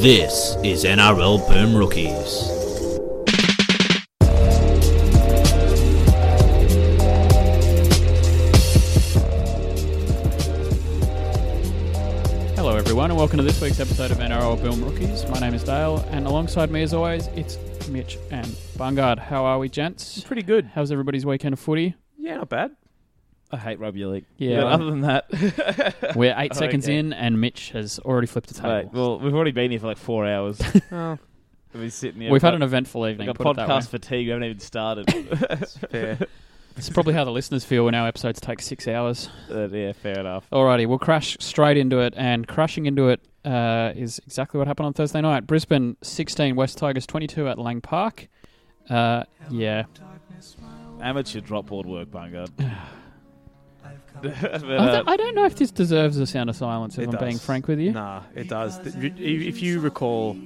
This is NRL Boom Rookies. Hello, everyone, and welcome to this week's episode of NRL Film Rookies. My name is Dale, and alongside me, as always, it's Mitch and Bungard. How are we, gents? Pretty good. How's everybody's weekend of footy? Yeah, not bad. I hate rugby league. Yeah. But other than that, We're eight seconds okay. in, and Mitch has already flipped the table. Mate, well, we've already been here for like four hours. We've been sitting here. Oh. We've had got- an eventful evening. We've put it got that podcast way. fatigue. We haven't even started. It's probably how the listeners feel when our episodes take six hours. Uh, yeah, fair enough. Alrighty, we'll crash straight into it, and crashing into it uh, is exactly what happened on Thursday night. Brisbane 16, West Tigers 22 at Lang Park. Uh, yeah, Amateur drop board work, Bungard. uh, I, don't, I don't know if this deserves a sound of silence. If Uh, It I'm being does. frank with you, Nah, it does. Th- If if you recall,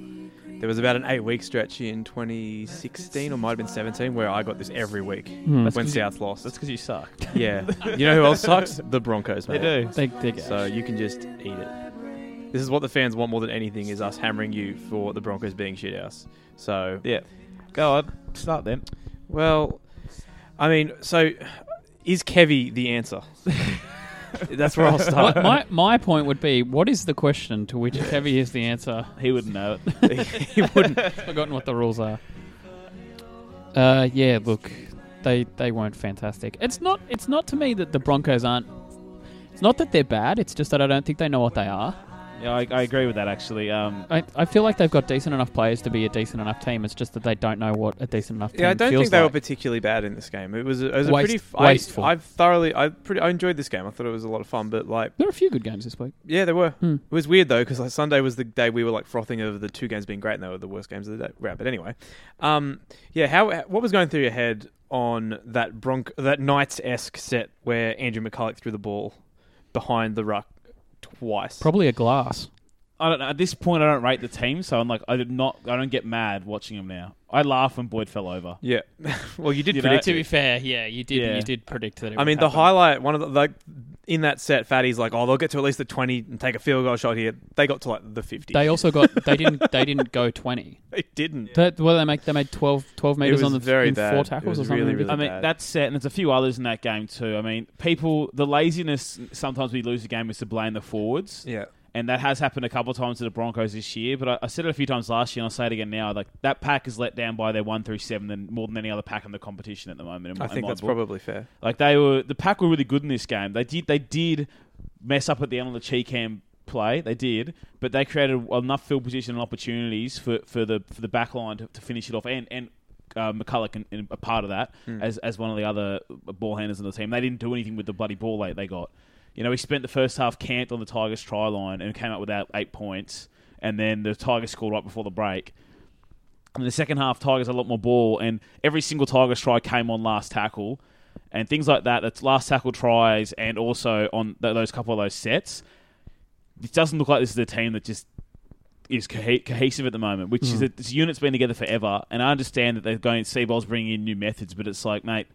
there was about an eight-week stretch in 2016 or might have been 17 where I got this every week Hmm. when South lost. That's because you suck. yeah, you know who else sucks? The Broncos, mate. do. They, they get So you can just eat it. This is what the fans want more than anything: is us hammering you for the Broncos being shit house. So Yeah. Go on. Start then. Well, I mean, so is Kevy the answer? That's where I'll What- start. my, my point would be, what is the question to which Kevy is the answer? He wouldn't know it. he wouldn't. I've forgotten what the rules are. Uh, yeah, look, they they weren't fantastic. It's not it's not to me that the Broncos aren't. It's not that they're bad. It's just that I don't think they know what they are. Yeah, I, I agree with that actually. Um, I, I feel like they've got decent enough players to be a decent enough team. It's just that they don't know what a decent enough team Yeah, I don't feels think they like. were particularly bad in this game. It was a, it was a Waste- pretty f- I- wasteful. I, thoroughly, I pretty, I enjoyed this game. I thought it was a lot of fun, but like, there are a few good games this week. yeah, they were. Hmm. It was weird though because like Sunday was the day we were like frothing over the two games being great, and they were the worst games of the day. Right, but anyway, um, yeah, how what was going through your head on that Bronc that Knights esque set where Andrew McCulloch threw the ball behind the ruck twice? Probably a glass. I don't know. At this point, I don't rate the team, so I'm like, I did not. I don't get mad watching him now. I laugh when Boyd fell over. Yeah. well, you did You know, predict To it. be fair, yeah, you did. Yeah. You did predict that. It I would mean, the happen. highlight, one of the, like, in that set, Fatty's like, oh, they'll get to at least the 20 and take a field goal shot here. They got to, like, the 50. They also got. They didn't. They didn't go twenty. They didn't. That well, they make they made 12, 12 meters was on the very in four bad. tackles or It was something. really, really I mean, bad. that's set, and there's a few others in that game too. I mean, people, the laziness sometimes we lose the game is to blame the forwards, Yeah. and that has happened a couple of times to the Broncos this year. But I, I said it a few times last year, and I'll say it again now. Like that pack is let down by their one through seven, than more than any other pack in the competition at the moment. In, my- I in think my that's book. probably fair. Like they were, the pack were really good in this game. They did, they did mess up at the end of the Cheekham play. They did, but they created enough field position and opportunities for, for the for the back line to, to finish it off. And and uh, McCulloch in, in a part of that as as one of the other ball handlers on the team. They didn't do anything with the bloody ball they they got. You know, we spent the first half camped on the Tigers' try line and came up with our eight points, and then the Tigers scored right before the break. In the second half, Tigers had a lot more ball, and every single Tigers try came on last tackle, and things like that. That's last tackle tries, and also on th- those couple of those sets. It doesn't look like this is a team that just is cohe- cohesive at the moment, which is a, this unit's been together forever. And I understand that they're going. Seabol's bringing in new methods, but it's like, mate,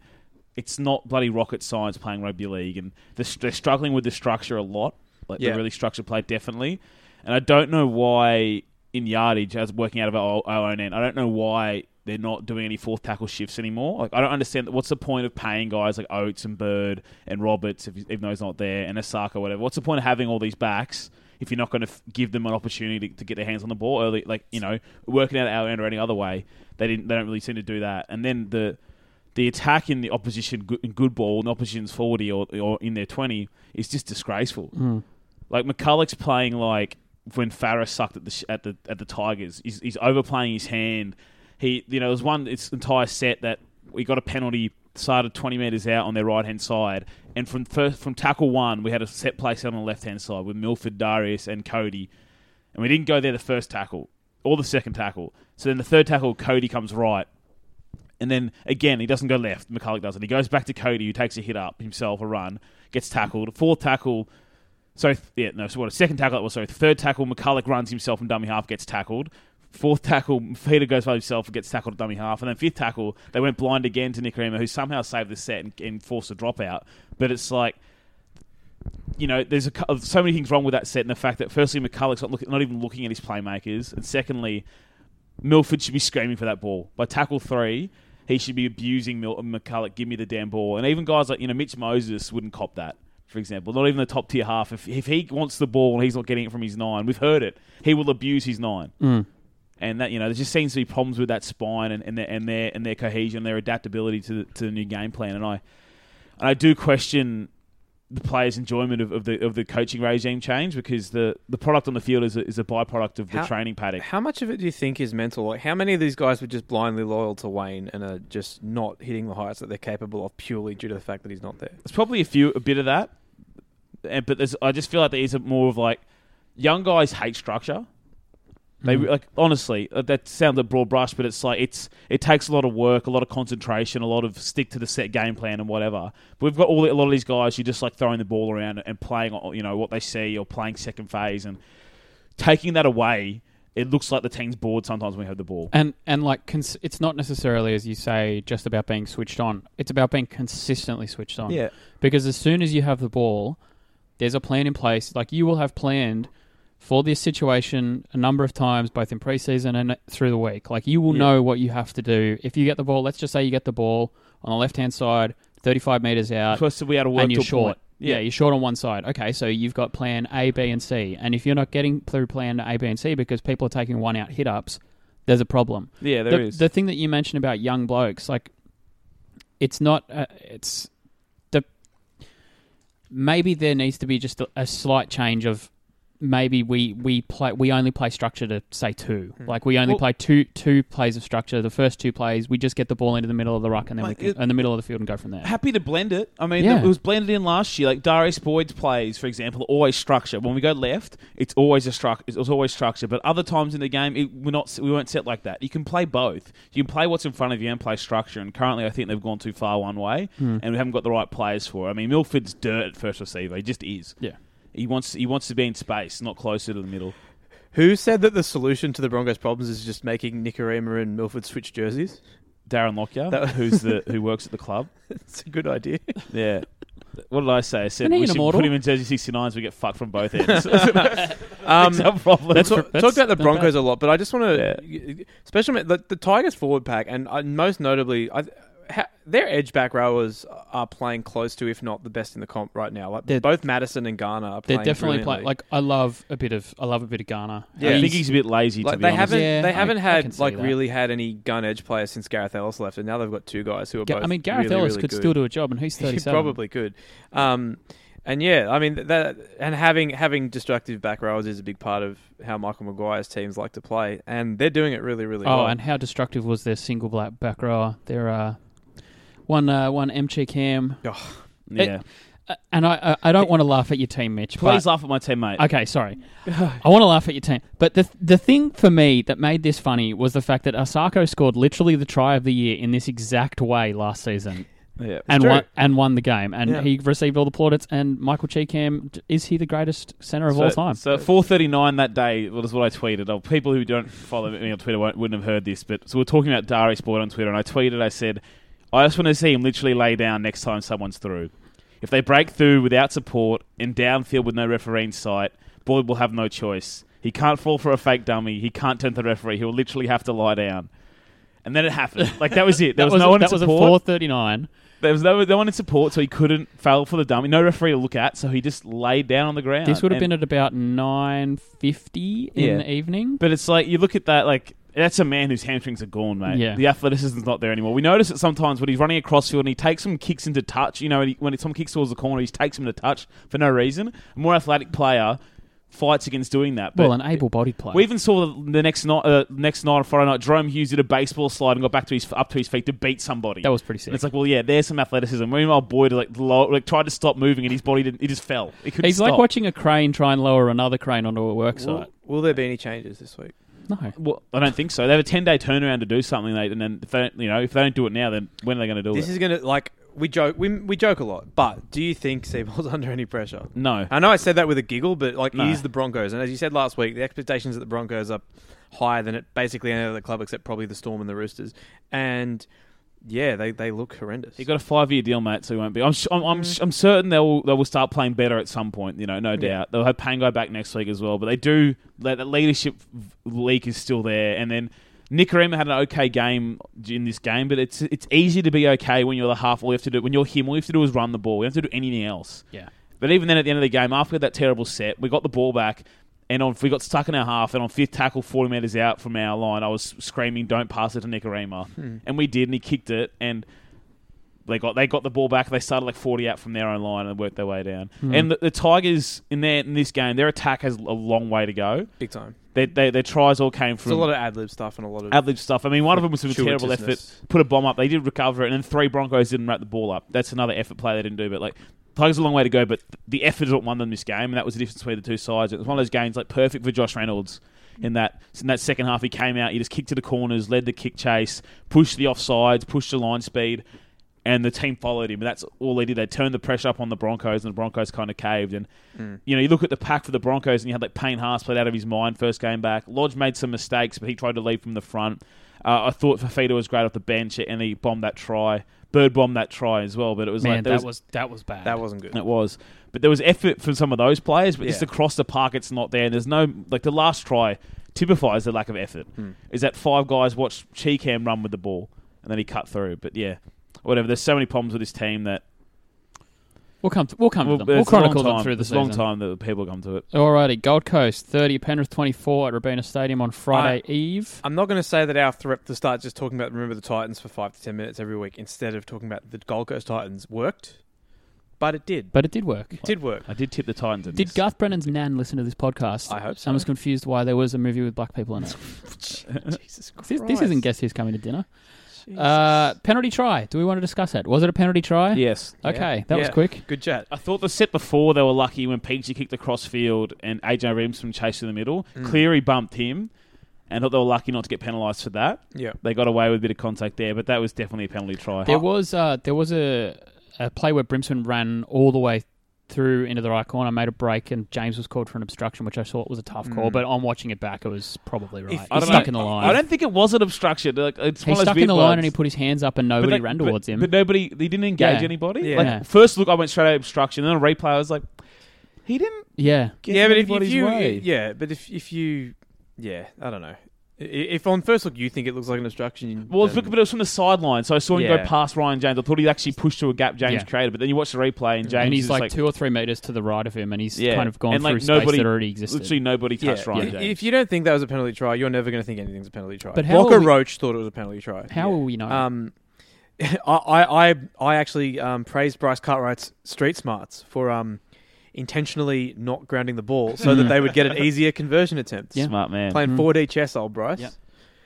it's not bloody rocket science playing rugby league, and they're, str- they're struggling with the structure a lot. Like Yeah. they're really structure play definitely, and I don't know why in yardage as working out of our, our own end. I don't know why they're not doing any fourth tackle shifts anymore. Like I don't understand what's the point of paying guys like Oates and Bird and Roberts if even though he's not there and Asaka whatever. What's the point of having all these backs? If you're not going to f- give them an opportunity to, to get their hands on the ball early, like you know, working out our end or any other way, they didn't. They don't really seem to do that. And then the the attack in the opposition good, in good ball and opposition's forty or, or in their twenty is just disgraceful. Like McCulloch's playing like when Farah sucked at the sh- at the at the Tigers. He's, he's overplaying his hand. He you know there's one it's entire set that we got a penalty started 20 meters out on their right hand side and from first, from tackle one we had a set place on the left hand side with Milford Darius and Cody and we didn't go there the first tackle or the second tackle so then the third tackle Cody comes right and then again, he doesn't go left. McCulloch doesn't. He goes back to Cody, who takes a hit up himself, a run, gets tackled. Fourth tackle. So th- yeah, no. So what? A second tackle. Well, sorry. Third tackle. McCulloch runs himself and dummy half gets tackled. Fourth tackle. Peter goes by himself and gets tackled at dummy half. And then fifth tackle. They went blind again to Nicarima, who somehow saved the set and, and forced a dropout. But it's like you know, there's a, cou- of so many things wrong with that set, and the fact that firstly McCulloch's not look, not even looking at his playmakers, and secondly, Milford should be screaming for that ball by tackle three. He should be abusing Mil- McCulloch. Give me the damn ball. And even guys like you know Mitch Moses wouldn't cop that. For example, not even the top tier half. If, if he wants the ball and he's not getting it from his nine, we've heard it. He will abuse his nine and that you know there just seems to be problems with that spine and, and their and their and their cohesion, their adaptability to the, to the new game plan. And I and I do question the players' enjoyment of, of the of the coaching regime change because the, the product on the field is a, is a byproduct of the How- training paddock. How much of it do you think is mental? Like, how many of these guys were just blindly loyal to Wayne and are just not hitting the heights that they're capable of purely due to the fact that he's not there? There's probably a few a bit of that, and but there's, I just feel like there is a more of like young guys hate structure. They Mm. like honestly uh, that sounds a broad brush, but it's like it's it takes a lot of work, a lot of concentration, a lot of stick to the set game plan and whatever. But we've got all the- a lot of these guys who just like throwing the ball around and playing on, you know what they see or playing second phase and taking that away. It looks like the team's bored sometimes when we have the ball. And and like cons- it's not necessarily as you say just about being switched on. It's about being consistently switched on. Yeah. Because as soon as you have the ball, there's a plan in place. Like you will have planned for this situation a number of times, both in preseason and through the week. Like you will Yeah. know what you have to do if you get the ball. Let's just say you get the ball on the left hand side, 35 meters out Plus, we had to work and you're to a point. short. Yeah. you're short on one side. Okay, so you've got plan A, B, and C. And if you're not getting through plan A, B, and C because people are taking one out hit ups, there's a problem. yeah, there The, is. the thing that you mentioned about young blokes, like, it's not, uh, it's the, maybe there needs to be just a, a slight change of maybe we, we play, we only play structure to say two. Hmm. Like, we only Well- play two, two plays of structure. The first two plays, we just get the ball into the middle of the ruck and then Like, we it- can, in the middle of the field and go from there. happy to blend it. I mean, Yeah. it was blended in last year. Like Darius Boyd's plays, for example, are always structure. When we go left, it's always a structure. It's always structure. But other times in the game, it, we're not. We weren't set like that. You can play both. You can play what's in front of you and play structure. And currently, I think they've gone too far one way, Hmm. and we haven't got the right players for. it. I mean, Milford's dirt at first receiver. He just is. Yeah. He wants. He wants to be in space, not closer to the middle. Who said that the solution to the Broncos' problems is just making Nicarima and Milford switch jerseys? Darren Lockyer, That- who's the who works at the club. It's a good idea. Yeah. What did I say? I said Isn't he we an should immortal? put him in jersey sixty nine so we get fucked from both ends. Um, No problem. Let's talk, that's talk about the not Broncos a lot, but I just want to, especially the, the Tigers forward pack, and uh, most notably, I, ha, their edge back rowers are playing close to, if not the best in the comp right now. Like They're- both Madison and Garner are They're playing definitely playing. brilliantly. Like I love a bit of I love a bit of Ghana. Yeah. I think he's a bit lazy. Like, to be they honest. haven't Yeah, they I- haven't I can had see like that. really had any gun edge players since Gareth Ellis left, and now they've got two guys who are Ga- both. I mean, Gareth really, Ellis really could good. still do a job, and he's He thirty-seven. probably could. Um, and yeah, I mean that, and having having destructive back rowers is a big part of how Michael Maguire's teams like to play, and they're doing it really, really well. Oh, and how destructive was their single black back rower? Their uh, one uh, one M cheek ham. Yeah. Uh, and I I, I don't want to laugh at your team, Mitch. Please but, laugh at my teammate. okay, sorry. I want to laugh at your team, but the the thing for me that made this funny was the fact that Asako scored literally the try of the year in this exact way last season. yeah. and true. won and won the game, and Yeah. he received all the plaudits. And Michael Cheekham is he the greatest center of so, all time? So at 4.39 that day, well, that's what I tweeted. Oh, people who don't follow me on Twitter won't, wouldn't have heard this, but so we're talking about Darius Boyd on Twitter, and I tweeted, I said, I just want to see him literally lay down next time someone's through. If they break through without support and downfield with no referee in sight, Boyd will have no choice. He can't fall for a fake dummy. He can't turn to the referee. He'll literally have to lie down. And then it happened. Like that was it. There that was, no one that in was at support. four thirty nine. There was no, no one in support, so he couldn't foul for the dummy. No referee to look at, so he just laid down on the ground. This would have And- been at about nine fifty in Yeah. the evening. But it's like you look at that, like that's a man whose hamstrings are gone, mate. Yeah. The athleticism's not there anymore. We notice it sometimes when he's running across field and he takes some kicks into touch. You know, when, he, when someone kicks towards the corner, he takes him to touch for no reason. A more athletic player fights against doing that. But well, an able-bodied player. we even saw the, the next night, uh, next night on Friday night, Jerome Hughes did a baseball slide and got back to his up to his feet to beat somebody. that was pretty And sick. it's like, well, yeah, there's some athleticism. Meanwhile, Boyd like, low, like tried to stop moving, and his body didn't. He just fell. He couldn't He's like stop. watching a crane try and lower another crane onto a worksite. will, will there be any changes this week? No, Well, I don't think so. They have a ten day turnaround to do something, they, and then if they don't, you know if they don't do it now, then when are they going to do This it? is gonna like we joke we, we joke a lot, but do you think Seabol's under any pressure? no, I know I said that with a giggle, but like No. it is the Broncos, and as you said last week, the expectations at the Broncos are higher than at basically any other club except probably the Storm and the Roosters, and yeah, they, they look horrendous. He got a five-year deal, mate, so he won't be. I'm sh- I'm I'm, sh- I'm certain they will they will start playing better at some point. You know, no doubt they'll have Pango back next week as well. But they do that that leadership leak is still there, and then. Nicarima had an okay game in this game, but it's it's easy to be okay when you're the half. All you have to do when you're him, all you have to do is run the ball. You don't have to do anything else. Yeah. But even then, at the end of the game, after that terrible set, we got the ball back, and on, we got stuck in our half. And on fifth tackle, forty meters out from our line, I was screaming, "Don't pass it to Nicarima!" And we did, and he kicked it, and they got they got the ball back. They started like forty out from their own line and worked their way down. And the, the Tigers in their in this game, their attack has a long way to go. big time. They, they, their tries all came There's a from lot of ad lib stuff and a lot of ad lib stuff. I mean, one of them was a terrible effort, Fortuitousness. put a bomb up. They did recover it, and then three Broncos didn't wrap the ball up. That's another effort play they didn't do. But like, Tigers a long way to go. But th- the effort is what won them this game, and that was the difference between the two sides. It was one of those games like perfect for Josh Reynolds. In that in that second half, he came out, he just kicked to the corners, led the kick chase, pushed the offsides, pushed the line speed, and the team followed him. And that's all they did. They turned the pressure up on the Broncos, and the Broncos kind of caved. And you know, you look at the pack for the Broncos, and you had like Payne Haas played out of his mind first game back. Lodge made some mistakes, but he tried to lead from the front. Uh, I thought Fafita was great off the bench, and he bombed that try. Bird bombed that try as well, but it was Man, like there that was, that was bad. that wasn't good. it was. But there was effort from some of those players, but just Yeah. across the park, it's not there. And there's no like the last try typifies the lack of effort. Is that five guys watched Cheekham run with the ball and then he cut through. But yeah, whatever. There's so many problems with this team that We'll come. To, we'll come to well, them. it's We'll a long chronicle them time- through the it's a long season. Oh. time that people come to it. Alrighty, Gold Coast thirty, Penrith twenty-four at Rabina Stadium on Friday Eve. I'm not going to say that our threat to start just talking about remember the Titans for five to ten minutes every week instead of talking about the Gold Coast Titans worked, but it did. But it did work. It did work. I did tip the Titans. In Did this. Garth Brennan's nan listen to this podcast? I hope so. I was confused why there was a movie with black people in it. Jesus Christ! this, this isn't Guess Who's Coming to Dinner. Jesus. Uh, penalty try. Do we want to discuss that? Was it a penalty try? Yes. Okay, Yeah. that was Yeah. quick. Good chat. I thought the set before they were lucky when Peachy kicked across field and AJ Reams from chase in the middle. Cleary bumped him, and thought they were lucky not to get penalised for that. Yeah. They got away with a bit of contact there, but that was definitely a penalty try. There was uh, there was a, a play where Brimson ran all the way through into the right corner, made a break, and James was called for an obstruction, which I thought was a tough call. But on watching it back, it was probably right. Mm. I He's don't stuck know. in the line. I don't think it was an obstruction. Like, it's one He's of those stuck in weird the line ones. and he put his hands up and nobody like, ran towards him. But nobody, he didn't engage Yeah. anybody. Yeah. Like, Yeah. First look, I went straight at obstruction. Then on replay, I was like, he didn't. yeah. Get yeah, in but if, if anybody's you way. yeah, but if if you yeah, I don't know. I- If on first look you think it looks like an obstruction, Well, then- it's- but it was from the sideline, so I saw him Yeah. go past Ryan James. I thought he actually pushed to a gap James Yeah. created, but then you watch the replay and James and he's is like, like two or three meters to the right of him, and he's kind of gone and, through like, space nobody, that already existed. Literally nobody yeah, touched Ryan i- James. if you don't think that was a penalty try, you're never going to think anything's a penalty try. But how Walker are we- Roach thought it was a penalty try. How will we know? Um, I, I, I, I actually um, praised Bryce Cartwright's street smarts for um, intentionally not grounding the ball so that they would get an easier conversion attempt. Hmm. Yeah. Hmm. Smart man. Playing 4D chess, old Bryce. Yeah.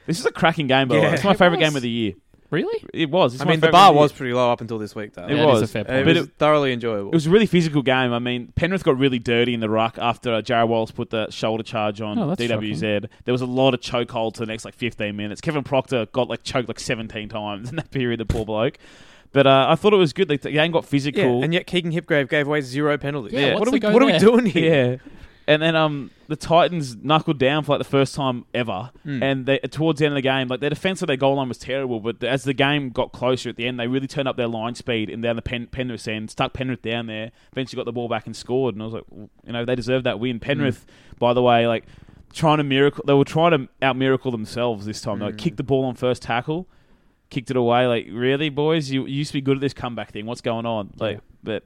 This is a cracking game, by the way. Yeah. It's my favorite It was. game of the year. really? It was. It's I my mean, the favourite bar of year. was pretty low up until this week, though. It Yeah, that is was. a fair Uh, point. It But was thoroughly enjoyable. It was a really physical game. I mean, Penrith got really dirty in the ruck after uh, Jarrod Wallace put the shoulder charge on Oh, that's DWZ. There was a lot of chokehold to the next like 15 minutes. Kevin Proctor got like choked like 17 times in that period, the poor bloke. But uh, I thought it was good. Like, the game got yeah, physical. and yet Keegan Hipgrave gave away zero penalties. Yeah, what's what are the we go what are we there? doing here? Yeah. And then um, the Titans knuckled down for like the first time ever. And they, towards the end of the game, like their defense of their goal line was terrible. But as the game got closer at the end, they really turned up their line speed and down the Pen- Penrith end, stuck Penrith down there. Eventually got the ball back and scored. And I was like, w- you know, they deserved that win. Penrith, by the way, like trying to miracle, they were trying to out miracle themselves this time. They like, kicked the ball on first tackle, kicked it away. Like really, boys, you, you used to be good at this comeback thing. What's going on? Like, Yeah. but.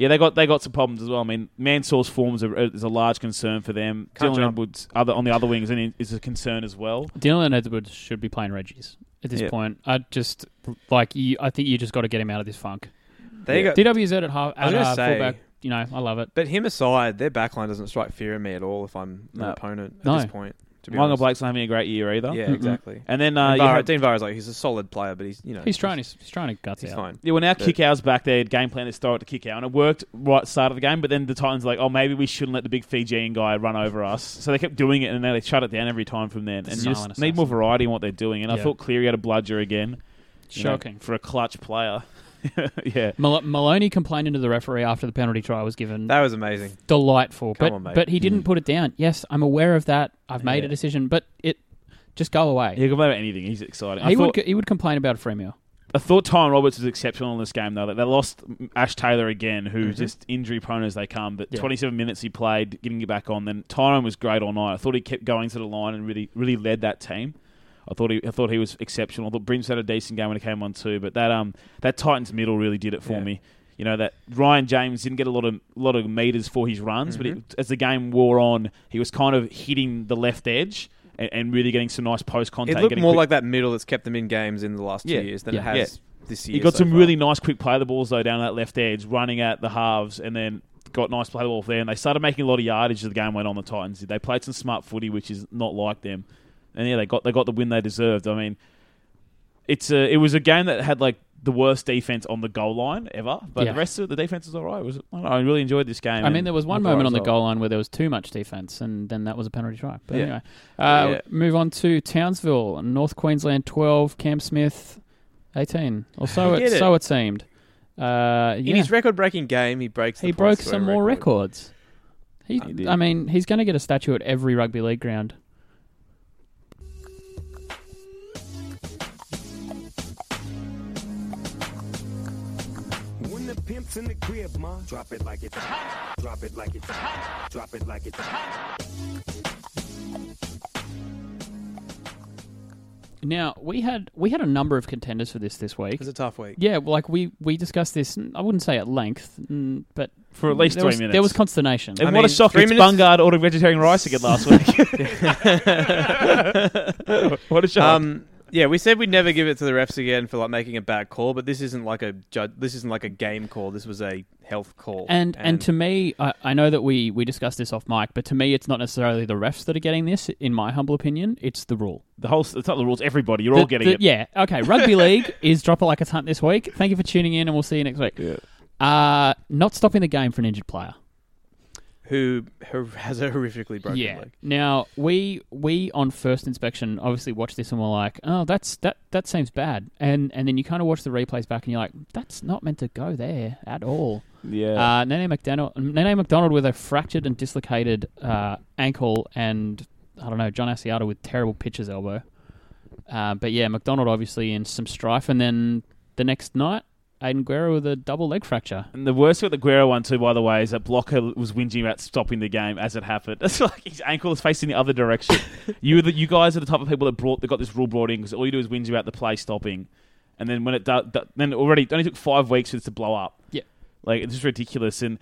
Yeah, they got they got some problems as well. I mean, Mansour's form is a, is a large concern for them. Can't Dylan jump. Edwards other on the other wings and is a concern as well. Dylan Edwards should be playing Reggie's at this Yeah. point. I just like you. I think you just got to get him out of this funk. They got, DWZ at half I was at gonna uh, say- fullback. You know, I love it. but him aside, their backline doesn't strike fear in me at all if I'm an No. opponent at No. this point. To be Wanga honest. Blake's not having a great year either. Yeah, Mm-mm. exactly. And then uh, And you Vara- had- Dean Vara's like he's a solid player, but he's you know He's trying. He's, he's trying to guts He's out. fine. yeah, well now Yeah. kick out's back. Their game plan is throw it to kick out, and it worked right at the start of the game. But then the Titans were like, oh, maybe we shouldn't let the big Fijian guy run over us. So they kept doing it, and now they shut it down every time from then. And you Silent just need more assassin. variety in what they're doing. And I Yeah. thought Cleary had a bludger again. you know, Shocking. for a clutch player. yeah, Mal- Maloney complained into the referee after the penalty try was given. That was amazing. Delightful, Come but on, mate. Mm. but he didn't put it down. Yes, I'm aware of that. I've made Yeah. a decision, but it just go away. he can play about anything. He's exciting. I he thought, would he would complain about a free meal. I thought Tyron Roberts was exceptional in this game, though. Like, They lost Ash Taylor again, who Mm-hmm. just injury prone as they come. But Yeah. 27 minutes he played, getting it back on. Then Tyron was great all night. I thought he kept going to the line and really, really led that team. I thought he, I thought he was exceptional. I thought Brims had a decent game when he came on too. But that, um, that Titans middle really did it for Yeah. me. You know that Ryan James didn't get a lot of lot of meters for his runs, but Mm-hmm. it, as the game wore on, he was kind of hitting the left edge and, and really getting some nice post It contact. looked getting more quick- like that middle that's kept them in games in the last two Yeah. years than it Yeah. has this year. He got so some far. really nice quick play of the balls though down that left edge, running at the halves, and then got nice play of the ball there. And they started making a lot of yardage as the game went on. The Titans did. They played some smart footy, which is not like them. And yeah, they got they got the win they deserved. I mean, it's a it was a game that had like the worst defense on the goal line ever, but Yeah. the rest of the defense was all right. It was I, don't know, I really enjoyed this game. I mean, and there was one I thought it moment on the all- goal line where there was too much defense, and then that was a penalty try. But Yeah. anyway, uh, Yeah. move on to Townsville, North Queensland twelve, Cam Smith eighteen, or so He it, did so it. it seemed. Uh, yeah. In his record-breaking game, he breaks. he the Price broke some Square more record. records. He, He did. I mean, he's going to get a statue at every rugby league ground. When the pimp's in the crib, ma, drop it like it's hot. Drop it like it's hot. Drop it like it's hot. Now we had we had a number of contenders for this this It week. was a tough week. Yeah, well, like we we discussed this. n- I wouldn't say at length, n- but for at least there three was, minutes. There was consternation. and I what mean, a shock! three It's minutes is- Bungard ordered vegetarian rice again last week. what a shock! Um, yeah, we said we'd never give it to the refs again for like making a bad call, but this isn't like a judge. This isn't like a game call. This was a health call. And and to me, I, I know that we we discussed this off mic, but to me, it's not necessarily the refs that are getting this. In my humble opinion, it's the rule. the whole—it's not the rules. Everybody, you're all The- getting the- it. Yeah. Okay. Rugby league is drop it like it's hunt this week. Thank you for tuning in, and we'll see you next week. Uh not stopping the game for an injured player. who, who has a horrifically broken yeah. leg? Now we we on first inspection obviously watched this and we're like, oh, that's that that seems bad. And and then you kind of watch the replays back and you're like, that's not meant to go there at all. yeah. Uh, Nene McDonald, Nene McDonald with a fractured and dislocated uh, ankle, and I don't know John Asiata with terrible pitcher's elbow. Uh, but yeah, McDonald obviously in some strife, and then the next night, Aiden Guerra with a double leg fracture. And the worst about the Guerra one too, by the way, is that Blocker was whinging about stopping the game as it happened. It's like his ankle is facing the other direction. you, were the, you guys are the type of people that brought that got this rule brought in because all you do is whinge about the play stopping, and then when it does, do, then it already it only took five weeks for this to blow up. Yeah. like it's just ridiculous. And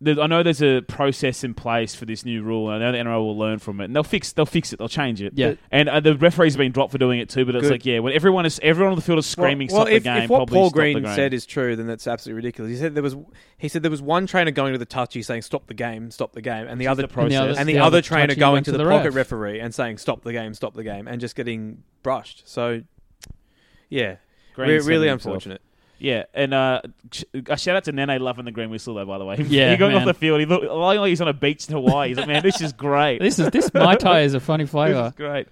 there, I know there's a process in place for this new rule, and I know the NRL will learn from it, and they'll fix, they'll fix it, they'll change it. Yeah. and uh, the referee's been dropped for doing it too. But it's Good. like, yeah, when everyone is everyone on the field is screaming, well, stop if, the game. if what probably Paul stop the Green game. said is true, then that's absolutely ridiculous. He said there was he said there was one trainer going to the touchy saying stop the game, stop the game, and the other the process. other- and the, The other, other trainer touchy going went to to the, the pocket ref. referee and saying stop the game, stop the game, and just getting brushed. So, yeah, Green re- said really it himself. unfortunate. Yeah, and uh, sh- a shout out to Nene loving the green whistle though. By the way, Yeah, he got off man. the field. He looked like he's on a beach in Hawaii. He's like, man, this is great. This is this Mai Tai is a funny This flavor. is great.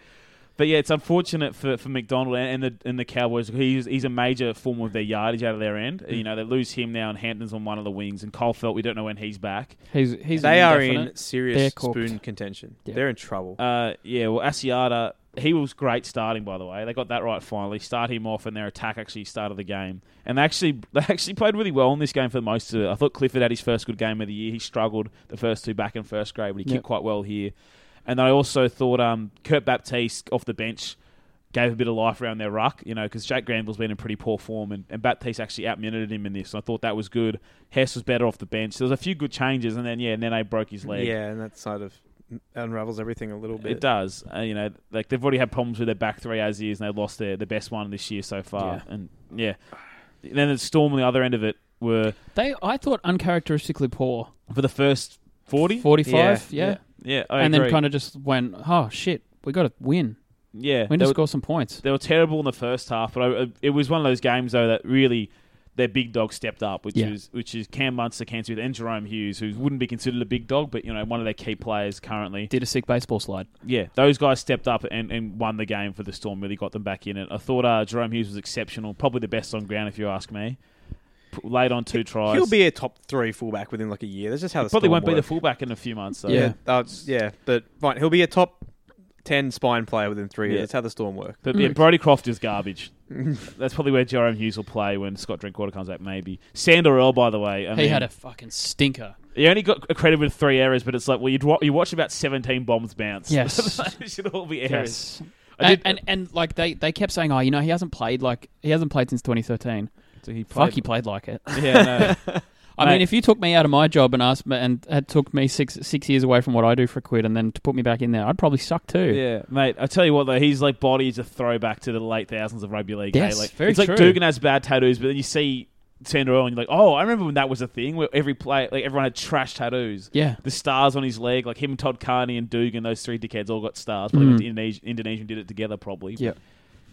But yeah, it's unfortunate for, for McDonald and, and the and the Cowboys. He's he's a major form of their yardage out of their end. Mm. You know, they lose him now, and Hampton's on one of the wings, and Cole Felt. We don't know when he's back. He's he's They are in indefinite. They're serious cooked. spoon contention. Yeah. They're in trouble. Uh, yeah, well, Asiata, he was great starting. By the way, they got that right finally. Start him off, and their attack actually started the game. And they actually they actually played really well in this game for most of it. I thought Clifford had his first good game of the year. He struggled the first two back in first grade, but he Yep. kicked quite well here. And I also thought um, Kurt Baptiste off the bench gave a bit of life around their ruck, you know, because Jack Granville's been in pretty poor form, and, and Baptiste actually outminuted him in this. And I thought that was good. Hess was better off the bench. There was a few good changes, and then yeah, Nene broke his leg. Yeah, and that side of unravels everything a little bit. It does. Uh, you know, like they've already had problems with their back three as is, and they lost their, their best one this year so far. And yeah, and then the Storm on the other end of it were They I thought uncharacteristically poor. for the first forty. Forty five, yeah, Yeah, I and then agree. kind of just went, oh shit, we got to win. yeah, We need they to were, score some points. they were terrible in the first half, but I, it was one of those games though that really their big dog stepped up, which Yeah. is which is Cam Munster, Cancer, and Jerome Hughes, who wouldn't be considered a big dog, but you know one of their key players currently. Did a sick baseball slide. yeah, those guys stepped up and, and won the game for the Storm. Really got them back in it. I thought uh, Jerome Hughes was exceptional, probably the best on ground if you ask me. P- Laid on two tries. He'll be a top three fullback within like a year. That's just how the probably Storm won't be the work. fullback in a few months. Though. Yeah. Uh, yeah, but fine. He'll be a top ten spine player within three years. Yeah. That's how the Storm work. but yeah, Brody Croft is garbage. That's probably where Jerome Hughes will play when Scott Drinkwater comes back, maybe. Sandorell, by the way. I He mean, had a fucking stinker. He only got credited with three errors, but it's like, well, you'd wa- you watch about 17 bombs bounce. Yes. it should all be errors. I And, did- and and like they, they kept saying, oh, you know, he hasn't played like he hasn't played since 2013. So he Fuck, he played like it. Yeah, no. I Mate. mean, if you took me out of my job and asked me and had took me six six years away from what I do for a quid, and then to put me back in there, I'd probably suck too. Yeah, mate. I tell you what, though, he's like body is a throwback to the late thousands of rugby league. Yes, eh? like, very It's like true. Dugan has bad tattoos, but then you see Sandro and you're like, oh, I remember when that was a thing where every play, like everyone had trash tattoos. Yeah. the stars on his leg, like him, Todd Carney, and Dugan, those three dickheads all got stars. Probably went to Indonesia, Indonesia and did it together, probably. Mm. Yeah.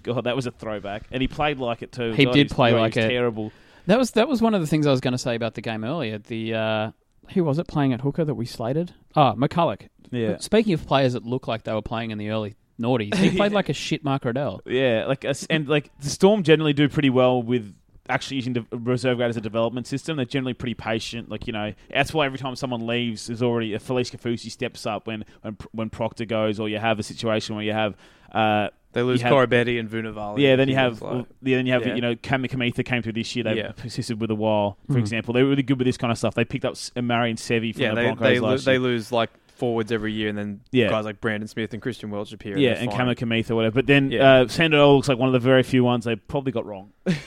God, that was a throwback, and he played like it too. He God, did was play great. like he was it. Terrible. That was that was one of the things I was going to say about the game earlier. The uh, who was it playing at hooker that we slated? Ah, McCulloch. Yeah. Speaking of players that look like they were playing in the early noughties, he played like a shit Mark Riddell. Yeah, like us- and like the Storm generally do pretty well with actually using de- reserve grade as a development system. They're generally pretty patient. Like you know, that's why every time someone leaves, there's already a Felice Kafusi steps up when when when Proctor goes, or you have a situation where you have. Uh, They lose you have- Corabetti and Vunivalu. yeah, then you It have was like- yeah, then you have Yeah. you know Kami Kamitha came through this year. They Yeah. persisted with a while, for example. They were really good with this kind of stuff. They picked up S- Murray and Sevi from yeah, the they Broncos they, lo- last they year. lose like forwards every year, and then Yeah. guys like Brandon Smith and Christian Welch appear. yeah, they're and fine. Kamakamith or whatever. But then Yeah. uh, Sandel looks like one of the very few ones they probably got wrong.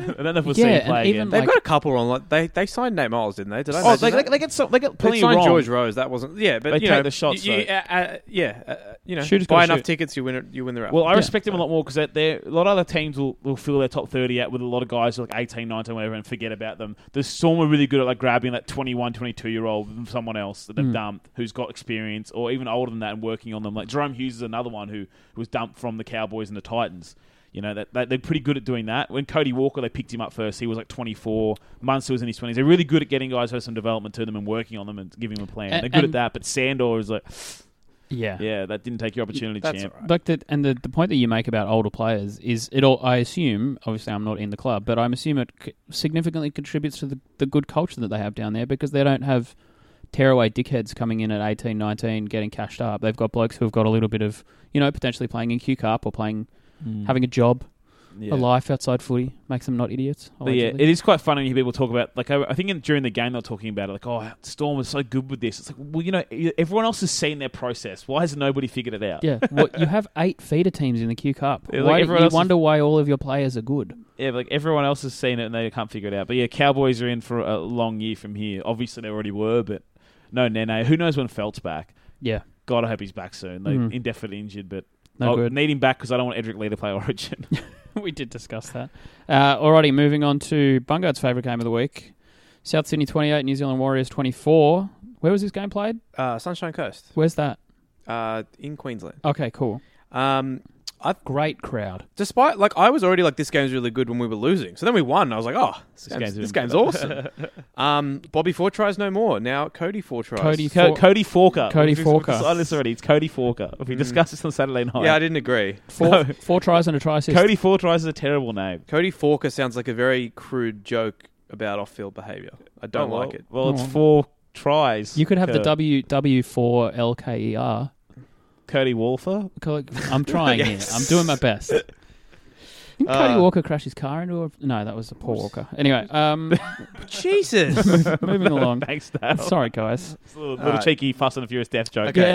I don't know if we'll see Yeah, him and play even again. They've like- got a couple on. Like they they signed Nate Miles, didn't they? Did I? Oh, mention they, that? they, they get some. They get They plenty signed wrong. George Rose. That wasn't. Yeah, but They you take know, the shots, You, you- though. uh, uh, yeah, uh, uh, you know, Shooters buy gotta enough shoot. tickets, you win it. You win the round. Well, I Yeah. respect him a lot more because they're a lot of other teams will, will fill their top 30 out with a lot of guys who are like 18, 19, whatever, and forget about them. The Storm are really good at like grabbing that 21, 22 year old from someone else that they've dumped who's got experience or even older than that and working on them. Like Jerome Hughes is another one who was dumped from the Cowboys and the Titans. You know, that, that they're pretty good at doing that. When Cody Walker, they picked him up first. He was like 24. Munster was in his 20s. They're really good at getting guys who have some development to them and working on them and giving them a plan. And- they're good at and- that, but Sandor is like, Yeah, yeah, that didn't take your opportunity, That's champ. all right. Like the and the, the point that you make about older players is it all. I assume, obviously, I'm not in the club, but I'm assume it c- significantly contributes to the, the good culture that they have down there because they don't have tearaway dickheads coming in at 18, 19, getting cashed up. They've got blokes who have got a little bit of you know potentially playing in Q Cup or playing having a job, Yeah. a life outside footy makes them not idiots. But yeah, allegedly. it is quite funny when you hear people talk about like I, I think in, during the game they're talking about it like oh Storm was so good with this. It's like well you know e, everyone else has seen their process. Why has nobody figured it out? yeah, what, you have eight feeder teams in the Q Cup. Yeah, like why do everyone you else is- wonder why all of your players are good? Yeah, but, like everyone else has seen it and they can't figure it out. But yeah, Cowboys are in for a long year from here. Obviously they already were, but no Nene. Who knows when Felt's back? Yeah, God, I hope he's back soon. Like Mm. indefinitely injured, but no I'll good. need him back because I don't want Edric Lee to play Origin. we did discuss that. Uh, alrighty, moving on to Bungard's favourite game of the week. South Sydney 28, New Zealand Warriors 24. Where was this game played? uh, Sunshine Coast, Where's that? uh, in Queensland. Okay, cool. Um, Great crowd. despite like I was already like this game's really good when we were losing. So then we won. and I was like, oh, this, This game's, game's this even game's awesome. um, Bobby four tries no more. Now Cody four tries. Cody Co- Four- Cody Forker. Cody Mm. We've- we've Forker. decided this already. It's Cody Forker. We discussed this on Saturday night. Yeah, I didn't agree. Four, No. four tries and a try assist. Cody Four tries is a terrible name. Cody Forker sounds like a very crude joke about off-field behavior. I don't Oh, well- like it. Well, it's Oh. four tries. You could have the Cur- WW4LKER. Cody Wolfer. Co- I'm trying here. I'm doing my best. Didn't Cody Uh, Walker crash his car into a. No, that was a poor Walker. Anyway, um, Jesus. moving along. Thanks, Dale. Sorry, guys. It's a little, little Alright. cheeky fuss and furious death joke. Okay.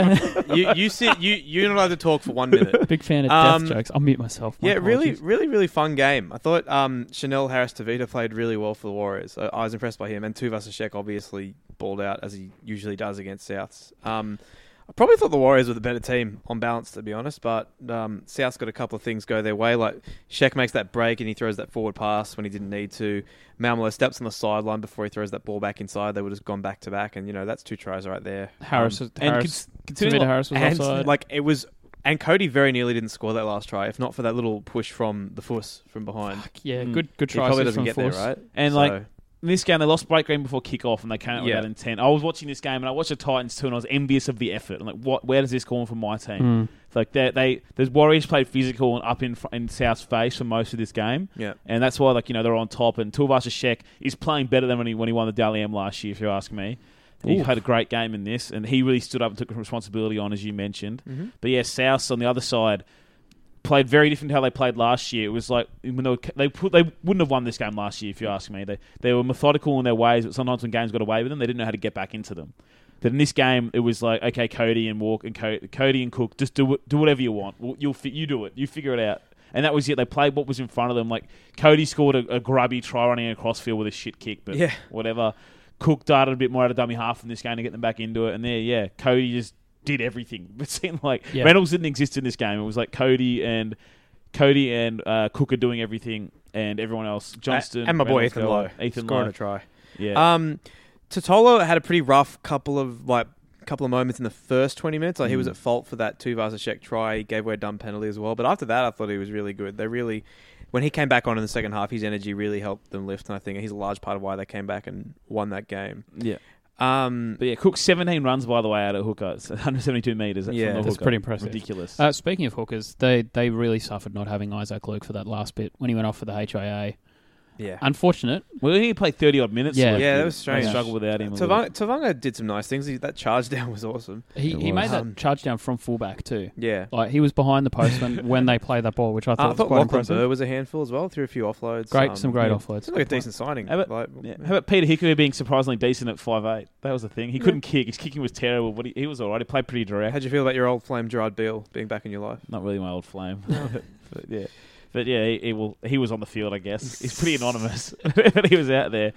Yeah. you you sit you you're not allowed to talk for one minute. Big fan of Um, death jokes. I'll mute myself. My Yeah, really, apologies. really, really fun game. I thought um, Chanel Harris Tavita played really well for the Warriors. I, I was impressed by him, and Tuvasashek obviously balled out as he usually does against Souths. Um, I probably thought the Warriors were the better team on balance, to be honest. But um, South's got a couple of things go their way. Like Sheck makes that break and he throws that forward pass when he didn't need to. Malmo steps on the sideline before he throws that ball back inside. They would have gone back to back, and you know that's two tries right there. Harris, Um, And Harris, cons- considering Tavita Harris was and offside. like it was, and Cody very nearly didn't score that last try, if not for that little push from the Fuss from behind. yeah, Mm. good, good He try. probably assist doesn't from get Force. there, right? And So- like in this game, they lost break green before kick off, and they came out Yeah. without intent. I was watching this game, and I watched the Titans too, and I was envious of the effort. I'm like, what? Where does this come from my Hmm. team? Like they, they, the Warriors played physical and up in fr- in South's face for most of this game. Yeah. and that's why like you know they're on top. And Tuivasa Sheck is playing better than when he when he won the Dally M last year, if you ask me. He Oof. had a great game in this, Mm-hmm. and he really stood up and took responsibility on, as you mentioned. But yeah, South on the other side, played very different to how they played last year. It was like when they were, they put they wouldn't have won this game last year if you ask me. They they were methodical in their ways, but sometimes when games got away with them, they didn't know how to get back into them. That in this game, it was like okay, Cody and Walk and Co- Cody and Cook, just do it, do whatever you want. Well, You'll fi- you do it, you figure it out. And that was it. They played what was in front of them. Like Cody scored a, a grubby try running across field with a shit kick, but Yeah. whatever. Cook darted a bit more out of dummy half in this game to get them back into it, and there, yeah, Cody just did everything. It seemed like Yeah. Reynolds didn't exist in this game. It was like Cody and Cody and uh, Cook are doing everything, and everyone else, Johnston and my boy Reynolds, Ethan Gowan, Lowe, Ethan scoring Lowe, a try. yeah, Um, Totola had a pretty rough couple of like couple of moments in the first twenty minutes. Like he was at fault for that two Vasacek try, he gave away a dumb penalty as well. But after that, I thought he was really good. They really, when he came back on in the second half, his energy really helped them lift, and I think he's a large part of why they came back and won that game. yeah. Um, But yeah, Cook seventeen runs by the way out of hooker, it's 172 meters. That's Yeah, from the that's hooker. pretty impressive. Ridiculous. Uh, speaking of hookers, they, they really suffered not having Isaac Luke for that last bit when he went off for the HIA. yeah, Unfortunate. well, he played 30 odd minutes. Yeah. like, Yeah, that they- was strange. They struggled without him. a little Tavanga, Tavanga did some nice things. He, that charge down was awesome. He, It he made was. that Um, charge down from fullback too. Yeah. Like he was behind the postman when they played that ball, which I thought Uh, I was thought quite Lachlan impressive. Burr was a handful as well, through a few offloads. Great, Um, some great yeah. offloads. Seemed like a decent signing. How about- like, Yeah. How about Peter Hickory being surprisingly decent at 5'8"? That was the thing. He couldn't kick. His kicking was terrible, but he, he was all right. He played pretty direct. How'd you feel about your old flame Gerard Beale being back in your life? Not really my old flame. but yeah, but yeah, he, he will. He was on the field, I guess. He's pretty anonymous, but he was out there.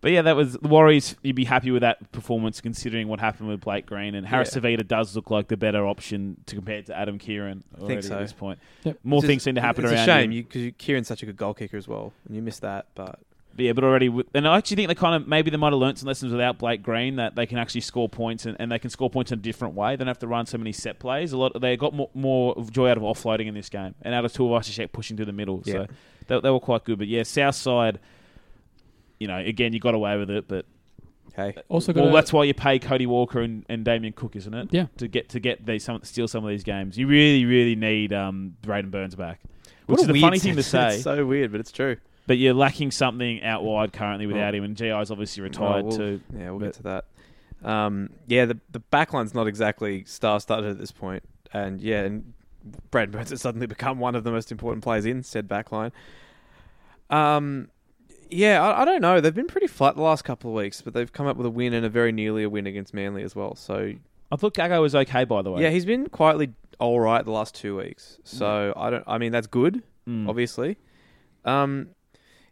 But yeah, that was the Warriors. You'd be happy with that performance considering what happened with Blake Green and Harris Yeah. Savita does look like the better option to compare to Adam Kieran. already so. at this point. Yep. More It's things just- seem to happen it's around. a shame him. because you, Kieran's such a good goal kicker as well, and you missed that. But But yeah, but already, with, and I actually think they kind of maybe they might have learned some lessons without Blake Green that they can actually score points and, and they can score points in a different way. They don't have to run so many set plays. A lot they got more, more joy out of offloading in this game and out of Tuivasa-Sheck pushing to the middle. Yeah. So they, they were quite good. But yeah, South Side, you know, again you got away with it, but hey, Also got well, a- that's why you pay Cody Walker and, and Damien Cook, isn't it? Yeah. to get to get these some steal some of these games. You really really need um, Braden Burns back, which What a is the weird funny thing to sentence. say. It's so weird, but it's true. But you're lacking something out wide currently without Well- him, and GI's obviously Oh, retired we'll- too. Yeah, we'll but- get to that. Um, yeah, the the backline's not exactly star-studded at this point, and yeah, and Brad Burns has suddenly become one of the most important players in said backline. Um, yeah, I, I don't know. They've been pretty flat the last couple of weeks, but they've come up with a win and a very nearly a win against Manly as well. So I thought Gago was okay, by the way. yeah, he's been quietly all right the last two weeks. So I don't. I mean, that's good, Mm. obviously. Um,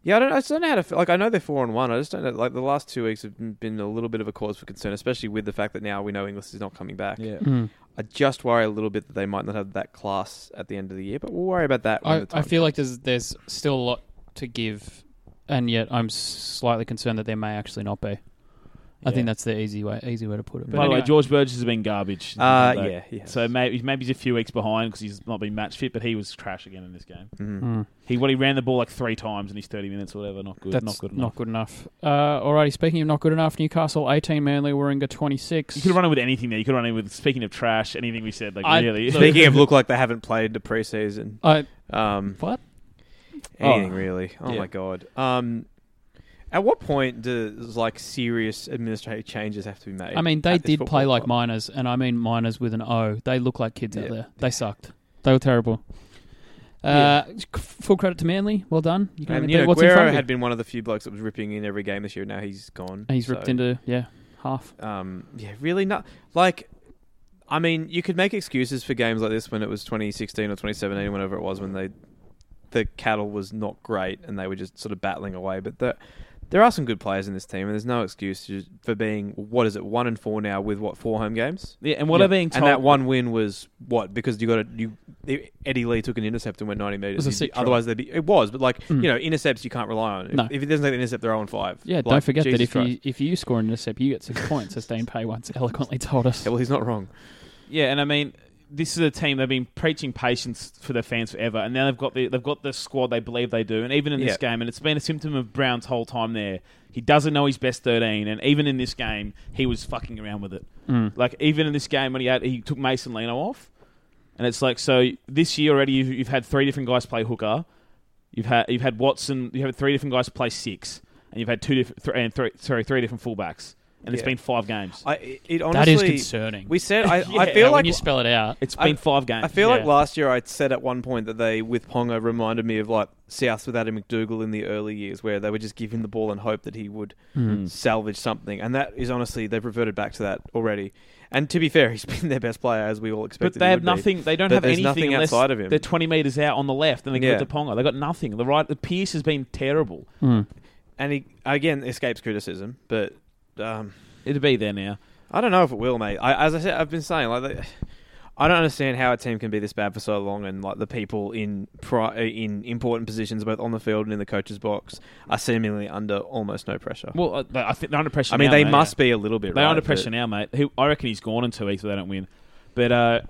yeah, I don't. I just don't know how to feel. like. I know they're four and one. I just don't know. Like the last two weeks have been- been a little bit of a cause for concern, especially with the fact that now we know Inglis is not coming back. yeah. Mm. I just worry a little bit that they might not have that class at the end of the year, but we'll worry about that. When I, the time I feel like comes. there's there's still a lot to give, and yet I'm slightly concerned that there may actually not be. I Yeah. think that's the easy way easy way to put it. By the way, George Burgess has been garbage. Uh, But- yeah, he has. So maybe maybe he's a few weeks behind because he's not been match fit, but he was trash again in this game. Mhm. Mm. He what he ran the ball like three times in his thirty minutes or whatever. Not good. that's not good enough. Uh, alrighty, speaking of not good enough, Newcastle 18, Manly Warringah 26. You could run in with anything there. You could run in with speaking of trash, anything we said. Like I- really, Look- Speaking of look like they haven't played the preseason, I um, what? Anything Oh. really. Oh Yeah. my god. Um at what point does like serious administrative changes have to be made? I mean, they at this did play football like club? minors, and I mean minors with an O. They look like kids out Yeah. there. They sucked. They were terrible. Uh, c- Full credit to Manly. Well done. You can And only you do know, what's in front Guerrero of you. had been one of the few blokes that was ripping in every game this year. Now he's gone. And he's ripped So, into yeah half. Um, yeah, really not like. I mean, you could make excuses for games like this when it was 2016 or 2017, whenever it was, when they the cattle was not great and they were just sort of battling away. But the, there are some good players in this team, and there's no excuse to- for being what is it one and four now with what four home games. yeah. And what Yeah. are being told? And that one win was what because you got a you Eddie Lee took an intercept and went ninety meters. was a sick try. Otherwise, they'd be it was. But like Mm. you know, intercepts you can't rely on. If, No. if it doesn't take the intercept, they're on five. Yeah, Like, don't forget that Jesus if Christ. you if you score an intercept, you get six points, as Dean Pay once eloquently told us. yeah, well, he's not wrong. Yeah, and I mean, this is a team they've been preaching patience for their fans forever, and now they've got the they've got the squad they believe they do, and even in this Yeah. game, and it's been a symptom of Brown's whole time there. He doesn't know his best thirteen, and even in this game, he was fucking around with it. Mm. Like even in this game when he had he took Mason Leno off, and it's like so this year already you've, you've had three different guys play hooker, you've had you've had Watson, you have had three different guys play six, and you've had two different th- and three sorry three different fullbacks. and it's Yeah. been five games. I, it, it honestly, That is concerning. We said I, Yeah, I feel when like you spell it out. it's I- been five games. I feel like yeah. last year I said at one point that they with Ponga reminded me of like South without Adam McDougal in the early years where they would just give him the ball and hope that he would salvage something. And that is honestly they've reverted back to that already. And to be fair, he's been their best player as we all But expected. they he have would be. nothing. They don't But have there's anything nothing unless outside of him. They're twenty meters out on the left, and they give Yeah. Hmm. it to Ponga. They got nothing. The right, the Pierce has been terrible. Mm. And he again escapes criticism, but um, It'd be there now. I don't know if it will, mate. I, as I said, I've been saying like, they, I don't understand how a team can be this bad for so long, and like the people in pri- uh, in important positions, both on the field and in the coach's box, are seemingly under almost no pressure. Well, uh, they- I think they're under pressure. I mean, now, they mate. must be a little bit. They're right, under but- pressure now, mate. Who I reckon he's gone in two weeks if they don't win. But uh,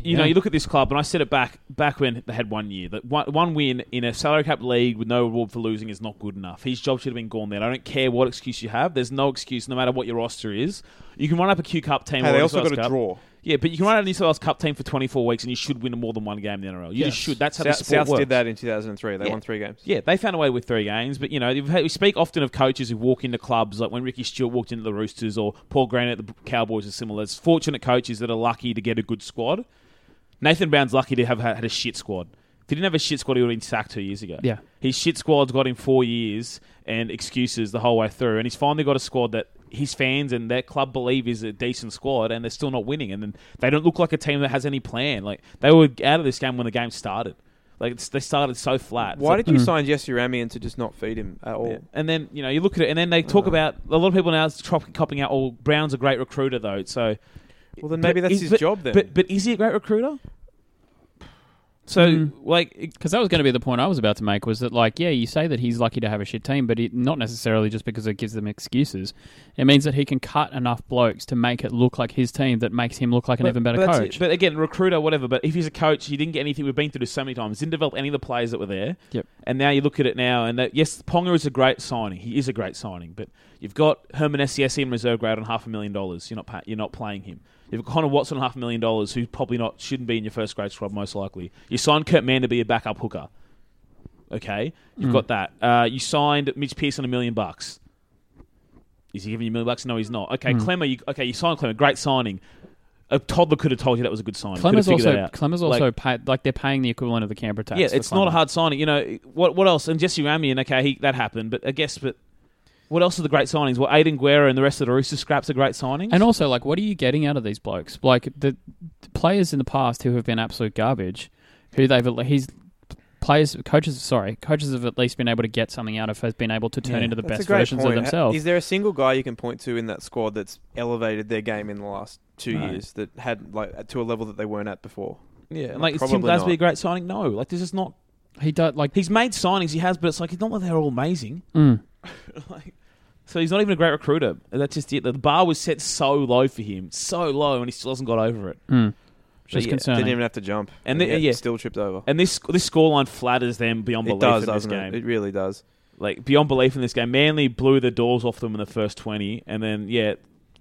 you know, Yeah. you look at this club, and I said it back back when they had one year that one, one win in a salary cap league with no reward for losing is not good enough. His job should have been gone then. I don't care what excuse you have. There's no excuse, no matter what your roster is. You can run up a Q Cup team. Hey, or they a also South got a Cup. draw. Yeah, but you can run out a New South Wales Cup team for 24 weeks, and you should win more than one game in the NRL. You Yes. just should. That's how South, the sport South works. did that in 2003. They Yeah. won three games. Yeah, they found a way with three games, but you know you've had- we speak often of coaches who walk into clubs, like when Ricky Stewart walked into the Roosters or Paul Green at the Cowboys, are similar. It's fortunate coaches that are lucky to get a good squad. Nathan Brown's lucky to have ha- had a shit squad. If he didn't have a shit squad, he would have been sacked two years ago. Yeah. his shit squad's got him four years and excuses the whole way through, and he's finally got a squad that his fans and their club believe is a decent squad, and they're still not winning, and then they don't look like a team that has any plan. Like they were out of this game when the game started. Like it's, they started so flat. It's Why like- did you sign Jesse Ramian to just not feed him at all? and then you know you look at it, and then they Uh-huh. talk about a lot of people now is trop- copping out. Oh, Brown's a great recruiter though, so Well, then maybe But that's is- his but- job then. But but is he a great recruiter? So Hmm. Mm. like it- Because that was going to be the point I was about to make was that, like, yeah, you say that he's lucky to have a shit team, but it, not necessarily just because it gives them excuses. It means that he can cut enough blokes to make it look like his team that makes him look like an even better that's it. coach. But again, recruiter, whatever. But if he's a coach, he didn't get anything. We've been through this so many times. Didn't develop any of the players that were there. Yep. And now you look at it now, and that, yes, Ponga is a great signing. He is a great signing. But you've got Herman Sesi E in reserve grade on half a million dollars. You're not pay, you're not playing him. You've got Connor Watson on half a million dollars, who probably not shouldn't be in your first grade squad most likely. You signed Kurt Mann to be a backup hooker. Okay, you've Hmm. got that. Uh, you signed Mitch Pearson a million bucks. Is he giving you a million bucks? No, he's not. Hmm. Okay, Clemmer. You, okay, you signed Clemmer. Great signing. A toddler could have told you that was a good signing. Could have Clemmer's figured that also out. Clemmer's Like- also pay, like they're paying the equivalent of the Canberra tax. yeah. for It's not a Clemmer. hard signing. You know what? What else? And Jesse Ramian. Okay, he, that happened. But I guess, but what else are the great signings? Well, Aiden Guerra and the rest of the Roosters scraps are great signings. And also, like, what are you getting out of these blokes? Like the, the players in the past who have been absolute garbage, who they've at le- he's players coaches sorry coaches have at least been able to get something out of has been able to turn Yeah. into the That's a best great versions point. of themselves. Is there a single guy you can point to in that squad that's elevated their game in the last two No. years that had like to a level that they weren't at before? yeah, and like is Tim Probably Glasby not. a great signing? No, like this is not. he does like He's made signings, he has, but it's like it's not like they're all amazing. mm. like, so he's not even a great recruiter. That's just it. The bar was set so low for him, so low, and he still hasn't got over it. Mm. Which But is yeah, Didn't concerning. even have to jump, And the- yet yeah. still tripped over. And this this scoreline flatters them beyond It belief does, in this doesn't it? game. It really does. Like beyond belief in this game. Manly blew the doors off them in the first twenty, and then yeah,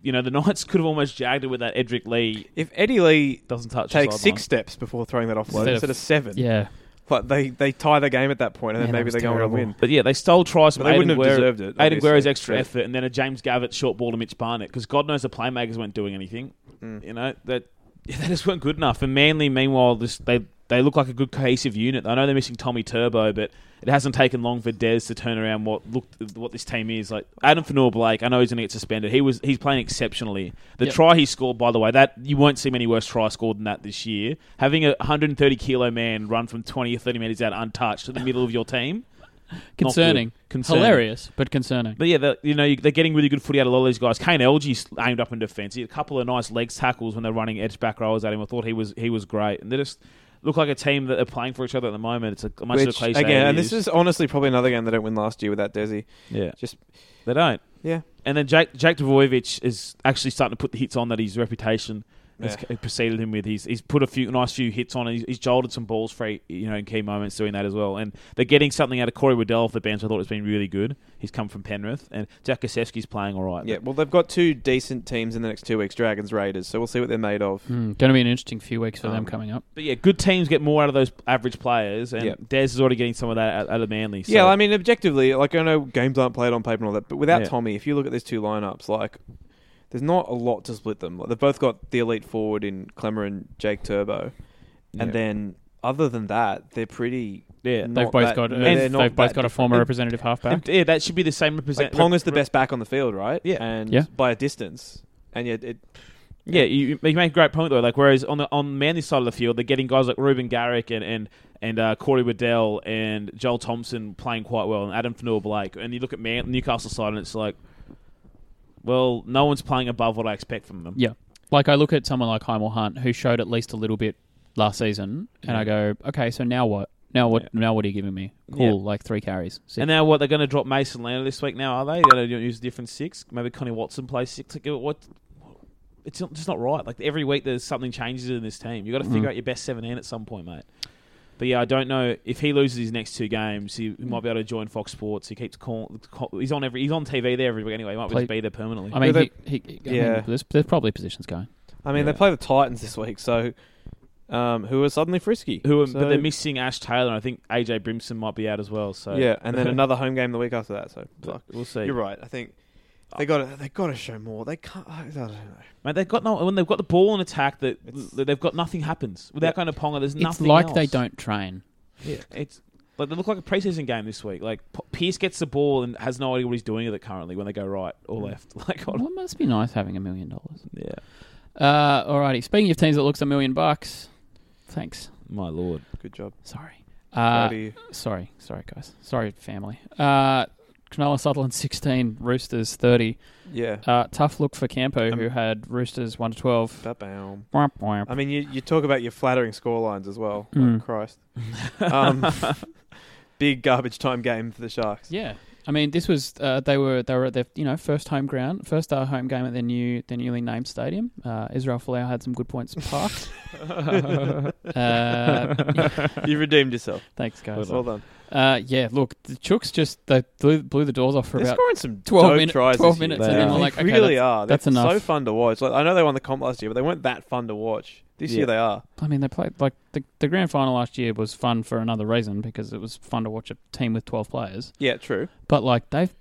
you know the Knights could have almost jagged it with that Edric Lee If Eddie Lee doesn't touch. the takes sideline. six steps before throwing that Instead offload of- instead of seven, Yeah, like they they tie the game at that point, and then Yeah, that maybe was they go on and terrible. win. Um, But yeah, they stole tries from But they Aiden wouldn't have Guerra- deserved it, Aiden Guerra's obviously. extra Yeah. effort, and then a James Gavitt short ball to Mitch Barnett because God knows the playmakers weren't doing anything. Hmm. You know that they just weren't good enough. And Manly, meanwhile, this, they they look like a good cohesive unit. I know they're missing Tommy Turbo, but it hasn't taken long for Des to turn around what look what this team is. Like Adam Fanua Blake, I know he's going to get suspended. He was he's playing exceptionally. The Yep. try he scored, by the way, that you won't see many worse tries scored than that this year. Having a 130 kilo man run from 20 or 30 meters out untouched to the middle of your team. concerning. Concerning. hilarious, but concerning. But yeah, they're, you know you- they're getting really good footy out of a lot of these guys. Kane Elgie's aimed up in defence. He had a couple of nice legs tackles when they're running edge back rollers at him. I thought he was he was great, and they just look like a team that are playing for each other at the moment. It's a much of a Which, cliche again, it and this is honestly probably another game they don't win last year without Desi. yeah, Just they don't. yeah, And then Jake Jake Dvojevic is actually starting to put the hits on that his reputation has Yeah. c- preceded him with. He's he's put a few nice few hits on. And he's, he's jolted some balls free, you know, in key moments doing that as well. And they're getting something out of Corey Waddell off the bench. I thought it's been really good. He's come from Penrith, and Jack Osewski's playing all right. yeah. Well, they've got two decent teams in the next two weeks: Dragons, Raiders. So we'll see what they're made of. Mm, going to be an interesting few weeks for them Um, coming up. But yeah, good teams get more out of those average players, and Yep. Des is already getting some of that out, out of Manly. So Yeah, I mean, objectively, like I know games aren't played on paper and all that, but without Yeah. Tommy, if you look at these two lineups, like there's not a lot to split them. Like, they've both got the elite forward in Clemmer and Jake Turbo, Yeah. and then other than that, they're pretty. Yeah, not They've both that- got uh, they're they've not both got that a former different. representative halfback. And, yeah, that should be the same Like represent. Pong is the best back on the field, right? Yeah. and Yeah. by a distance, and yet it. Yeah, you, you make a great point though. Like whereas on the on Manly's side of the field, they're getting guys like Ruben Garrick and and and uh, Corey Waddell and Joel Thompson playing quite well, and Adam Fanua Blake. And you look at Man- Newcastle side, and it's like, well, no one's playing above what I expect from them. Yeah. Like I look at someone like Heimel Hunt who showed at least a little bit last season and Yeah. I go, Okay, so now what? Now what Yeah. now what are you giving me? Cool, Yeah. like three carries. Sick. And now what? They're going to drop Mason Lander this week. Now are they? They're going to use a different six. Maybe Connie Watson plays six. Like what? It's not- just not right. Like every week, there's something changes in this team. You got to figure Mm. out your best seventeen at some point, mate. But yeah, I don't know if he loses his next two games, he, he might be able to join Fox Sports. He keeps calling. Call, he's on every. He's on TV there every week anyway. He might Play- just be there permanently. I mean, Well, he, he, I yeah. mean there's, there's probably positions going. I mean, Yeah. they play the Titans this week, so um, who are suddenly frisky? Who? Are, So- but they're missing Ash Taylor. and I think AJ Brimson might be out as well. So Yeah, and then another home game the week after that. So fuck. we'll see. You're right. I think they got to they got to show more. They can't. I don't know. Mate, they've got no. When they've got the ball in attack, that It's- they've got nothing happens without going to Ponga. There's nothing. It's like they else. don't train. Yeah, it's like they look like a preseason game this week. Like P- Pierce gets the ball and has no idea what he's doing with it currently when they go right Mm. or left. Like, oh, Well, on, it must be nice having a million dollars. yeah, Uh, alrighty. Speaking of teams that looks a million bucks, thanks. my lord. Good job. Sorry. Uh, Brody. sorry, sorry, guys. Sorry, family. Uh, Cronulla Sutherland 16, Roosters 30. Yeah. Uh, tough look for Campo, Um, uh, who had Roosters 1 to 12. Ba-bam. Womp womp. I mean, you, you talk about your flattering score lines as well. Oh, Mm. Christ. Um, big garbage time game for the Sharks. Yeah, I mean, this was uh, they were they were at their you know first home ground, first uh, home game at their new their newly named stadium. Uh, Israel Folau had some good points parked. uh, you redeemed yourself. thanks, guys. Well done. Uh, yeah, look, the Chooks just they blew, blew the doors off for They're about. scoring some 12 dope minute- tries 12 this year. minutes and then They we're like, okay, really that's- are. that's They're enough. so fun to watch. Like, I know they won the comp last year, but they weren't that fun to watch. This Yeah. year they are. I mean, they played like the, the grand final last year was fun for another reason because it was fun to watch a team with twelve players. Yeah, true. But like they've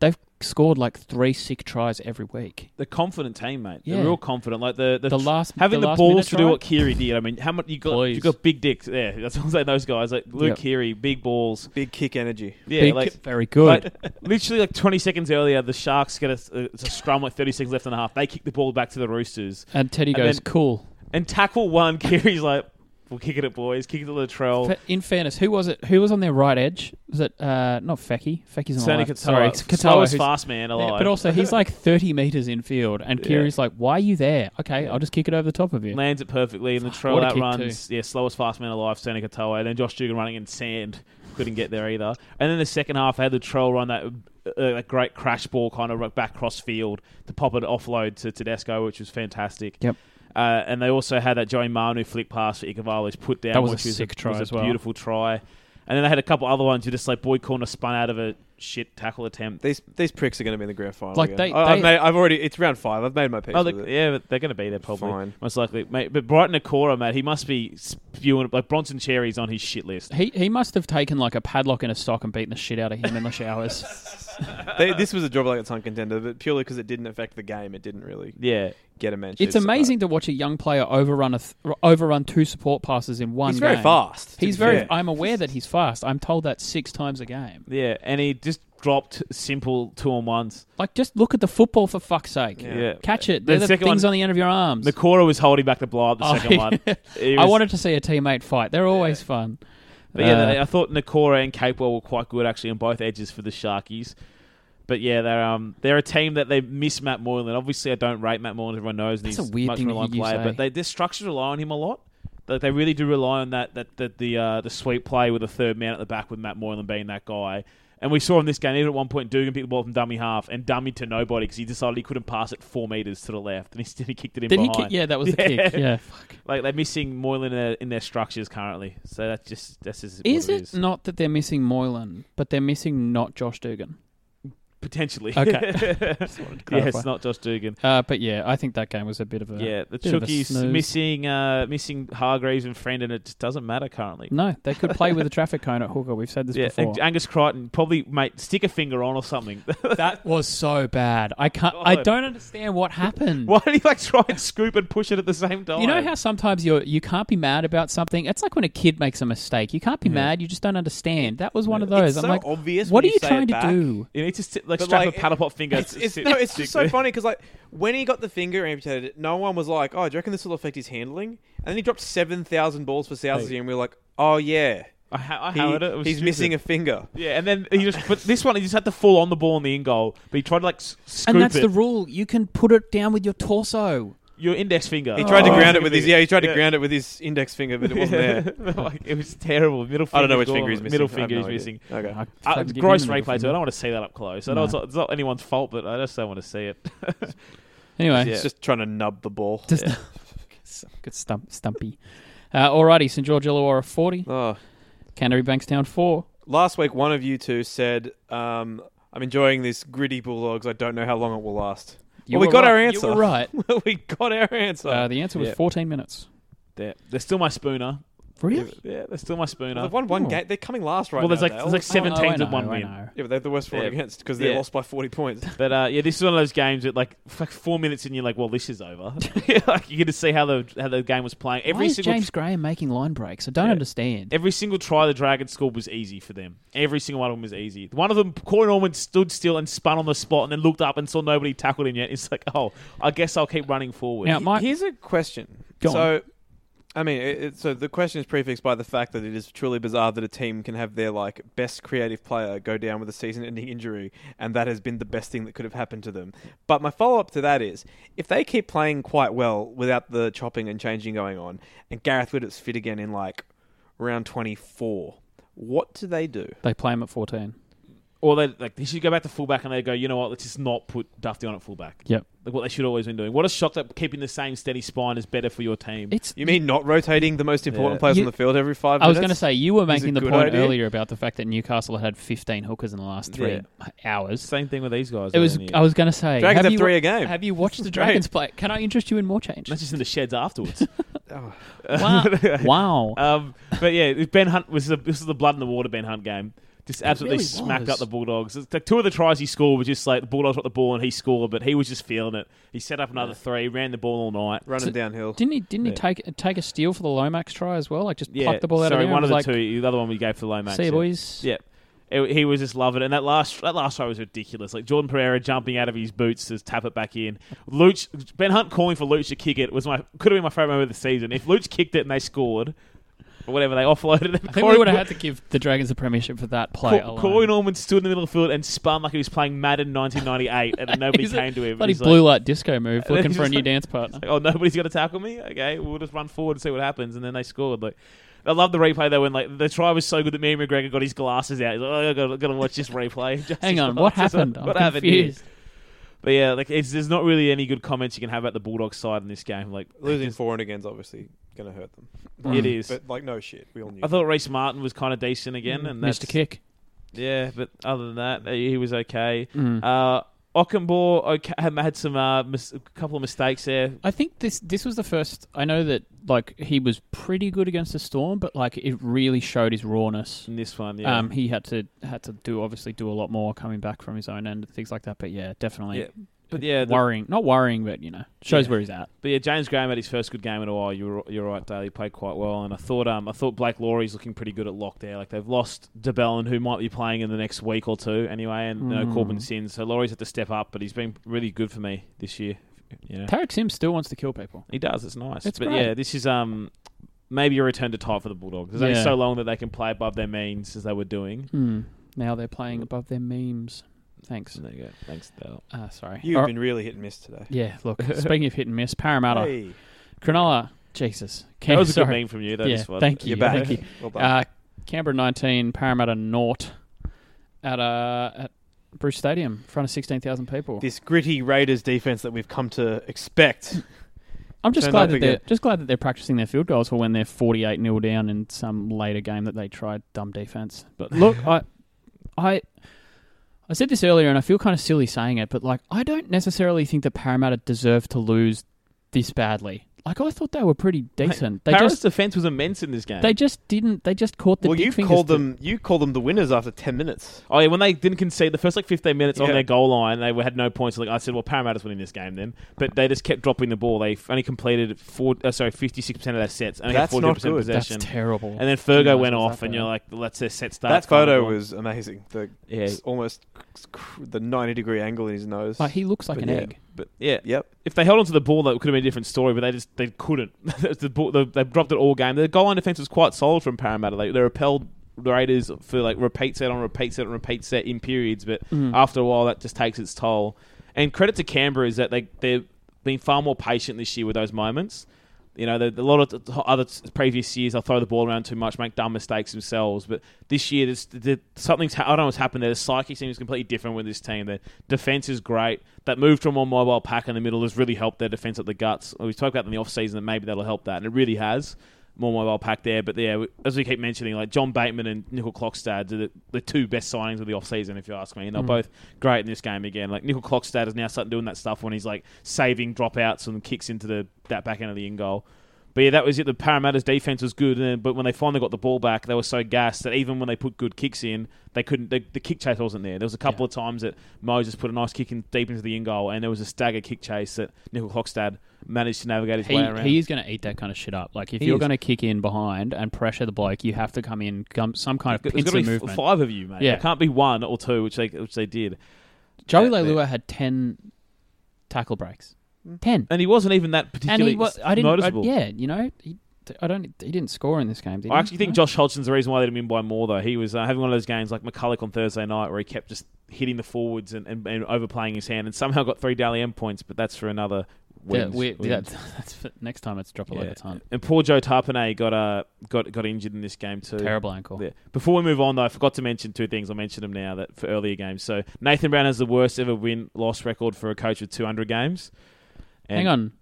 they've scored like three sick tries every week. The confident team, mate. Yeah. They're real confident. Like the the, The tr- last having the, last balls minute to try- do what Kiri did. I mean, how much you got? Please. You got big dicks. Yeah, that's what I'm saying. Those guys like Luke Yep. Keary, big balls. Big kick energy. Yeah, Big- like. very good. like, literally, like twenty seconds earlier, the Sharks get a, a scrum with thirty seconds left and a half. They kick the ball back to the Roosters and Teddy and goes, then- "Cool." and tackle one. Kiri's like, "We'll kick it at boys, kick it to Latrell." Fa- In fairness, who was it? Who was on their right edge? Was it uh, not Fecky? Fecky's on Sony the Katoa, left. Sorry, it's Katoa slowest who's- fast man Yeah, alive. but also he's like thirty meters in field, and Yeah. Kiri's like, "Why are you there? Okay, I'll just kick it over the top of you." lands it perfectly, and the trail what a out kick runs. Yeah, slowest fast man alive, Sony Katoa, and then Josh Dugan running in sand couldn't get there either. And then the second half had the trail run that. Uh, that great crash ball kind of back cross field to pop it offload to Tedesco, which was fantastic. Yep. Uh, and they also had that Joey Manu flick pass for Ikevalu's put down. That was a which sick try was a as well. Beautiful try. And then they had a couple other ones. You just like Boyd Corner spun out of a shit tackle attempt. These these pricks are going to be in the grand final. Like, again. they- I, they- I've, made, I've already. It's round five. I've made my peace. Oh, with look, it. yeah, but they're going to be there probably, Fine. most likely, mate. But Brighton Akora, mate, he must be spewing like Bronson Cherry's on his shit list. He he must have taken like a padlock and a sock and beaten the shit out of him in the showers. uh, They, this was a job like a time contender, but purely because it didn't affect the game, it didn't really Yeah, get a uh, mention. It's amazing to watch a young player overrun a th- overrun two support passes in one. He's very game. fast. to He's be very. fair. I'm aware that he's fast. I'm told that six times a game. yeah, and he just dropped simple two on ones. Like, just look at the football for fuck's sake. Yeah. Yeah, Catch it. The They're the, second things one- on the end of your arms. Nakora was holding back the blow up the Oh, second one. He I was- wanted to see a teammate fight. They're always fun. but yeah, Uh, they- I thought Nakora and Capewell were quite good actually on both edges for the Sharkies. But yeah, they're um they're a team that they miss Matt Moylan. Obviously, I don't rate Matt Moylan. Everyone knows and That's he's a weird much thing to reliant hear you player, say. but they their structures rely on him a lot. Like they really do rely on that that, that the uh, the sweep play with a third man at the back with Matt Moylan being that guy. And we saw in this game, even at one point, Dugan picked the ball from dummy half and dummy to nobody because he decided he couldn't pass it four meters to the left, and he still he kicked it in Did he? behind. Kick? Yeah, that was the kick. Yeah. Fuck. Like they're missing Moylan in their, in their structures currently, so that's just that's just Is what it it is. not that they're missing Moylan, but they're missing not Josh Dugan? potentially. Okay. yes, clarify. not Josh Dugan. Uh, but yeah, I think that game was a bit of a Yeah, the bit of a Chookies snooze. missing uh, missing Hargreaves and Friend, and it just doesn't matter currently. No, they could play with a traffic cone at hooker. We've said this Yeah, before. and Angus Crichton probably mate stick a finger on or something. that was so bad. I can't. I God. don't understand what happened. Why did he like try and scoop and push it at the same time? You know how sometimes you you can't be mad about something. It's like when a kid makes a mistake. You can't be mad. You just don't understand. That was one of those. It's I'm so like, obvious when What are you you say trying it to back. do? you need to sit, like But, strap like, a paddle pop finger. It's, to it's, sit- no, it's stick just so there. funny because like when he got the finger amputated, no one was like, "Oh, do you reckon this will affect his handling?" And then he dropped seven thousand balls for Southsea, and we were like, "Oh yeah, I, ha- I he- hammered it. it was he's stupid. missing a finger." Yeah, and then he just but this one he just had to fall on the ball in the in goal, but he tried to like s- scoop and that's it. the rule. You can put it down with your torso. Your index finger. He tried to Oh. ground it with his yeah. He tried to Yeah. ground it with his index finger, but it wasn't there. like, it was terrible. Middle. Finger I don't know which finger he's missing. Middle I have finger no he's idea. missing. Okay. I Uh, fucking it's give gross him the replay too. I finger. don't want to see that up close. I know No. it's, not, it's not anyone's fault, but I just don't want to see it. Anyway, Yeah. It's just trying to nub the ball. just good stump stumpy. Uh, alrighty, St George Illawarra forty, Oh. Canterbury Bankstown four. Last week, one of you two said, um, "I'm enjoying this gritty Bulldogs. I don't know how long it will last." You well, we were got right. our You answer. were right. we got our answer. Uh, the answer was Yeah. fourteen minutes. They're, they're still my spooner. Yeah, they're still my spooner. Well, they've won one Oh. game. They're coming last right well, there's now, like Dale. there's like seven Oh, I teams know, with one I win. know. yeah, but they're the worst for Yeah. and against because they Yeah. lost by 40 points. But uh, yeah, this is one of those games that like f- like four minutes and you're like, well, this is over. Yeah, like you get to see how the how the game was playing. Every Why is single James Graham making line breaks? I don't Yeah. understand. every single try the Dragons scored was easy for them. Every single one of them was easy. One of them, Corey Norman stood still and spun on the spot, and then looked up and saw nobody tackled him yet. It's like, oh, I guess I'll keep running forward. Now, my Here's a question. Go so, I mean, it, it, so the question is prefixed by the fact that it is truly bizarre that a team can have their like best creative player go down with a season-ending injury, and that has been the best thing that could have happened to them. But my follow-up to that is, if they keep playing quite well without the chopping and changing going on, and Gareth Widdop's fit again in like round 24, what do they do? they play him at fourteen. Or they like they should go back to fullback and they go, you know what, let's just not put Duffy on at fullback. Yep. Like what they should always been doing. What a shock that keeping the same steady spine is better for your team. It's. You mean not rotating the most important Yeah. players on You- the field every five I was minutes? going to say you were a making the good point idea. earlier about the fact that Newcastle had fifteen hookers in the last three hours. Same thing with these guys. It was. though, I was going to say. Dragons have have you, three a game. Have you watched the Dragons play? Can I interest you in more change? that's just in the sheds afterwards. wow. wow. um, but yeah, Ben Hunt was the, this is the blood in the water Ben Hunt game. Just absolutely really smacked was. up the Bulldogs. It's like two of the tries he scored were just like the Bulldogs got the ball and he scored, but he was just feeling it. He set up another three, ran the ball all night. running downhill. Didn't he? Didn't Yeah. he take take a steal for the Lomax try as well? Like just Yeah, pluck the ball out sorry, of the air. and one of the was like, two. The other one we gave for Lomax. See you, yeah. boys. Yeah. It- he was just loving it, and that last that last try was ridiculous. Like Jordan Pereira jumping out of his boots to tap it back in. Luch Ben Hunt calling for Luch to kick it was my could have been my favorite moment of the season. If Luch kicked it and they scored, or whatever they offloaded, it. I think we would have had to give the Dragons the premiership for that play. Cor- alone. Corey Norman stood in the middle of the field and spun like he was playing Madden 1998, and then nobody He's a came to him. Bloody He's blue like, light disco move, looking he's for a just new like- dance partner. like, "Oh, nobody's going to tackle me. Okay, we'll just run forward and see what happens." And then they scored. Like, I love the replay though. When like the try was so good that me and McGregor got his glasses out. He's like, "Oh, I got to watch this replay." Just Hang his on, what glasses. happened? I'm What happened here? confused. But yeah, like it's, there's not really any good comments you can have about the Bulldogs side in this game. Like Losing four and again's obviously going to hurt them. it is. But like, no shit, we all knew. I thought Reese Martin was kind of decent again, and that's, Mr. Mm, Kick. Yeah, but other than that, uh, he was okay. Uh, Ockenbaugh okay, had had some uh, mis- a couple of mistakes there. I think this this was the first. I know that like he was pretty good against the storm, but like it really showed his rawness. in this one. Yeah, Um, he had to had to do obviously do a lot more coming back from his own end and things like that. But yeah, definitely. Yeah. but yeah, the- worrying, not worrying, but you know, shows Yeah. where he's at. but yeah, James Graham had his first good game in a while. You're you're right, Dale. He played quite well, and I thought um I thought Blake Laurie's looking pretty good at lock there. Like they've lost DeBellin, who might be playing in the next week or two anyway, and no Corbin Sins. So Laurie's had to step up, but he's been really good for me this year. You know, Tarek Sims still wants to kill people. he does. It's nice. It's but great. yeah, this is um. Maybe a return to type for the Bulldogs. There's only Yeah. so long that they can play above their means as they were doing. Now they're playing above their memes. Thanks. There you go. Thanks, Dale. Uh, sorry. You've Or- been really hit and miss today. yeah. Look, speaking of hit and miss, Parramatta, Hey. Cronulla, Jesus, That was a sorry. good meme from you. That yeah, was fun. thank you, You're back. thank you. Well done. Uh, Canberra 19, Parramatta naught at uh, at Bruce Stadium, in front of 16,000 people. this gritty Raiders defense that we've come to expect. I'm just turned glad up that they're again. just glad that they're practicing their field goals for when they're 48 nil down in some later game that they tried dumb defense. But look, I I I said this earlier, and I feel kind of silly saying it, but like I don't necessarily think that Parramatta deserved to lose this badly. Like I thought they were pretty decent. They Paris' just defense was immense in this game. they just didn't. They just caught the. well, dick you fingers called to- them you called them the winners after ten minutes. Oh yeah, when they didn't concede the first like 15 minutes on Yeah. their goal line, they had no points. Like I said, well, Parramatta's winning this game then, but they just kept dropping the ball. They f- only completed four, uh, sorry, 56 percent of their sets, and they had That's not 40 good. percent That's possession. terrible. and then Fergo Didn't realise it went was off, that and you're bad. like, let's their set start. that photo Kinda was amazing. The Yeah. s- almost c- cr- the ninety degree angle in his nose. Like he looks like But an yeah. egg. But yeah, Yep. if they held onto the ball, that could have been a different story. But they just they couldn't. the ball, they, they dropped it all game. Their goal line defense was quite solid from Parramatta. They, they repelled the Raiders for like repeat set on repeat set on repeat set in periods. But after a while, that just takes its toll. And credit to Canberra is that they they've been far more patient this year with those moments. You know, the, a lot of t- other t- previous years, they'll throw the ball around too much, make dumb mistakes themselves. But this year, there's, there, something's, ha- I don't know what's happened there. The psyche seems completely different with this team. Their defense is great. That move to a more mobile pack in the middle has really helped their defense up the guts. We spoke about in the offseason that maybe that'll help that, and it really has. More mobile pack there, but yeah, we- as we keep mentioning, like John Bateman and Nickel Clockstad are the, the two best signings of the offseason, if you ask me, and they're Mm. both great in this game again. Like Nickel Clockstad is now starting doing that stuff when he's like saving dropouts and kicks into the that back end of the in goal. But yeah, that was it. The Parramatta's defense was good, and then, but when they finally got the ball back, they were so gassed that even when they put good kicks in, they couldn't. The, the kick chase wasn't there. There was a couple of times that Moses put a nice kick in deep into the in goal, and there was a stagger kick chase that Nickel Clockstad managed to navigate his He, way around. he is going to eat that kind of shit up. Like if He you're is. going to kick in behind and pressure the bloke, you have to come in come, some kind of There's got to pincer be f- movement. five of you, mate. Yeah. It can't be one or two, which they which they did, Joey Yeah, Leilua had ten tackle breaks. Ten. and he wasn't even that And Mm-hmm. particularly he was. I didn't. noticeable. I- yeah, you know, he, I don't. He didn't score in this game. Did he? I actually think Josh Hodgson's the reason why they didn't win by more, though. He was uh, having one of those games like McCulloch on Thursday night where he kept just hitting the forwards and, and, and overplaying his hand and somehow got three Daly M points, but that's for another Yeah, win. we, that, that's for, next time. It's drop a load of time. And poor Joe Tarpanay got, uh, got, got injured in this game, too. Terrible ankle. Yeah. Before we move on, though, I forgot to mention two things. I mentioned them now that for earlier games. So Nathan Brown has the worst ever win loss record for a coach with 200 games. And- Hang on.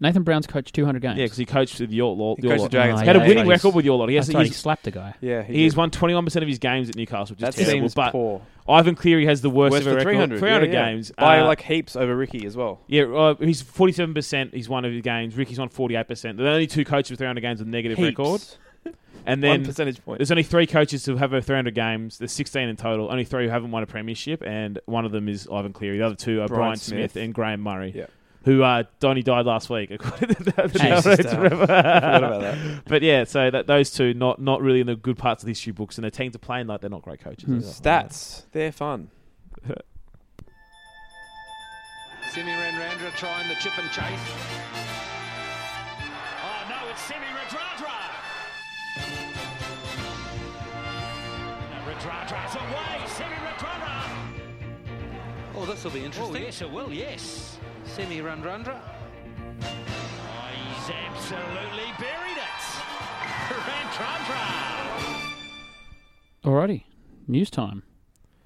Nathan Brown's coached 200 games. Yeah, because he coached with your lot. He Your coached lot. the Dragons. He had a Yeah, winning he's- record with your lot. He has, That's right, he he's- slapped a guy. Yeah, he He's did. won 21% of his games at Newcastle, which That is terrible. seems But poor. Ivan Cleary has the worst Worse ever for record. 300, 300 yeah, yeah. games. by Uh, like heaps over Ricky as well. yeah, uh, he's 47% he's one of his games. Ricky's on 48%. They're the only two coaches with 300 games with negative Heaps. record. And One then percentage point. there's only three coaches who have over 300 games. There's 16 in total. Only three who haven't won a premiership, and one of them is Ivan Cleary. The other two are Brian, Brian Smith. Smith. and Graham Murray. Yeah. Who uh, Donny died last week? according to the- the Jesus, Railroads Dan. River. uh, forgot about that. But yeah, so that, those two not not really in the good parts of the history books, and their teams are playing like they're not great coaches. Hmm. either. Stats, they're fun. Simi Randrandra trying the chip and chase. Oh no, it's Simi Radradra. Radradra's away. Simi Radradra. Oh, this will be interesting. Oh yes, it will. Yes. Semi Randrandra. Oh, he's absolutely buried it. Radradra. Alrighty. News time.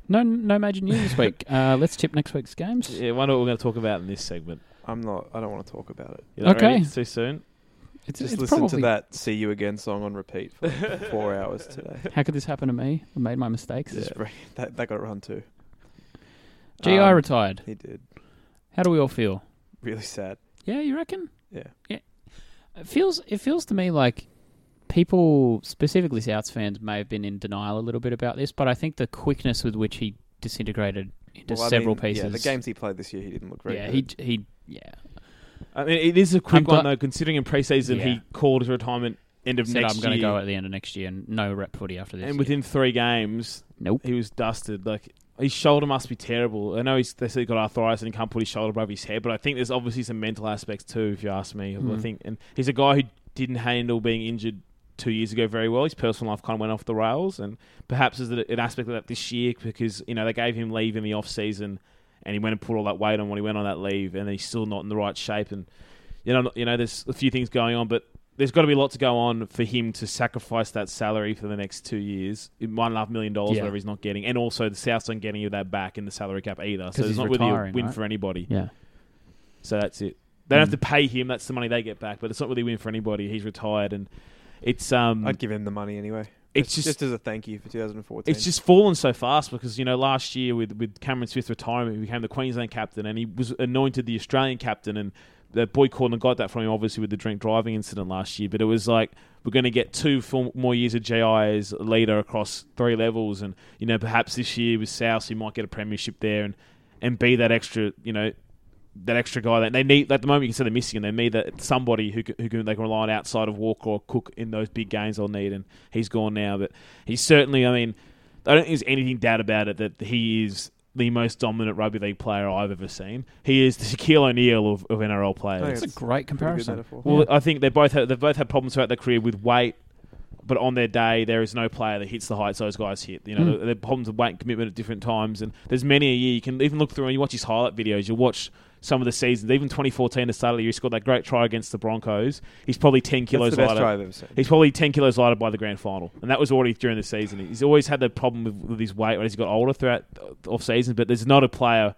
No, no major news this week. Uh, let's tip next week's games. Yeah, wonder what we're going to talk about in this segment. I'm not. I don't want to talk about it. You know, Okay. ready? It's too soon. It's, Just it's listen probably, to that "See You Again" song on repeat for like four hours today. How could this happen to me? I made my mistakes. It's very- that, that got run too. GI Um, retired. He did. How do we all feel? Really sad. Yeah, you reckon? Yeah. Yeah. It feels it feels to me like people, specifically Souths fans, may have been in denial a little bit about this, but I think the quickness with which he disintegrated into Well, I several mean, pieces. Yeah, the games he played this year, he didn't look very Yeah, good. he he yeah. I mean, it is a quick I'm one gl- though, considering in preseason Yeah. he called his retirement end of Said next I'm going to year, go at the end of next year and no rep footy after this. and year. within three games nope. he was dusted. Like his shoulder must be terrible. I know he's they said he got arthritis and he can't put his shoulder above his head, but I think there's obviously some mental aspects too, if you ask me. I Mm. think, and he's a guy who didn't handle being injured two years ago very well. His personal life kind of went off the rails, and perhaps there's an aspect of that this year because you know they gave him leave in the off season, and he went and put all that weight on when he went on that leave, and he's still not in the right shape. And you know, you know, there's a few things going on, but there's got to be a lot to go on for him to sacrifice that salary for the next two years, one and a half million dollars, Yeah. whatever he's not getting, and also the Souths aren't getting you that back in the salary cap either. So he's it's not really a retiring, win right? for anybody. Yeah. So that's it. They don't Mm. have to pay him. That's the money they get back, but it's not really a win for anybody. He's retired, and it's um, I'd give him the money anyway. It's just, just, as a thank you for 2014. it's just fallen so fast because you know last year with with Cameron Smith's retirement, he became the Queensland captain and he was anointed the Australian captain and. The boy Corner got that from him, obviously, with the drink driving incident last year. But it was like we're going to get two full, more years of JI as leader across three levels, and you know perhaps this year with South, he might get a premiership there and and be that extra, you know, that extra guy that they need at the moment. You can say they're missing, and they need that somebody who can, who can they can rely on outside of Walker or Cook in those big games. They'll need, and he's gone now. But he's certainly, I mean, I don't think there's anything doubt about it that he is the most dominant rugby league player I've ever seen. He is the Shaquille O'Neal of, of NRL players. Oh, That's a great pretty good comparison. metaphor. Well, I think they both have, they've both had problems throughout their career with weight, but on their day there is no player that hits the heights those guys hit. You know, Mm. Hmm. their their problems with weight and commitment at different times, and there's many a year you can even look through and you watch his highlight videos. You watch some of the seasons, even 2014, the start of the year, he scored that great try against the Broncos. He's probably 10 kilos That's the best lighter. try I've ever seen. He's probably 10 kilos lighter by the grand final. And that was already during the season. He's always had the problem with, with his weight as he got older throughout the off season, but there's not a player.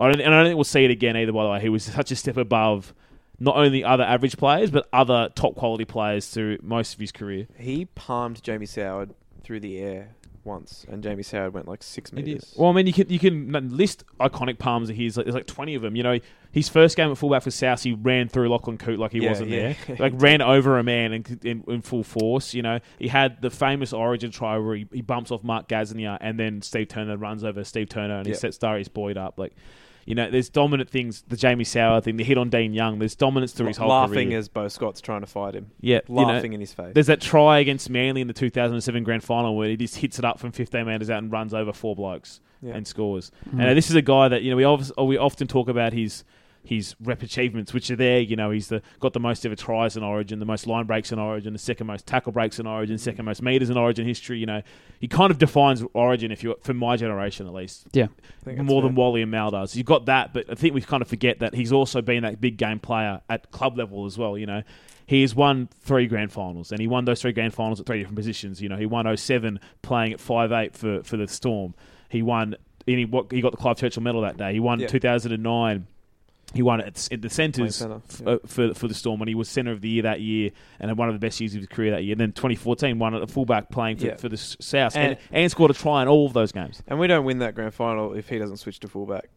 I don't, and I don't think we'll see it again either, by the way. He was such a step above not only other average players, but other top quality players through most of his career. He palmed Jamie Soward through the air once, and Jamie Soward went like six meters. Well, I mean, you can you can list iconic palms of his. Like, there's like 20 of them. You know, his first game at fullback for South, he ran through Lachlan Coote like he Yeah, wasn't yeah. there. Like ran over a man in, in, in full force. You know, he had the famous Origin try where he, he bumps off Mark Gaznia and then Steve Turner runs over Steve Turner and Yeah. he sets Darius Boyd up. Like, you know, there's dominant things. The Jamie Sauer thing, the hit on Dean Young. There's dominance through his whole laughing career. as Bo Scott's trying to fight him. yeah, you know, laughing in his face. there's that try against Manly in the 2007 grand final where he just hits it up from 15 metres out and runs over four blokes Yeah. and scores. And this is a guy that, you know, we, obvi- oh, we often talk about his his rep achievements, which are there. You know, he's the, got the most ever tries in Origin, the most line breaks in Origin, the second most tackle breaks in Origin, second Mm. most metres in Origin history. You know, he kind of defines Origin, if you for my generation at least, Yeah. think that's more than fair. Wally and Mal does. You've got that, but I think we kind of forget that he's also been that big game player at club level as well. You know, he has won three grand finals, and he won those three grand finals at three different positions. You know, he won 07 playing at five eight for for the Storm. He won. And he, what, he got the Clive Churchill medal that day. He won Yeah. 2009. He won at, s- at the centres centre, f- yeah. uh, for for the Storm, and he was centre of the year that year, and had one of the best years of his career that year. And then 2014, won at the fullback playing for, Yeah. for the S- South, and, And- and, scored a try in all of those games. and we don't win that grand final if he doesn't switch to fullback,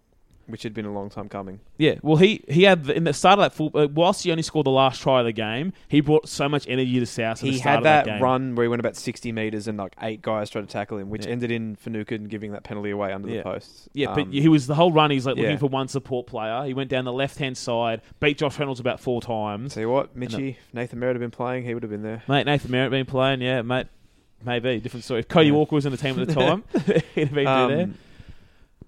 which had been a long time coming. Yeah, well, he he had the- in the start of that full. Uh, whilst he only scored the last try of the game, he brought so much energy to South. at the he start had of that, game. run where he went about 60 meters and like eight guys tried to tackle him, which Yeah. ended in Finucane giving that penalty away under Yeah. the posts. Yeah, but Um, he was the whole run. He's like looking yeah. for one support player. He went down the left hand side, beat Josh Reynolds about four times. Tell you what, Mitchie, if Nathan Merritt had been playing, he would have been there. Mate, Nathan Merritt been playing. Yeah, mate, maybe different story. If Cody Yeah. Walker was in the team at the time, he'd have been Um, there.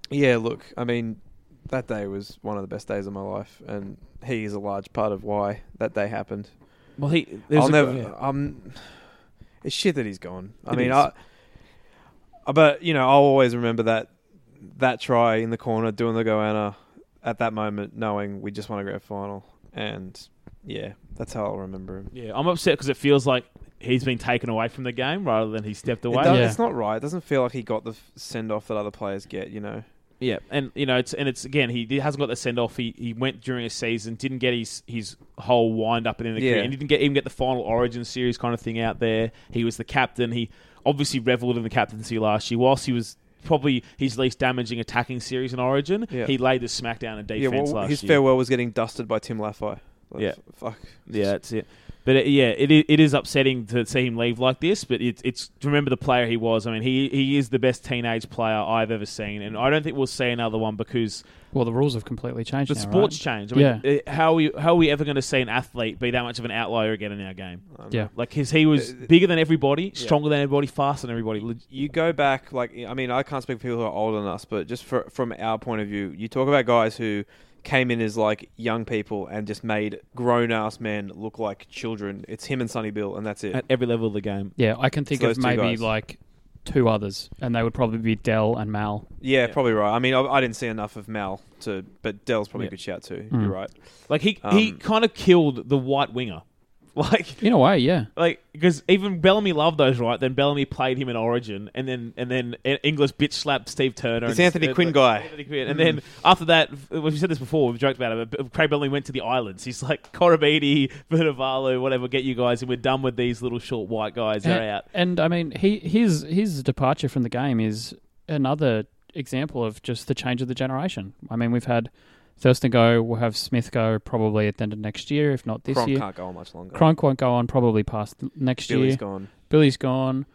Yeah, look, I mean, that day was one of the best days of my life, and he is a large part of why that day happened. Well, he. I'll never. Yeah. Um, it's shit that he's gone. I It mean, is. I, I. But you know, I'll always remember that that try in the corner doing the goanna at that moment, knowing we just won a grand final, and yeah, that's how I'll remember him. yeah, I'm upset because it feels like he's been taken away from the game rather than he stepped It away. does- Yeah. It's not right. It doesn't feel like he got the send off that other players get. You know. Yeah, and you know, it's and it's again, he, he hasn't got the send off. He he went during a season, didn't get his his whole wind up and in the Yeah. career, and didn't get even get the final Origin series kind of thing out there. He was the captain. He obviously revelled in the captaincy last year, whilst he was probably his least damaging attacking series in Origin. Yeah. He laid the smackdown in defense Yeah. Well, last his year. farewell was getting dusted by Tim Laffey. Like, Yeah. f- Fuck. Yeah, that's it. But it, yeah, it i- it is upsetting to see him leave like this. But it's it's to remember the player he was. I mean, he he is the best teenage player I've ever seen, and I don't think we'll see another one because Well, the rules have completely changed. the now, sports right? change. I mean, uh how are we how are we ever going to see an athlete be that much of an outlier again in our game? I don't Yeah. know. Uh, Like, because he was bigger than everybody, stronger than everybody, faster than everybody. Leg- you go back like I mean I can't speak for people who are older than us, but just for, from our point of view, you talk about guys who came in as like young people and just made grown ass men look like children. It's him and Sonny Bill, and that's it. At every level of the game, Yeah, I can think So of those two maybe guys. like two others, and they would probably be Dell and Mal. yeah, probably right. I mean, I, I didn't see enough of Mal to, but Dell's probably Yeah. a good shout too. Mm. You're right. like he he Um, kind of killed the white winger Like, In a way, yeah. like because even Bellamy loved those, right? Then Bellamy played him in Origin, and then and then E- English bitch slapped Steve Turner. It's and- Anthony and- Quinn guy. Mm. Anthony Quinn. And then after that, we've said this before. We've joked about it, but Craig Bellamy went to the islands. He's like Corabini, Vernavalu, whatever. Get you guys, and we're done with these little short white guys. They're and, out. and, I mean, he his his departure from the game is another example of just the change of the generation. I mean, we've had Thurston go, we'll have Smith go probably at the end of next year, if not this Kronk year. can't go on much longer. Cronk won't go on probably past next Billy's year. gone. Billy's gone.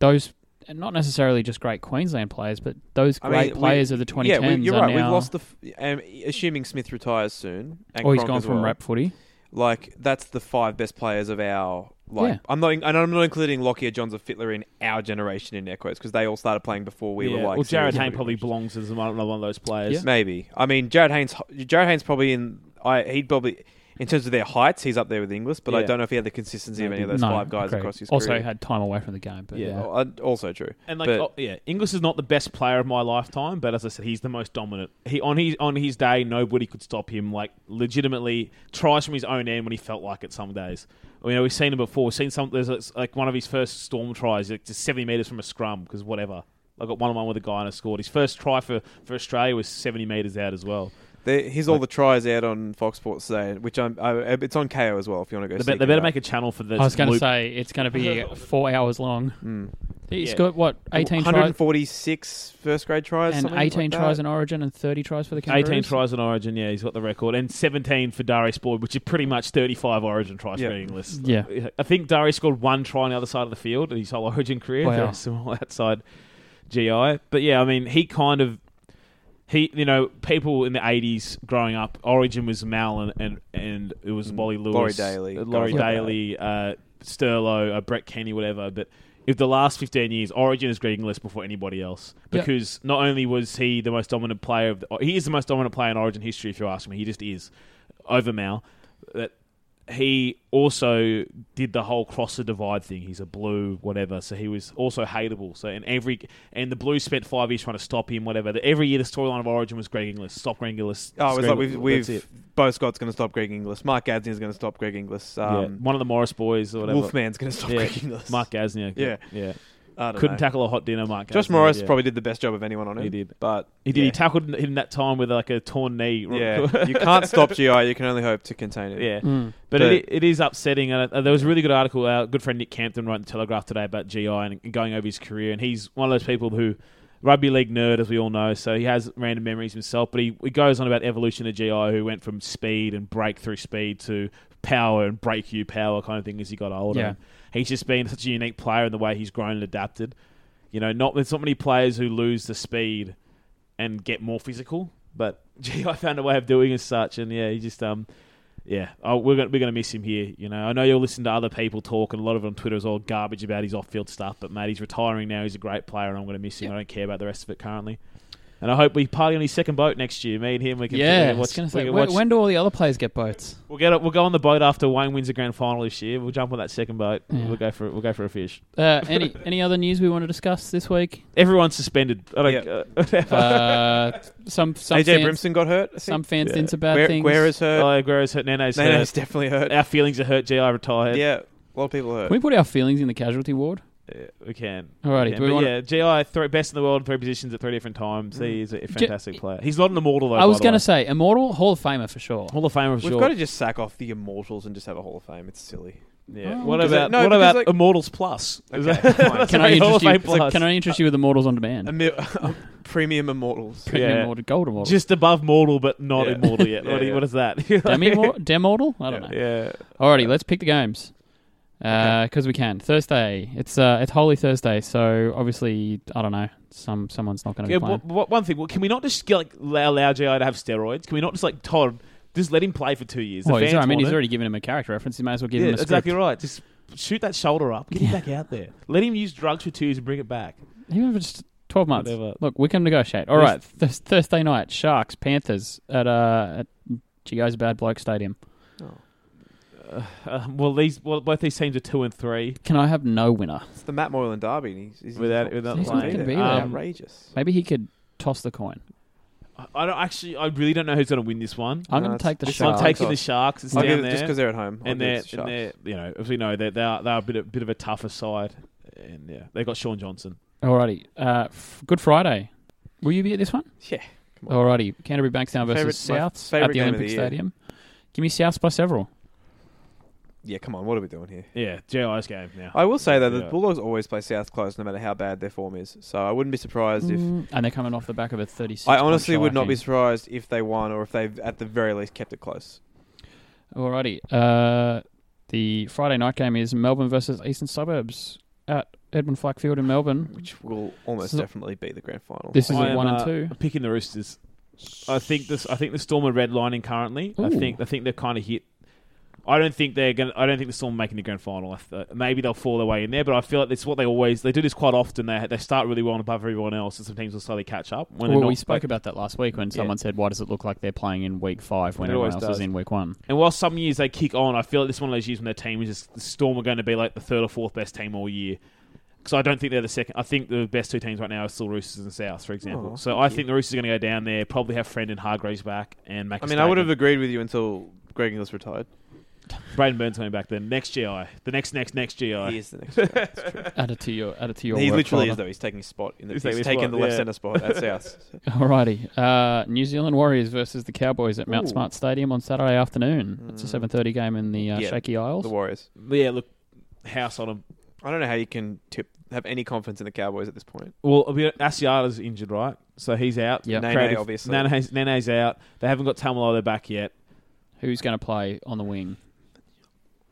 Those and not necessarily just great Queensland players, but those I great mean, we- players of the 2010s Yeah, we, you're are right. now. We've lost the. F- um, assuming Smith retires soon, and or he's Kronk gone as from well, rep footy. Like that's the five best players of our. Like Yeah. I'm not, in- and I'm not including Lockyer, Johns, and Fitler in our generation in air quotes because they all started playing before we were Yeah. like. well, Jared seriously Hayne good. probably belongs as one one of those players. Yeah. Maybe. I mean, Jared Haynes. Jared Haynes probably in. I he'd probably in terms of their heights, he's up there with English, but I Yeah. don't know if he had the consistency of any of those no, five guys correct. across his also career. had time away from the game, but yeah. yeah, uh, also true. And like, But- oh, yeah, Inglis is not the best player of my lifetime, but as I said, he's the most dominant. He on his on his day, nobody could stop him. Like, legitimately, tries from his own end when he felt like it. Some days, you know, we've seen him before. We've seen some. There's it's like one of his first storm tries, like just seventy meters from a scrum, because whatever. I got one on one with a guy and I scored. His first try for, for Australia was seventy meters out as well. They, here's all the tries out on Fox Sports today, which I'm. I, it's on KO as well. If you want to go, They, be- sneak they it better up. make a channel for this. I was going to loop. say it's going to be four hours long. Hmm. He's Yeah. got what eighteen tries 146 first grade tries and something eighteen like that. tries in Origin and thirty tries for the Kangaroos. 18 tries in Origin, yeah, he's got the record. And 17 for Darius Boyd, which is pretty much 35 Origin tries Yeah. for English. Yeah. I think Darius scored one try on the other side of the field in his whole Origin career. Wow. Very small outside GI. But yeah, I mean, he kind of. He, you know, people in the '80s growing up, Origin was Mal and and, and it was Wally Laurie Lewis, Mm. Daly. uh, Laurie Yeah. Daly, uh, Sterlo, uh, Brett Kenny, whatever. But if the last 15 years, Origin is Greg Inglis before anybody else Yeah. because not only was he the most dominant player of the, he is the most dominant player in Origin history, if you ask me, he just is over Mal. That he also did the whole crosser divide thing. He's a blue, whatever. So he was also hateable. So in every and the Blues spent five years trying to stop him, whatever. The, every year the storyline of Origin was Greg Inglis, stop Greg Inglis. Oh, it's screw like it. we've, That's we've it. Bo Scott's going to stop Greg Inglis. Mark Gadsden's going to stop Greg Inglis. Yeah, Um, one of the Morris boys or whatever. Wolfman's going to stop Yeah, Greg Inglis. Mark Gasnier. Yeah. yeah. I don't Couldn't know. tackle a hot dinner, Mark. Josh Gasnier, Morris yeah. probably did the best job of anyone on him. He did. but He did. He Yeah, tackled him that time with like a torn knee. yeah. you can't stop GI. You can only hope to contain it. Yeah, Mm. but, But- it, it is upsetting. And uh, there was a really good article, our good friend Nick Campton wrote in the Telegraph today about GI and going over his career. And he's one of those people who, rugby league nerd, as we all know, so he has random memories himself. But he, he goes on about evolution of GI, who went from speed and breakthrough speed to power and break you power kind of thing as he got older. Yeah. And He's just been such a unique player in the way he's grown and adapted. You know, not there's not many players who lose the speed and get more physical. But gee, I found a way of doing as such, and yeah, he just um, yeah, oh, we're gonna we're gonna miss him here. You know, I know you'll listen to other people talk, and a lot of it on Twitter is all garbage about his off-field stuff. But mate, he's retiring now. He's a great player, and I'm gonna miss him. I don't care about the rest of it currently. And I hope we party on his second boat next year. Me and him, we can we Yeah, can I was watch. going to we say can when, watch- when do all the other players get boats? we'll get we'll go on the boat after Wayne wins the grand final this year. We'll jump on that second boat. We'll go for we'll go for a fish. Uh, any any other news we want to discuss this week? Everyone's suspended. I don't, uh, Uh, some some AJ fans, Brimson got hurt. I some think. fans did some bad Guer- things. Guerra's hurt. Oh, Aguero's hurt. Nene's no, no, he's hurt. definitely hurt. Our feelings are hurt. Gi retired. Yeah, a lot of people Can we hurt. put our feelings in the casualty ward? Yeah, we can. Alrighty, Yeah, do we but wanna- Mm. yeah, GI three, best in the world in three positions at three different times. He is a fantastic player. He's not an immortal though. I was going to to say immortal Hall of Famer for sure. Hall of Famer for We've sure. got to just sack off the Immortals and just have a Hall of Fame. It's silly. yeah. What Is it- about no, what because, about like- Immortals Plus? Is Okay, that- fine. that's Can right, I Hall interest of you? Fame Plus. Can I interest you with Immortals on demand? Imi- premium Immortals. Premium yeah. immortal, gold immortal, Just above mortal, but not Yeah. immortal yet. Yeah, what, do you- yeah. what is that? demi demortal. I don't know. yeah. Alrighty, let's pick the games because we can. Thursday, it's uh, it's Holy Thursday, so obviously I don't know. Some someone's not going to Yeah, be playing. what, what, one thing. Well, can we not just like allow, allow GI to have steroids? Can we not just like Todd just let him play for two years? The Well, he's, fans I mean, want he's it. already given him a character reference. He might as well give yeah, him a script. exactly right. Just shoot that shoulder up. Get him back out there. Let him use drugs for two years and bring it back. Even if it's just 12 months. Whatever. Look, we can negotiate. All Yes. right. Th- Thursday night, Sharks, Panthers at, uh, at GI's Bad Bloke Stadium. Um, well, these well, both these teams are two and three. Can I have no winner? It's the Matt Moylan derby. And he's, he's, Without- he's without He's not playing. gonna be Um, there. outrageous. Maybe he could toss the coin. I- I don't actually. I really don't know who's going to win this one. I'm No, going to it's- take the it's I'm Sharks. shot. taking the Sharks. It's I'll down give it, there, just because they're at home. I'll and give they're it to the and they're Sharks. you know as we know they're they're, they're a bit of, bit of a tougher side, and yeah they got Sean Johnson. Alrighty. Uh, f- Good Friday. Will you be at this one? Yeah, come on. Alrighty. Canterbury Bankstown versus Favourite- my Souths favourite at the game of Olympic the year. Stadium. Give me Souths by several. yeah, come on. What are we doing here? Yeah, JI's game now. I will say though, the Yeah. Bulldogs always play South close, no matter how bad their form is. So I wouldn't be surprised if. Mm, And they're coming off the back of a 36. I honestly would not be surprised if they won or if they at the very least kept it close. Alrighty. Uh, the Friday night game is Melbourne versus Eastern Suburbs at Edmund Flack Field in Melbourne. Which will almost So- definitely be the grand final. This is I at am, one and uh, two. picking the Roosters. I think this. I think the Storm are redlining currently. I Ooh. think. I think they're kind of hit. I don't think they're gonna. I don't think the Storm are making the grand final. I th- uh, maybe they'll fall their way in there, but I feel like it's what they always. They do this quite often. They they start really well and above everyone else, and some teams will slowly catch up. When they're Well, not, we spoke like- about that last week when someone said, "Why does it look like they're playing in week five when It everyone always else is does. in week one?" And while some years they kick on, I feel like this is one of those years when their team is just the Storm are going to be like the third or fourth best team all year. Because I don't think they're the second. I think the best two teams right now are still Roosters and South, for example. Oh, so I think the Roosters are going to go down there, probably have Friend and Hargraves back, and make. I mean, I would have agreed with you until Greg Inglis retired. Braden Burns coming back then. Next GI. The next, next, next GI. He is the next. guy. That's true. Add it to your, add it to your. he work literally is folder. though. He's taking his spot. In the, He's he's taking his taking spot, the left yeah. center spot at South. Alrighty, uh, New Zealand Warriors versus the Cowboys at Mount Ooh. Smart Stadium on Saturday afternoon. It's a Mm. seven thirty game in the uh, Yeah, Shaky Isles. The Warriors. But yeah, look, house on him. I don't know how you can tip have any confidence in the Cowboys at this point. Well, I mean, Asiata's injured, right? So he's out. Yep. Nene, Creative- obviously. Nene's, Nene's out. They haven't got Tamalolo back yet. Who's going to play on the wing?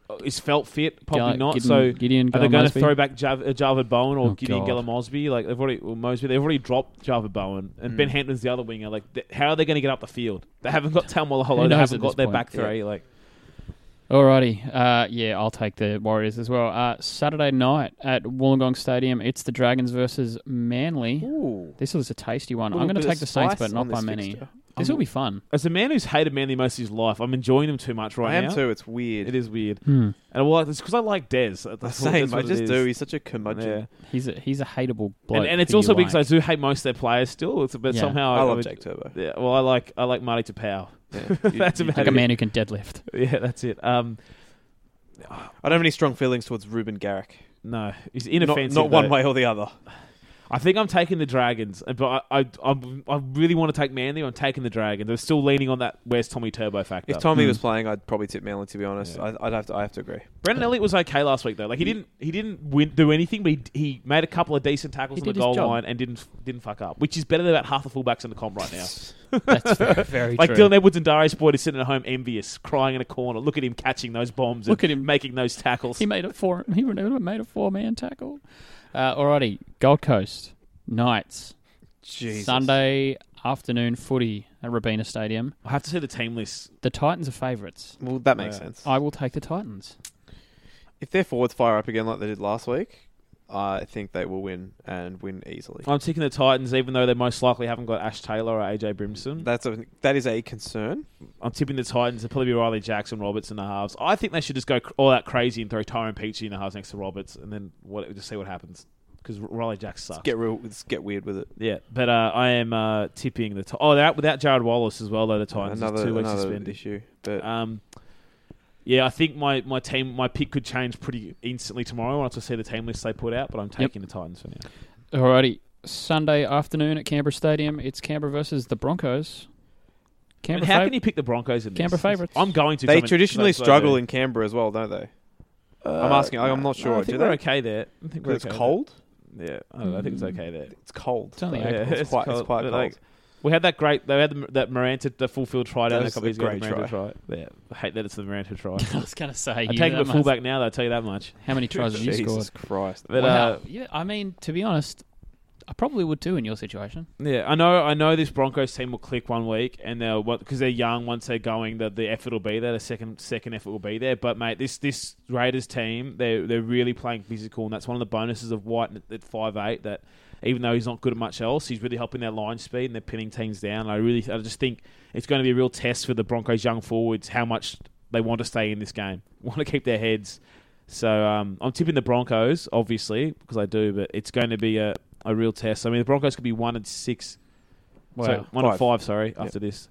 Uh, Is Felt fit? Probably Gal- not. Gideon, so Gideon, are they going to Gallimosby? throw back Jav- uh, Javid Bowen or Oh, Gideon God. Gallimosby? Like they've already or Mosby. They've already dropped Javid Bowen and Mm. Ben Hampton's the other winger. Like th- how are they going to get up the field? They haven't got Who Tamalolo. They knows haven't at this got their point? back Yeah. three. Like Alrighty, uh, yeah, I'll take the Warriors as well. Uh, Saturday night at Wollongong Stadium, it's the Dragons versus Manly. Ooh. This was a tasty one. Little I'm going bit to of take the Saints, spice but not on by this many. fixture. This will be fun. as a man who's hated Manly most of his life, I'm enjoying them too much right I am now. too. It's weird. It is weird, Hmm. and well, it's because I like Dez. That's what- Same. that's I what it just is. do. He's such a curmudgeon. Yeah. He's a, he's a hateable bloke. and, and it's who you also because like. I do hate most of their players still. It's, but Yeah. somehow I love would- Jack Turbo. Yeah, well, I like I like Marty Tapau. That's about like a it. man who can deadlift. Yeah, that's it. Um, I don't have any strong feelings towards Ruben Garrick. no, he's Not- inoffensive. Not, one though. way or the other. I think I'm taking the Dragons, uh, but I I, I, I really want to take Manly. I'm taking the Dragons. I'm still leaning on that. Where's Tommy Turbo factor? If Tommy Hmm. was playing, I'd probably tip Manly. To be honest, Yeah. I, I'd have to. I have to agree. Brendan Elliott was okay last week though. Like he didn't he didn't win, do anything, but he, he made a couple of decent tackles He on the did his goal job. line and didn't didn't fuck up, which is better than about half the fullbacks in the comp right now. That's very, very Like true. Dylan Edwards and Darius Boyd is sitting at home envious, crying in a corner. Look at him catching those bombs. Look and at him. making those tackles. he made a four. He made a four man tackle. Uh, alrighty, Gold Coast Knights Jesus. Sunday afternoon footy at Rabina Stadium. I have to say the team list. The Titans are favourites. Well, that makes Yeah. sense. I will take the Titans. if their forwards fire up again like they did last week, I think they will win and win easily. I'm taking the Titans, even though they most likely haven't got Ash Taylor or AJ Brimson. That's a that is a concern. I'm tipping the Titans. It'll probably be Riley Jackson, Roberts in the halves. I think they should just go cr- all out crazy and throw Tyrone Peachy in the halves next to Roberts, and then what, just see what happens. Because Riley Jackson sucks. Get real. Let's get weird with it. yeah, but uh, I am uh, tipping the. Ti- oh, they're out without Jared Wallace as well. Though the Titans It's another two weeks another suspended. issue. But Um, yeah, I think my, my team my pick could change pretty instantly tomorrow once I see the team list they put out. But I'm taking the Titans for now. Alrighty, Sunday afternoon at Canberra Stadium. It's Canberra versus the Broncos. And Canberra how fav- can you pick the Broncos in this? Canberra favourites. I'm going to. they 'cause I'm- traditionally so- so struggle they- in Canberra as well, don't they? Uh, I'm asking, I'm not no, sure. I think Do we're they? okay there. I think we're okay Because it's there. cold. Mm. Yeah, I don't know. I think it's okay there. It's cold. It's only Yeah, April. it's, It's quite cold, it's quite but, cold. like, We had that great. They had the, that Maranta, the full field try down a That was couple a years ago. the great Maranta try. Yeah, I hate that it's the Maranta try. I was going to say. I you- take it that the must- fullback now. Though, I tell you that much. How many tries have you Jesus scored? Christ. But Wow. uh, yeah, I mean, to be honest, I probably would too in your situation. yeah, I know. I know this Broncos team will click one week, and they'll because they're young. Once they're going, the, the effort will be there. The second second effort will be there. But mate, this this Raiders team, they they're really playing physical, and that's one of the bonuses of White at- at five eight. That even though he's not good at much else, he's really helping their line speed and they're pinning teams down. And I really, I just think it's going to be a real test for the Broncos young forwards how much they want to stay in this game, want to keep their heads. So um, I'm tipping the Broncos, obviously, because I do, but it's going to be a, a real test. I mean, the Broncos could be one and six Wow. So one Five. and five, sorry, after this.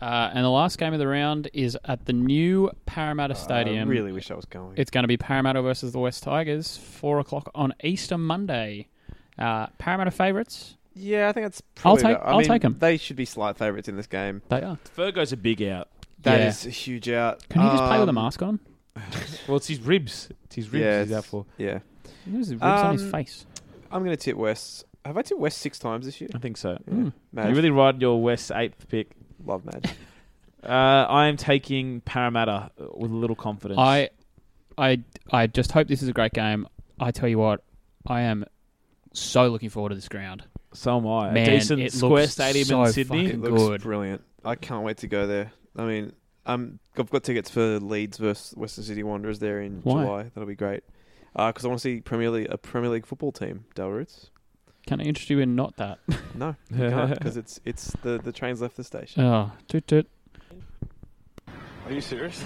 Uh, and the last game of the round is at the new Uh, Parramatta Stadium. I really wish I was going. It's going to be Parramatta versus the West Tigers, four o'clock on Easter Monday. Uh, Parramatta favourites, yeah, I think that's. I'll Probably take- about- I I'll mean, take 'em. They should be slight favourites in this game. they are. Fergo's a big out. That Yeah. is a huge out. Can he just play with a Um, mask on? Well, it's his ribs. It's his ribs Yeah, he's out it's- for. yeah. There's ribs on his um, face. I'm going to tip West. Have I tipped West six times this year? I think so. Yeah. Mm. Mad. You really ride your West eighth pick. love Mad. Uh, I am taking Parramatta uh, with a little confidence. I, I, I just hope this is a great game. I tell you what, I am so looking forward to this ground. so am I. Man, a decent it square looks stadium so in Sydney. It fucking- looks Good. brilliant. I can't wait to go there. I mean, I'm, I've got tickets for Leeds versus Western City Wanderers there in Why? July. That'll be great. Because I want to see Premier League, a Premier League football team, Del Roots. Can I interest you in not that? No, you can't because it's it's the the train's left the station. oh, toot toot. Are you serious?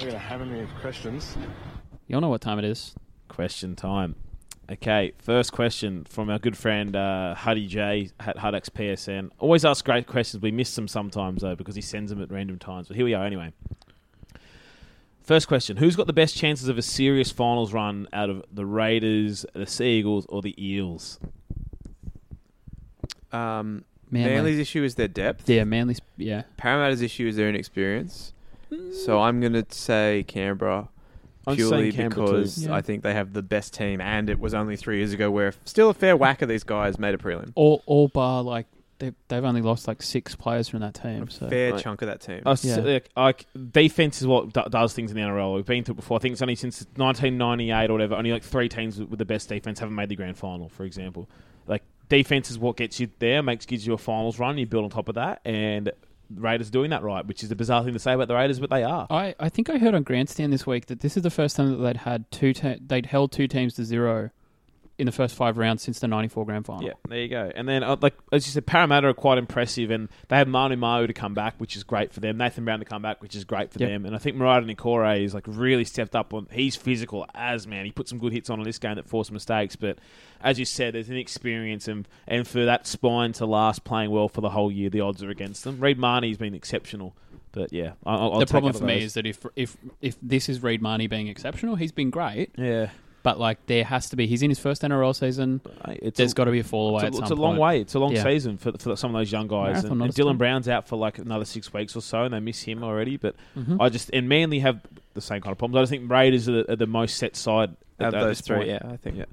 We're gonna have any questions. You'll know what time it is. Question time. Okay, first question from our good friend uh, Huddy J at Huddock's PSN. Always asks great questions. We miss them sometimes though because he sends them at random times. But here we are anyway. First question: Who's got the best chances of a serious finals run out of the Raiders, the Sea Eagles, or the Eels? Um, Manly's Manly. issue is their depth. Uh, Yeah, Manly's. Yeah. Parramatta's issue is their inexperience. Mm. So I'm going to say Canberra I'm purely saying Canberra because too. Yeah. I think they have the best team, and it was only three years ago where still a fair whack of these guys made a prelim. All all bar like they they've only lost like six players from that team. So fair Right. chunk of that team. I s- Yeah. like, like, defense is what d- does things in the NRL. We've been through it before. I think it's only since 1998 or whatever. Only like three teams with with the best defense haven't made the grand final, for example. Like defense is what gets you there, makes gives you a finals run. You build on top of that, and Raiders are doing that right, which is a bizarre thing to say about the Raiders, but they are. I, I think I heard on Grandstand this week that this is the first time that they'd had two te- they'd held two teams to zero in the first five rounds since the '94 grand final. Yeah, there you go. And then, uh, like as you said, Parramatta are quite impressive, and they have Manu Mau to come back, which is great for them. Nathan Brown to come back, which is great for Yep. them. And I think Murata Nikore is like really stepped up on. He's physical as man. He put some good hits on in this game that forced mistakes, but as you said, there's inexperience, and and for that spine to last playing well for the whole year, the odds are against them. Reid Marnie's been exceptional, but yeah, I'll, I'll the take problem either for of me those. is that if if if this is Reid Marnie being exceptional, he's been great, yeah, but like there has to be he's in his first NRL season. I- it's There's a- got to be a fall away It's a, at it's some a long point. way. It's a long Yeah. season for, for some of those young guys. Marathon, and not and a sprint. Dylan Brown's out for like another six weeks or so, and they miss him already. But Mhm. I just and Manly have the same kind of problems. I just think Raiders are the, are the most set side at, Of at those this three, point. yeah, I think. Yeah.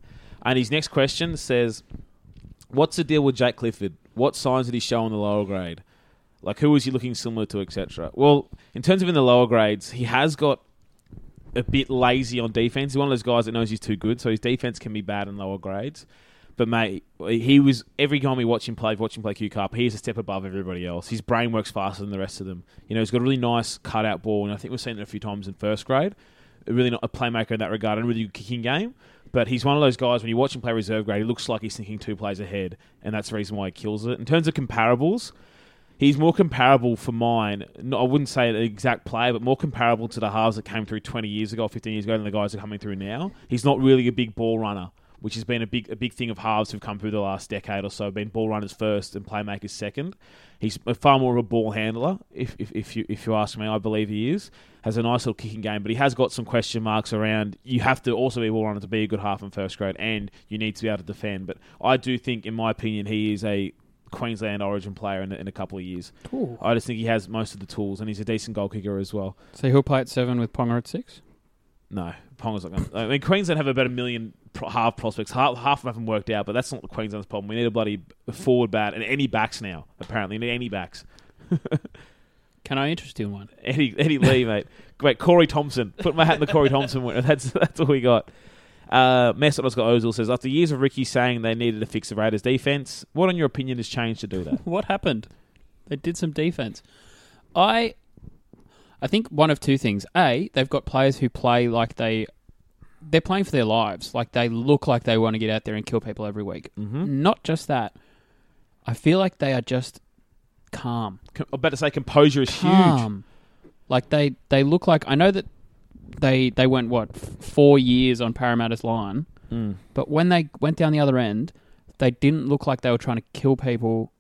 And his next question says, "What's the deal with Jake Clifford? What signs did he show in the lower grade? Like who is he looking similar to, etc." Well, in terms of in the lower grades, he has got a bit lazy on defense. He's one of those guys that knows he's too good, so his defense can be bad in lower grades. But mate, he was every time we watch him play, watch him play Q Cup, he's a step above everybody else. His brain works faster than the rest of them. You know, he's got a really nice cutout ball, and I think we've seen it a few times in first grade. Really not a playmaker in that regard, and a really good kicking game. But he's one of those guys when you watch him play reserve grade, he looks like he's thinking two plays ahead, and that's the reason why he kills it. In terms of comparables, he's more comparable for mine. No, I wouldn't say an exact player, but more comparable to the halves that came through 20 years ago, 15 years ago, than the guys that are coming through now. He's not really a big ball runner, which has been a big a big thing of halves who've come through the last decade or so. Been ball runners first and playmakers second. He's far more of a ball handler, if if, if you if you ask me. I believe he is. Has a nice little kicking game, but he has got some question marks around. You have to also be a ball runner to be a good half in first grade, and you need to be able to defend. But I do think, in my opinion, he is a Queensland Origin player in, in a couple of years. I just think he has most of the tools, and he's a decent goal kicker as well. So he'll play at seven with Ponga at six. No, Ponga's not going. to I mean, Queensland have about a million pro- half prospects. Half, half of them haven't worked out, but that's not Queensland's problem. We need a bloody forward bat and any backs now. Apparently, we need any backs. Can I interest you in one? Eddie Eddie Lee, mate. Great, Corey Thompson. Put my hat in the Corey Thompson winner. That's that's all we got. Uh, Mesut Oscar Ozil says after years of Ricky saying they needed to fix the Raiders' defense, what in your opinion has changed to do that? What happened? They did some defense. I I think one of two things. A, they've got players who play like they they're playing for their lives. Like they look like they want to get out there and kill people every week. Mm-hmm. Not just that. I feel like they are just calm. Com- I'm about to say composure is huge. Calm. Um, Like they they look like I know that they they went Hmm. what f- 4 years on Parramatta's line. But when they went down the other end, They didn't look like they were trying to kill people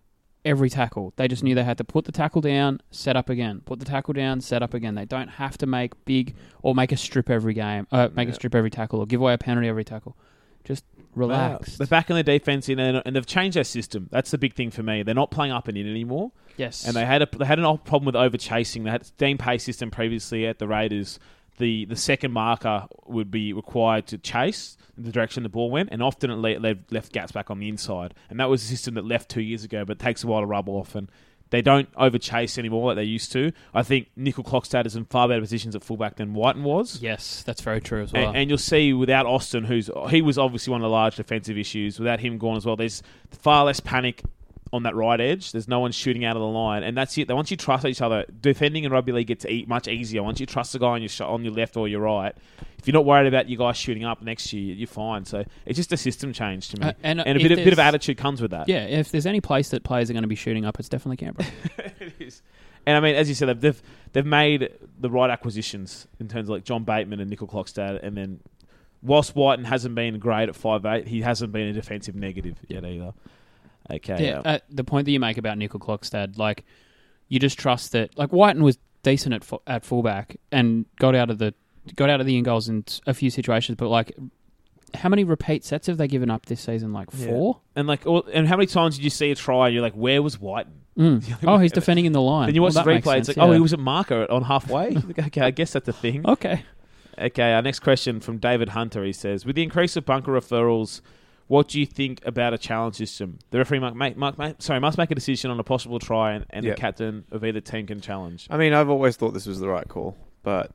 every tackle. They just knew they had to put the tackle down, set up again. Put the tackle down, set up again. They don't have to make big or make a strip every game, uh, make a strip every tackle or give away a penalty every tackle. Just relax. They're back in the defense, you know, and they've changed their system. That's the big thing for me. They're not playing up and in anymore. Yes. And they had a they had an old problem with over chasing. They had Dean Pay system previously at the Raiders. The the second marker would be required to chase the direction the ball went, and often it le- led, left gaps back on the inside. And that was a system that left two years ago, but takes a while to rub off. And they don't over chase anymore like they used to. I think Nickel Clockstad is in far better positions at fullback than Whiten was. Yes, that's very true as well. And, and you'll see without Austin, who's he was obviously one of the large defensive issues. Without him gone as well, there's far less panic on that right edge. There's no one shooting out of the line, and that's it. Once you trust each other, defending in rugby league gets e- much easier. Once you trust the guy on your sh- on your left or your right, if you're not worried about your guy shooting up next to you, you're fine. So it's just a system change to me, Uh, and, and, uh, a if bit, of, bit of there's- attitude comes with that. yeah, if there's any place that players are going to be shooting up, it's definitely Canberra. it is. And I mean, as you said, they've, they've they've made the right acquisitions in terms of like John Bateman and Nickel Clockstad, and then whilst Whiten hasn't been great at five eight, he hasn't been a defensive negative yet either. Okay, yeah, um, uh, the point that you make about Nickel Clockstad, like you just trust that. Like Whiten was decent at fu- at fullback and got out of the got out of the in goals in s- a few situations, but like how many repeat sets have they given up this season? Like four. and like, all, and how many times did you see a try and you're like, where was Whiten? Mm. Oh, he's defending in the line. Then you watch Well, the that makes replay. It's like, sense, yeah. oh, Oh, he was at marker on halfway. okay, I guess that's a thing. okay. Okay, our next question from David Hunter. He says, with the increase of bunker referrals, what do you think about a challenge system? The referee must make, mark, ma sorry, must make a decision on a possible try, and, and Yep. the captain of either team can challenge. I mean, I've always thought this was the right call, but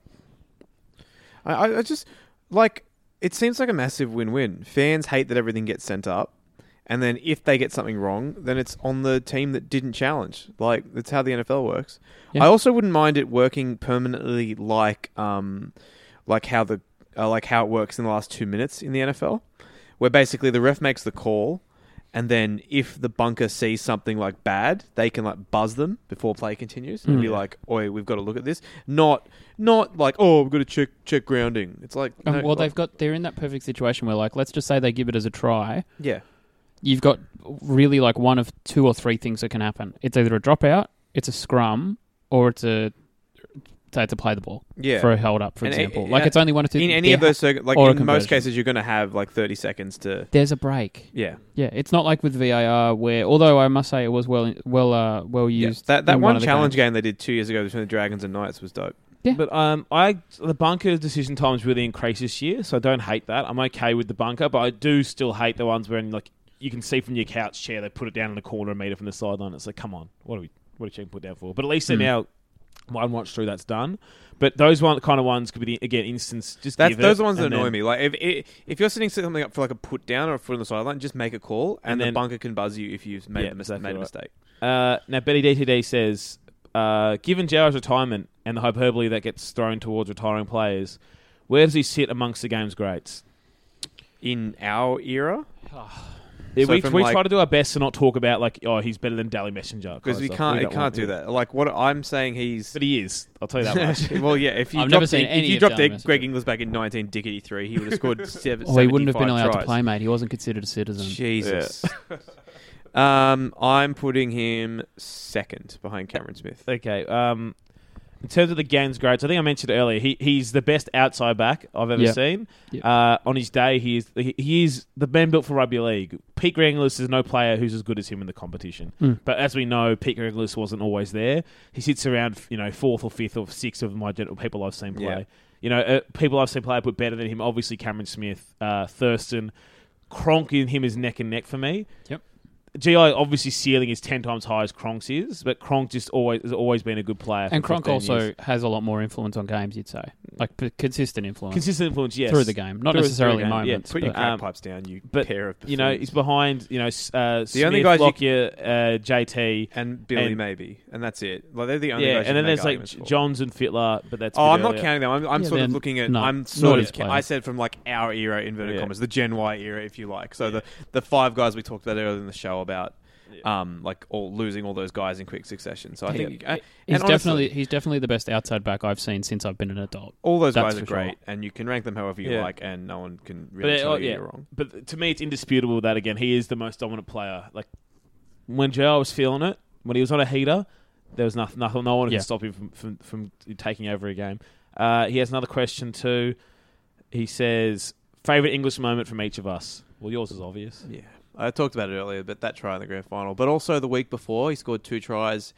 I, I, I just like it seems like a massive win-win. Fans hate that everything gets sent up, and then if they get something wrong, then it's on the team that didn't challenge. Like that's how the NFL works. Yeah. I also wouldn't mind it working permanently, like um, like how the uh, like how it works in the last two minutes in the NFL, where basically the ref makes the call. And then, if the bunker sees something like bad, they can like buzz them before play continues Hmm. and be like, "Oi, we've got to look at this." Not, not like, "Oh, we've got to check check grounding." It's like, Um, no, well, like- they've got they're in that perfect situation where, like, let's just say they give it as a try. yeah, You've got really like one of two or three things that can happen. It's either a dropout, it's a scrum, or it's a they have to play the ball yeah. for a held up, for And, uh, example. uh, like it's only one or two. in any of there- those, circu- like or a in most conversion. cases, you're going to have like 30 seconds to, there's a break. yeah, Yeah, it's not like with VAR where, although I must say it was well, well, uh, well yeah. used. That that in one, of the challenge games. game they did two years ago between the Dragons and Knights was dope. But um, I the bunker decision times really increased this year, so I don't hate that. I'm okay with the bunker, but I do still hate the ones where like you can see from your couch chair they put it down in the corner a meter from the sideline. It's like, come on, what are we what are you put down for? But at least they're Hmm. now one watch through that's done. But those one kind of ones could be the, again instance. Just That's give those it are the ones that and annoy then- me. Like if i- if you're sitting something up for like a put down or a foot on the sideline, just make a call, and, And the then- bunker can buzz you if you've made, Yeah, the mis- exactly made a right. mistake. Uh, now, Betty DTD says, uh, given Jarrow's retirement and the hyperbole that gets thrown towards retiring players, where does he sit amongst the game's greats? In our era, Yeah, So we from, we like- try to do our best to not talk about like, oh, he's better than Daly Messenger kind because of we stuff. can't, it don't can't want- do yeah. that. Like what I'm saying, he's But he is. I'll tell you that much. well, yeah. If you I've dropped never seen Ig- any if you of dropped Darren Ig- Greg Messenger. Inglis back in 1983, he would have scored seven. Well, he wouldn't have been allowed 75 to tries. play, mate. He wasn't considered a citizen. Jesus. um, I'm putting him second behind Cameron Smith. okay. Um, in terms of the game's greats, I think I mentioned earlier, he, he's the best outside back I've ever Yeah. seen. Yeah. Uh, on his day, he is, he, he is the man built for rugby league. Pete Granglis is no player who's as good as him in the competition. Mm. But as we know, Pete Granglis wasn't always there. He sits around, you know, fourth or fifth or sixth of my gen- people I've seen play. Yeah. You know, uh, people I've seen play put better than him. Obviously, Cameron Smith, uh, Thurston, Cronk in him is neck and neck for me. Yep. GI obviously ceiling is ten times high as Kronk's is, but Kronk just always has always been a good player. And for Cronk 15 also years. has a lot more influence on games, you'd say, like p- consistent influence consistent influence, yes, through the game, not Through- through necessarily the game, yeah. moments. Put your but- crap um, pipes down, you but, pair of You know, he's behind. You know, s- uh, the only guys you- Lockyer, uh, JT, and Billy and- maybe, and that's it. Like they're the only yeah, guys you and can then make there's like arguments for. Johns and Fitler, but that's Oh, a bit I'm not earlier. counting them. I'm, I'm Yeah, sort of then- looking at. no, I'm not sort his of. players. I said from like our era, inverted Yeah. commas, the Gen Y era, if you like. So the the five guys we talked about earlier in the show about um, like all losing all those guys in quick succession. So I He- think uh, He's and honestly, definitely he's definitely the best outside back I've seen since I've been an adult. all those that's guys are for sure. great, and you can rank them however you Yeah. like, and no one can But, really it, tell oh, you yeah. you're wrong. but to me, it's indisputable that again he is the most dominant player. Like when JR was feeling it, when he was on a heater, there was nothing, nothing no one Yeah. could stop him from, from from taking over a game. Uh, he has another question too. He says, "Favorite English moment from each of us." Well, yours is obvious. Yeah, I talked about it earlier, but that try in the grand final, but also the week before, he scored two tries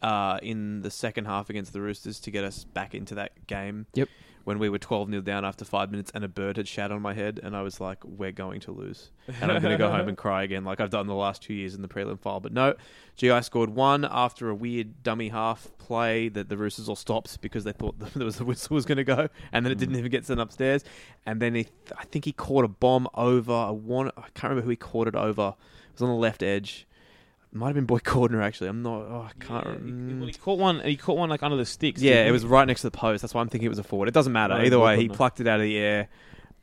uh, in the second half against the Roosters to get us back into that game. Yep. When we were 12 0 down after five minutes and a bird had shat on my head, and I was like, we're going to lose. And I'm going to go home and cry again, like I've done the last two years in the prelim file. But no, GI scored one after a weird dummy half play that the Roosters all stopped because they thought there was the whistle was going to go, and then it Mm. didn't even get sent upstairs. And then he, I think he caught a bomb over. I want, I can't remember who he caught it over. It was on the left edge. Might have been Boy Cordner actually. I'm not. Oh, I can't. Yeah, he, remember. well, he caught one. He caught one like under the sticks. Yeah, didn't it he? was right next to the post. That's why I'm thinking it was a forward. It doesn't matter. Right, Either way, he Wilkinson. plucked it out of the air.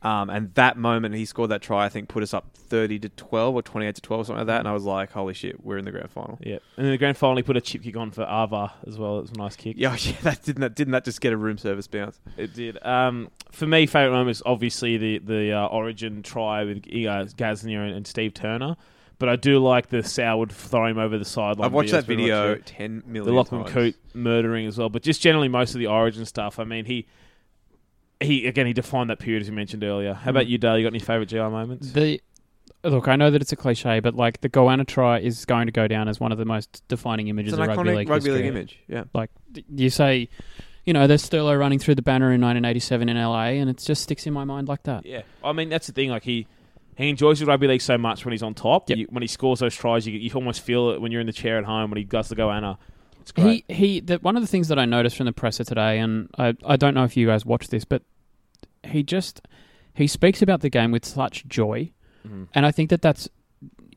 Um, and that moment he scored that try, I think, put us up 30 to 12 or 28 to 12, something like that. And I was like, holy shit, we're in the grand final. Yeah, and in the grand final, he put a chip kick on for Ava as well. It was a nice kick. Yeah, oh, yeah that didn't that didn't that just get a room service bounce? It did. Um, for me, favorite moment is obviously the the uh, Origin try with uh, Gaznia and, and Steve Turner, but I do like the Soward throwing him over the sideline. I've watched video. that It's been like the- video 10 The million Lachlan times. Coote murdering as well, but just generally most of the Origin stuff. I mean, he he again he defined that period as we mentioned earlier. How Hmm. about you, Dale? You got any favorite GI moments? The look, I know that it's a cliche, but like the Goanna try is going to go down as one of the most defining images It's an of rugby iconic league rugby league history. image. Yeah. Like th- you say, you know, there's Sturlo running through the banner in 1987 in LA, and it just sticks in my mind like that. Yeah, I mean that's the thing. Like he he enjoys his rugby league so much when he's on top. Yep. You, when he scores those tries, you, you almost feel it when you're in the chair at home when he does the go Anna. It's great. He he. The, one of the things that I noticed from the presser today, and I I don't know if you guys watched this, but he just he speaks about the game with such joy, Mhm. and I think that that's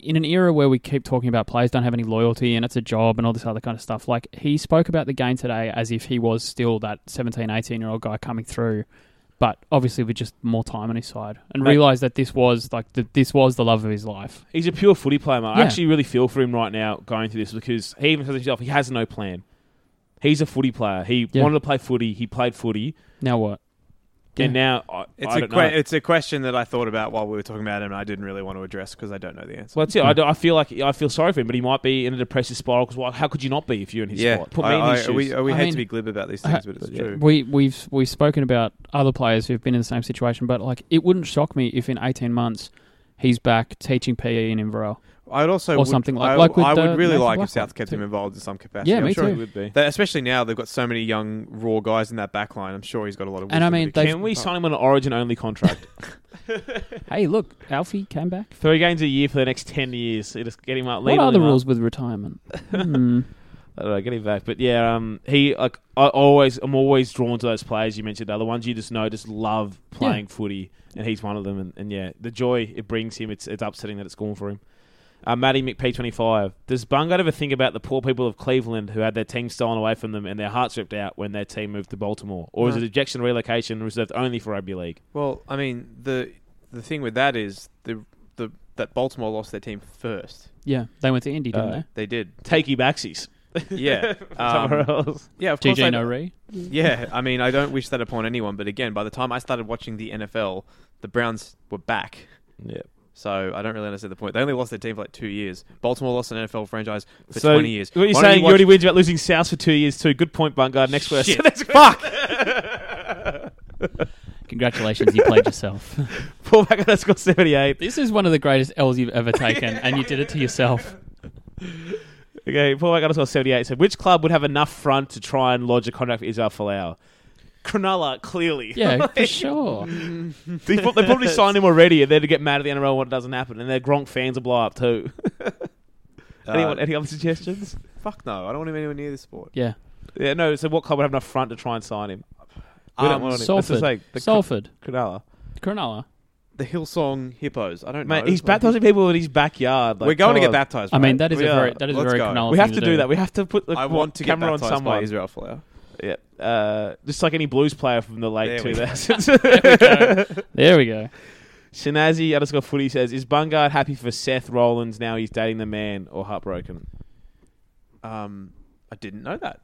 in an era where we keep talking about players don't have any loyalty and it's a job and all this other kind of stuff. Like he spoke about the game today as if he was still that 17, 18 year old guy coming through. But obviously, with just more time on his side, and Mate. realised that this was like the, this was the love of his life. He's a pure footy player, man. I Yeah. actually really feel for him right now going through this because he even says himself he has no plan. He's a footy player. He Yeah. wanted to play footy. He played footy, Now what? Yeah. and now I, It's I a don't que- know. it's a question that I thought about while we were talking about it, and I didn't really want to address because I don't know the answer. well, that's it. I, do- I feel like I feel sorry for him, but he might be in a depressive spiral because how could you not be if you're in his yeah, spot? Put me in his I, I, shoes. we, we I hate mean- to be glib about these Uh, things, but it's yeah. true. We we've we've spoken about other players who've been in the same situation, but like it wouldn't shock me if in eighteen months he's back teaching PE in Inverell. I'd also Or would- something like- I, like with I the would really Nathan like Blacklock if South kept too. him involved in some capacity. Yeah, I'm me sure too. he would. would be. They, especially now they've got so many young raw guys in that back line. I'm sure he's got a lot of. And I wisdom mean, that he they've- Can we sign him on an Origin only contract? Hey, look, Alfie came back. Three games a year for the next ten years. Just get him up. What lead are him the up. rules with retirement? Hmm. I don't know, get him back. But yeah, um, he like I always I'm always drawn to those players you mentioned. The other ones you just know just love playing footy, and he's one of them. And, and yeah, the joy it brings him, it's it's upsetting that it's gone for him. Uh, Matty McP twenty five. Does Bungard ever think about the poor people of Cleveland who had their team stolen away from them and their hearts ripped out when their team moved to Baltimore, or is No. it ejection relocation reserved only for rugby league? Well, I mean, the the thing with that is the the that Baltimore lost their team first. yeah, they went to Indy, didn't Uh, they? They did. Takey backsies Yeah. somewhere um, else. yeah, of course. I- GJ Noree. Yeah, I mean, I don't wish that upon anyone, but again, by the time I started watching the NFL, the Browns were back. Yeah. So I don't really understand the point. They only lost their team for like two years. Baltimore lost an NFL franchise for So, twenty years. What are you Why don't saying? You, watch- already whinged about losing South for two years too. Good point, Bungard. Next question. Fuck. Congratulations, you played yourself. Paul Bungard scored seventy-eight. this is one of the greatest L's you've ever taken, and you did it to yourself. Okay, Paul Bungard scored seventy-eight. So, which club would have enough front to try and lodge a contract for Israel Folau? Cronulla, clearly. Yeah, for sure. they, prob- they probably signed him already, and they're to get mad at the NRL when it doesn't happen, and their Gronk fans will blow up too. Uh, Anyone? Any other suggestions? Fuck no! I don't want him anywhere near this sport. Yeah, Yeah, no. So, what club would have enough front to try and sign him? We don't want Um, him. That's the Salford, thing. The Cro- Salford, Cronulla. Cronulla. The Hillsong Hippos. I don't Mate, know. he's baptizing people in his backyard. Like, We're going to come get on. baptized. I mean, right? that is We a are. very that is a Let's very go. Cronulla. We thing have to do, that. We have to put the I want to get camera on baptized by someone. Israel Flair. Yeah, uh, just like any blues player from the late There we two go. thousands. there we go. Shinazi underscore footy says, Is Bungard happy for Seth Rollins now he's dating the man or heartbroken? Um, I didn't know that.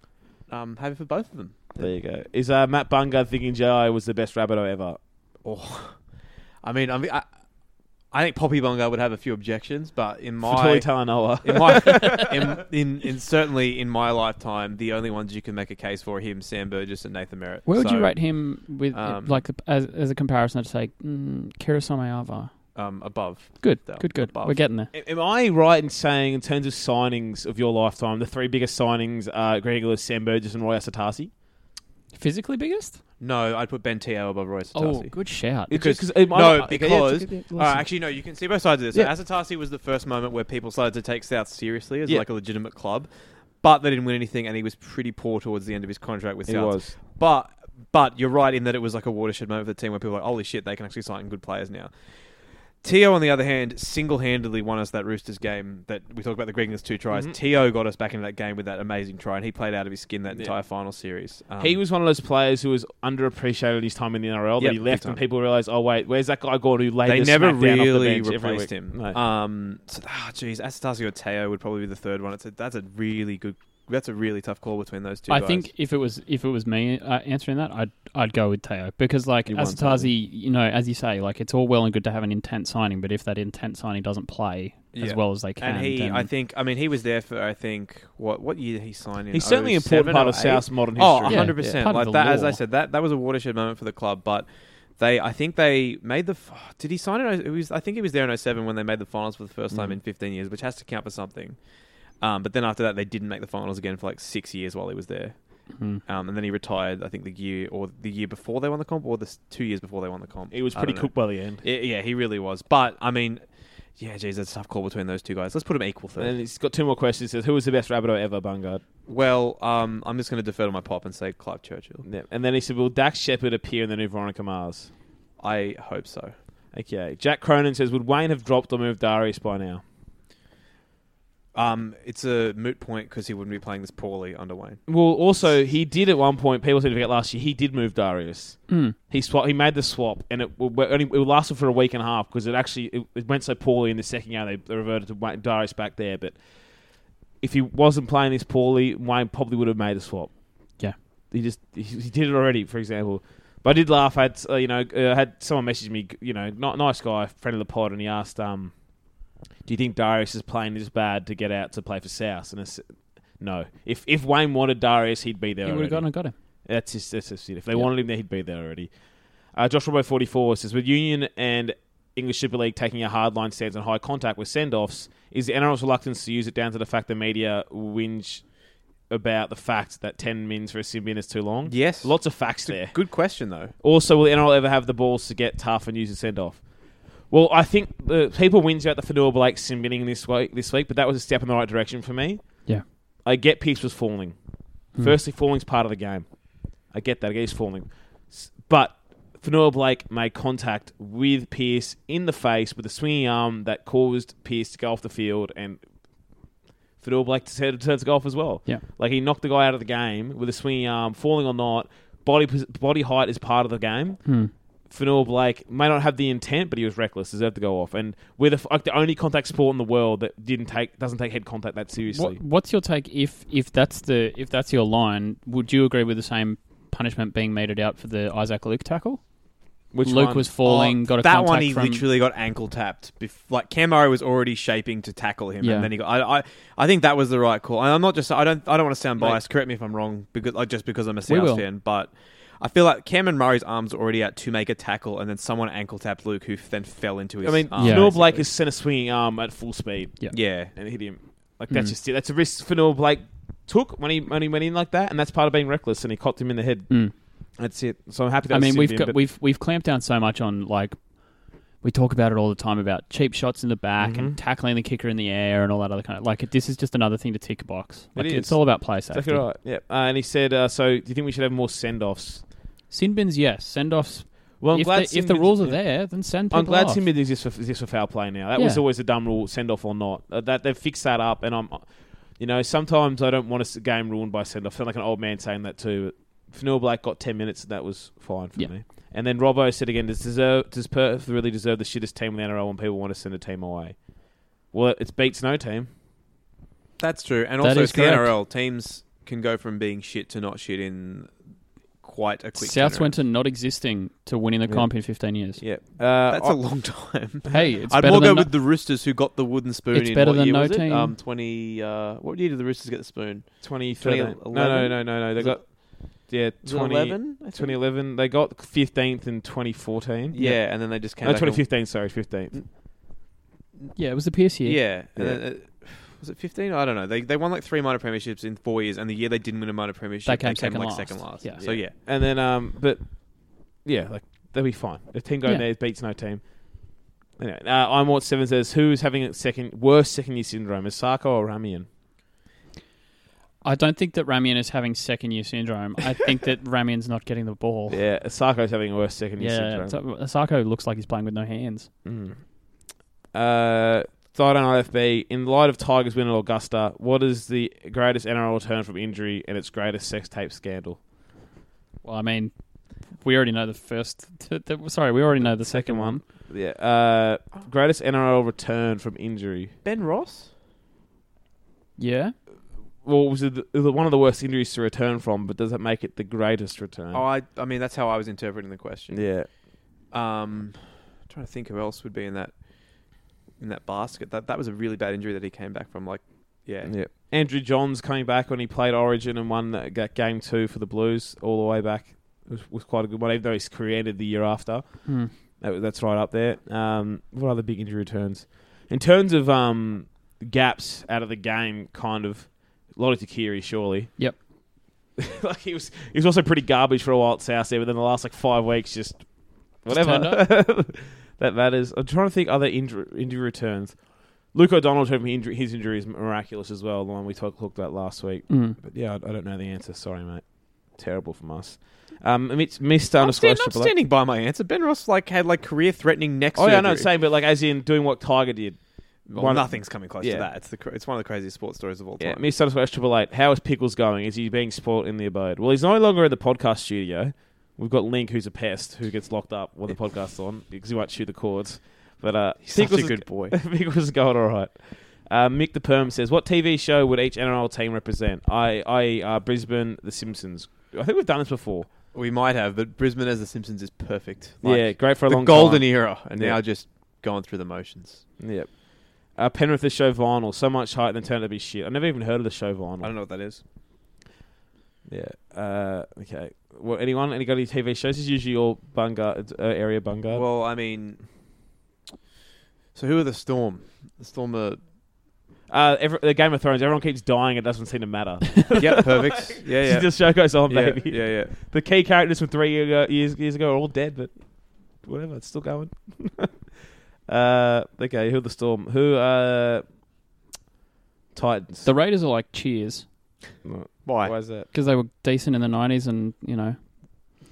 Um, happy for both of them. There you go. Is uh, Matt Bungard thinking J.I. was the best Rabbitoh ever? Oh, I mean, I, mean, I, I think Poppy Bunga would have a few objections, but in my Fatali Talanoa. in my in, in, in certainly in my lifetime, the only ones you can make a case for are him, Sam Burgess, and Nathan Merritt. Where would So, you rate him with um, like as, as a comparison? I'd say mm, Kira Somayava. Um, above. Good, Though, good, good. above. We're getting there. Am I right in saying, in terms of signings of your lifetime, the three biggest signings are Greg Lewis, Sam Burgess, and Roy Asatasi? Physically biggest? No, I'd put Ben Teo above Roy Oh, Satasi. good shout. Because, 'cause it might- no, okay, because yeah, yeah, all right, actually no, you can see both sides of this. Yeah. So Asatasi was the first moment where people started to take South seriously as Yeah. like a legitimate club, but they didn't win anything, and he was pretty poor towards the end of his contract with He South. was. But but you're right in that it was like a watershed moment for the team where people were like, holy shit, they can actually sign good players now. Tio, on the other hand, single-handedly won us that Roosters game that we talked about the Greggins two tries. Mm-hmm. Tio got us back into that game with that amazing try, and he played out of his skin that entire final series. Um, he was one of those players who was underappreciated his time in the NRL. that Yep, he left, big and time. people realized, oh wait, where's that guy gone who laid they the never smack down off the really bench every replaced week? him. No. Um, so, ah, jeez, Asatasi or Teo would probably be the third one. It's a, that's a really good. That's a really tough call between those two. I guys. think if it was if it was me uh, answering that, I'd I'd go with Teo because like You want Asatazi, you know, as you say, like it's all well and good to have an intent signing, but if that intent signing doesn't play Yeah. as well as they can, and he, then I think, I mean, he was there for I think what what year did he signed in. He's certainly an 07, important part of 08? South's modern history. Oh, Yeah, 100 yeah. percent. Part of Like the that, as I lore. said, that that was a watershed moment for the club. But they, I think they made the. f- Did he sign it? It was. I think he was there in 07 when they made the finals for the first Mm. time in 15 years, which has to count for something. Um, but then after that, they didn't make the finals again for like six years while he was there. Mhm. Um, and then he retired. I think the year or the year before they won the comp, or the s- two years before they won the comp. He was I pretty don't know. cooked by the end. I- yeah, he really was. But I mean, yeah, geez, that's a tough call between those two guys. Let's put him equal third. And he's got two more questions. He says, who was the best Rabbitoh ever, Bungard? Well, um, I'm just going to defer to my pop and say Clive Churchill. Yeah. And then he said, will Dax Shepard appear in the new Veronica Mars? I hope so. Okay. Jack Cronin says, would Wayne have dropped or moved Darius by now? Um, it's a moot point because he wouldn't be playing this poorly under Wayne. Well, also, he did at one point, people seem to forget last year, he did move Darius. Mm. He swap, he made the swap, and it, w- w- only, it lasted for a week and a half because it actually it, it went so poorly in the second game, they, they reverted to Wayne, Darius back there. But if he wasn't playing this poorly, Wayne probably would have made the swap. Yeah. He just he, he did it already, for example. But I did laugh. I had, uh, you know, uh, had someone message me, you know, not nice guy, friend of the pod, and he asked, um, do you think Darius is playing this bad to get out to play for South? And I said, no. If if Wayne wanted Darius, he'd be there. he would have already. gone and got him. That's just, that's just it. If they Yeah. wanted him there, he'd be there already. Uh, Josh Robo 44 says, with Union and English Super League taking a hardline stance on high contact with send-offs, is the NRL's reluctance to use it down to the fact the media whinge about the fact that 10 mins for a sin bin is too long? Yes. Lots of facts there. Good question though. Also, will the NRL ever have the balls to get tough and use a send off? Well, I think the people whinge about the Fedora Blake sim binning this week, this week, but that was a step in the right direction for me. Yeah. I get Peeps was falling. Hmm. Firstly, falling's part of the game. I get that. I get he's falling. S- But Fenua Blake made contact with Pierce in the face with a swinging arm that caused Pierce to go off the field, and Fenua Blake decided to go off as well. Yeah. Like he knocked the guy out of the game with a swinging arm, falling or not. Body pos- body height is part of the game. Hmm. Fenua Blake may not have the intent, but he was reckless, deserved to go off. And we're the, f- like the only contact sport in the world that didn't take doesn't take head contact that seriously. What, what's your take if if that's the if that's your line? Would you agree with the same punishment being meted out for the Isaac Luke tackle? Which Luke one? was falling, got a oh, that contact one he from, literally got ankle tapped. Bef- like Camaro was already shaping to tackle him, Yeah. and then he got. I, I I think that was the right call. And I'm not just. I don't. I don't want to sound biased. Correct me if I'm wrong. Because like just because I'm a South will. fan, but. I feel like Cameron Murray's arms were already out to make a tackle, and then someone ankle tapped Luke, who then fell into his. I mean, arm, Yeah. Fenua basically. Blake has sent a swinging arm at full speed Yeah. yeah, and hit him. Like that's Mm. just it. That's a risk Fenua Blake took when he when he went in like that, and that's part of being reckless. And he copped him in the head. Hmm. That's it. So I'm happy. That I mean, we've was Simbin, got, but- we've we've clamped down so much on like we talk about it all the time about cheap shots in the back Mm-hmm. and tackling the kicker in the air and all that other kind of like it, this is just another thing to tick a box. Like, is. It's all about play safety. Exactly right. Yeah, uh, and he said, uh, "So, do you think we should have more send-offs?" Sin bins, yes. Send offs. Well, if, the, if the Simbin- rules are yeah. there, then send people I'm glad off. Simbin exists for, exists for foul play now. That was Yeah. always a dumb rule, send off or not. Uh, that they've fixed that up, and I'm, you know, sometimes I don't want a s- game ruined by send off. Sound like an old man saying that too. Fanil Blake got 10 minutes, and that was fine for Yeah. me. And then Robbo said again, does, deserve, does Perth really deserve the shittest team in the NRL when people want to send a team away? Well, it beats no team. That's true. And That also, is it's the correct. NRL teams can go from being shit to not shit in quite a quick. South turnaround. went to not existing to winning the comp in 15 years. Yeah, Uh, that's I- a long time. Hey, it's I'd better more than go no- with the Roosters who got the wooden spoon. It's in better what than year no was it? team. Um, twenty. Uh, what year did the Roosters get the spoon? 2013. No, 2011? no, no, no, no. They Was got yeah, Was it 20, 11? I think? 2011. They got 15th in 2014. Yeah, and then they just came. no, back and- 2015. Sorry, 15th. Yeah, it was the Pierce year. Yeah. And Then, uh, was it 15? I don't know. They, they won like three minor premierships in four years, and the year they didn't win a minor premiership, They came second like last. second last. Yeah. So yeah, And then um, but yeah, like they'll be fine. The team going Yeah. there beats no team. Anyway, uh, I'm what seven says who's having a second worst second year syndrome, Asako or Ramian? I don't think that Ramian is having second year syndrome. I think that Ramian's not getting the ball. Yeah, Asako's having a worse second year Yeah, syndrome. so- Asako looks like he's playing with no hands. Mm. Uh, Thought on IFB, in light of Tigers win at Augusta, what is the greatest NRL return from injury and its greatest sex tape scandal? Well, I mean, we already know the first. th- th- sorry, we already know the second one. Yeah. Uh, greatest NRL return from injury. Ben Ross. Yeah, Well, was it the, the- one of the worst injuries to return from? But does it make it the greatest return? Oh, I I mean that's how I was interpreting the question. yeah. Um, trying to think who else would be in that in that basket. That that was a really bad injury that he came back from. Like, yeah, Yeah. Andrew Johns coming back when he played Origin and won that, that game two for the Blues all the way back was, was quite a good one, even though he's created the year after. Hmm. That, was- that's right up there. Um, what other big injury returns? In terms of um, gaps out of the game, kind of Lottie Takiri, surely. Yep. like he was, he was also pretty garbage for a while at South there, but then the last like five weeks, just whatever. that matters. I'm trying to think other injury, injury returns. Luke O'Donnell told me injury, his injury is miraculous as well, the one we talk, talked about last week. Mm. But yeah, I, I don't know the answer. Sorry, mate. Terrible from us. Um, it's missed I'm, stand- underscore I'm triple. standing by my answer. Ben Ross like had like career threatening neck Oh surgery. yeah, I know, same, but like as in doing what Tiger did. Well, One- nothing's coming close yeah. to that. It's the cra- it's one of the craziest sports stories of all Yeah, time. missed underscore triple eight. How is Pickles going? Is he being spoilt in the abode? Well, he's no longer in the podcast studio. We've got Link, who's a pest, who gets locked up when the podcast's on because he won't shoot the cords. But uh, He's such Pickles a is- good boy. Mick was going all right. Uh, Mick the Perm says, "What TV show would each NRL team represent? I, I, uh, Brisbane, The Simpsons. I think we've done this before. We might have, but Brisbane as the Simpsons is perfect. Like, yeah, great for a the long golden time. era, and Yeah. now just going through the motions. Yep. Uh, Penrith the show vinyl, so much hype, then turned out to be shit. I never even heard of the show vinyl. I don't know what that is. Yeah. Uh, okay. Well, anyone? Any got any TV shows? This is usually your bunga uh, area bunga. Well, I mean, so who are the Storm? The Storm are uh, every, the Game of Thrones. Everyone keeps dying. It doesn't seem to matter. yeah, perfect. Yeah, yeah, the show goes on, yeah, baby. yeah, yeah. The key characters from three year ago, years years ago are all dead, but whatever, it's still going. uh, okay, who are the storm? Who uh, Titans? The Raiders are like Cheers Why is that? because they were decent in the '90s, and you know,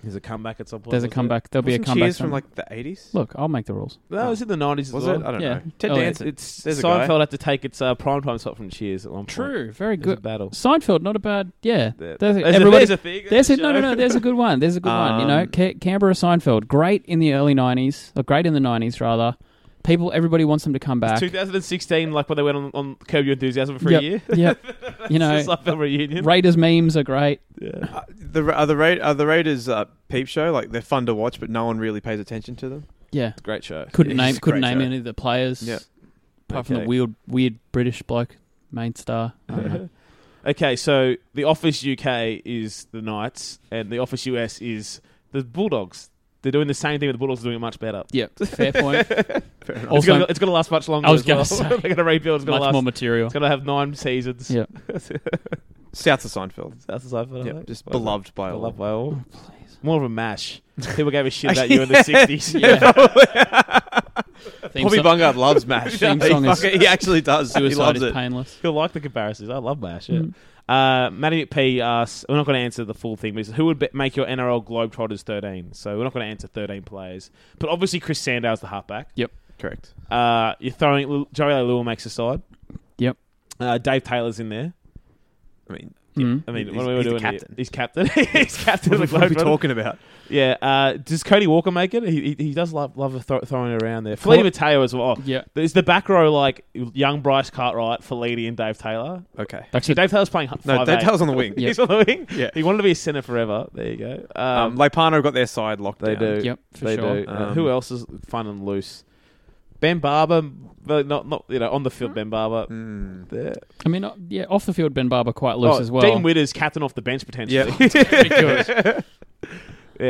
There's a comeback at some point. there's a was comeback. There'll be a Wasn't comeback. Cheers from some- like the eighties. Look, I'll make the rules. There? No, it was in the nineties. Oh. Was as it? well. I don't Yeah. know. Ted Oh, yeah. Danson. It's There's a guy. Seinfeld had to take its uh, prime time slot from Cheers at one point. True, very There's a good. battle. Seinfeld, not a bad. Yeah, There- there's a, There's, a, everybody- there's a thing. There's a, no, no, no. There's a good one. There's a good one. You know, Um, Ca- Canberra Seinfeld, great in the early '90s, or great in the '90s rather. People, everybody wants them to come back. 2016, like when they went on, on Curb Your Enthusiasm for Yep. a year. Yep. you know, It's like a reunion. Raiders memes are great. Yeah. Uh, the Ra- are the Ra- are the Raiders uh, peep show like they're fun to watch, but no one really pays attention to them. Yeah, Great show. couldn't Yeah, name he's a couldn't great name show. any of the players. Yeah. apart from the Okay. weird weird British bloke main star. I don't know. Okay, so the Office UK is the Knights, and the Office US is the Bulldogs. They're doing the same thing, but the Bulldogs are doing it much better. yep, fair point. it's also, gonna, it's gonna last much longer. I was as well. gonna say. they're gonna rebuild. It's gonna much last. more material. it's gonna have nine seasons. Yep. South of Seinfeld, That's the side for yeah, that. just Whatever. beloved by all. Beloved by all. Oh, Please. More of a mash. People gave a shit about you in the sixties. Yeah. Theme Bobby song- Bungard loves Mash. Theme he, song is- fucking- he actually does. he Suicide loves is it. painless. You'll like the comparisons. I love Mash. Yeah. Uh, Matty McP asks, we're not going to answer the full thing, but he says, who would be- make your NRL Globetrotters 13? So we're not going to answer 13 players. But obviously, Chris Sandow's the halfback. Yep. Correct. Uh, you're throwing Joey Lua makes a side. Yep. Uh, Dave Taylor's in there. I mean, Mm. I mean, He's- what are we he's the doing? here? captain. He's captain. he's captain of the What are we Globetrotters. talking about? Yeah. Uh, does Cody Walker make it? He, he, he does love love a throw throwing it around there. Felipe Mateo as well. Yeah. Is the back row like young Bryce Cartwright, Felipe, and Dave Taylor? Okay. Actually, Dave Taylor's playing. h- No, five that eight. tells on the wing. Yeah. He's on the wing. Yeah. He wanted to be a centre forever. There you go. Um, Um, Leipano got their side locked they down. do. Yep, for they sure. do. Uh, Um, who else is fun and loose? Ben Barber, but not not you know on the field. Ben Barber. Mm. There. I mean, uh, yeah, off the field, Ben Barber quite loose Oh, as well. Dean Witters, captain off the bench potentially. yeah.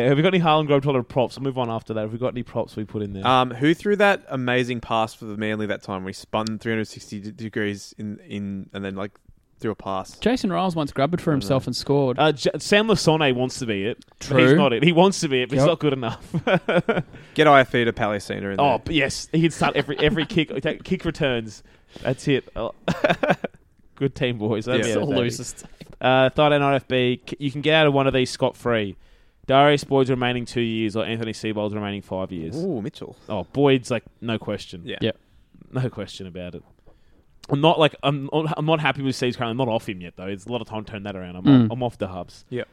Have we got any Harlan Globetrotter props? I'll move on after that. Have we got any props we put in Uh, there? Um, who threw that amazing pass for the Manly that time? We spun 360 d- degrees in, in and then like threw a pass. Jason Riles once grabbed it for himself and scored. Uh, J- Sam Lasone wants to be it. But he's True. not it. He wants to be it, but he's Yep. not good enough. Get IFE to Palestina in oh, there. but yes. He'd start every every kick. take- Kick returns. That's it. Oh. good team, boys. That's Yeah. It's it, all baby. losers. Uh, Third and RFB, c- you can get out of one of these scot free. Darius Boyd's remaining two years, or Anthony Seabold's remaining five years. Ooh, Mitchell. Oh, Boyd's like no question. Yeah. Yeah. no question about it. I'm not like I'm. I'm not happy with Steve's current. I'm not off him yet though. It's a lot of time to turn that around. I'm, Hmm. Mm. off, I'm off the hubs. Yeah.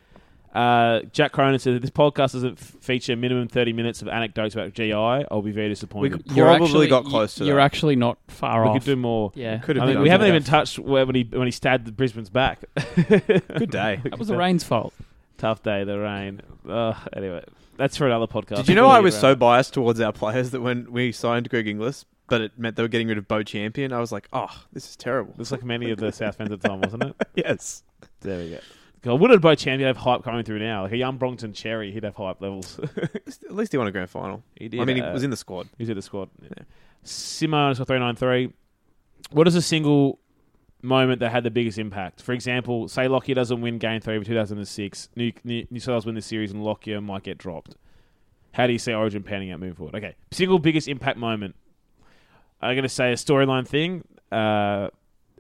Uh, Jack Cronin said that this podcast doesn't f- feature minimum 30 minutes of anecdotes about GI. I'll be very disappointed. We could- You're Probably actually- got you- close to You're that. actually not far We off. could do more. yeah, Could I have mean, been we haven't done. even touched where when he when he stabbed the Brisbane's back. Good day. that was the rain's fault. Tough day, the rain. Uh, anyway, that's for another podcast. Did you know I was so Around. biased towards our players that when we signed Greg Inglis, but it meant they were getting rid of Bo Champion, I was like, oh, this is terrible. It's like many of the South fans at the time, wasn't it? yes. There we go. God, would it by chance he'd have hype coming through now? Like a young Brompton Cherry, he'd have hype levels. At least he won a grand final. he I mean, he uh, was in the squad. He's in the squad. Yeah. Simone three nine three. What is a single moment that had the biggest impact? For example, say Lockyer doesn't win Game Three of two thousand and six. New, New, New South Wales win the series, and Lockyer might get dropped. How do you see Origin panning out moving forward? Okay, single biggest impact moment. I'm going to say a storyline thing. Uh,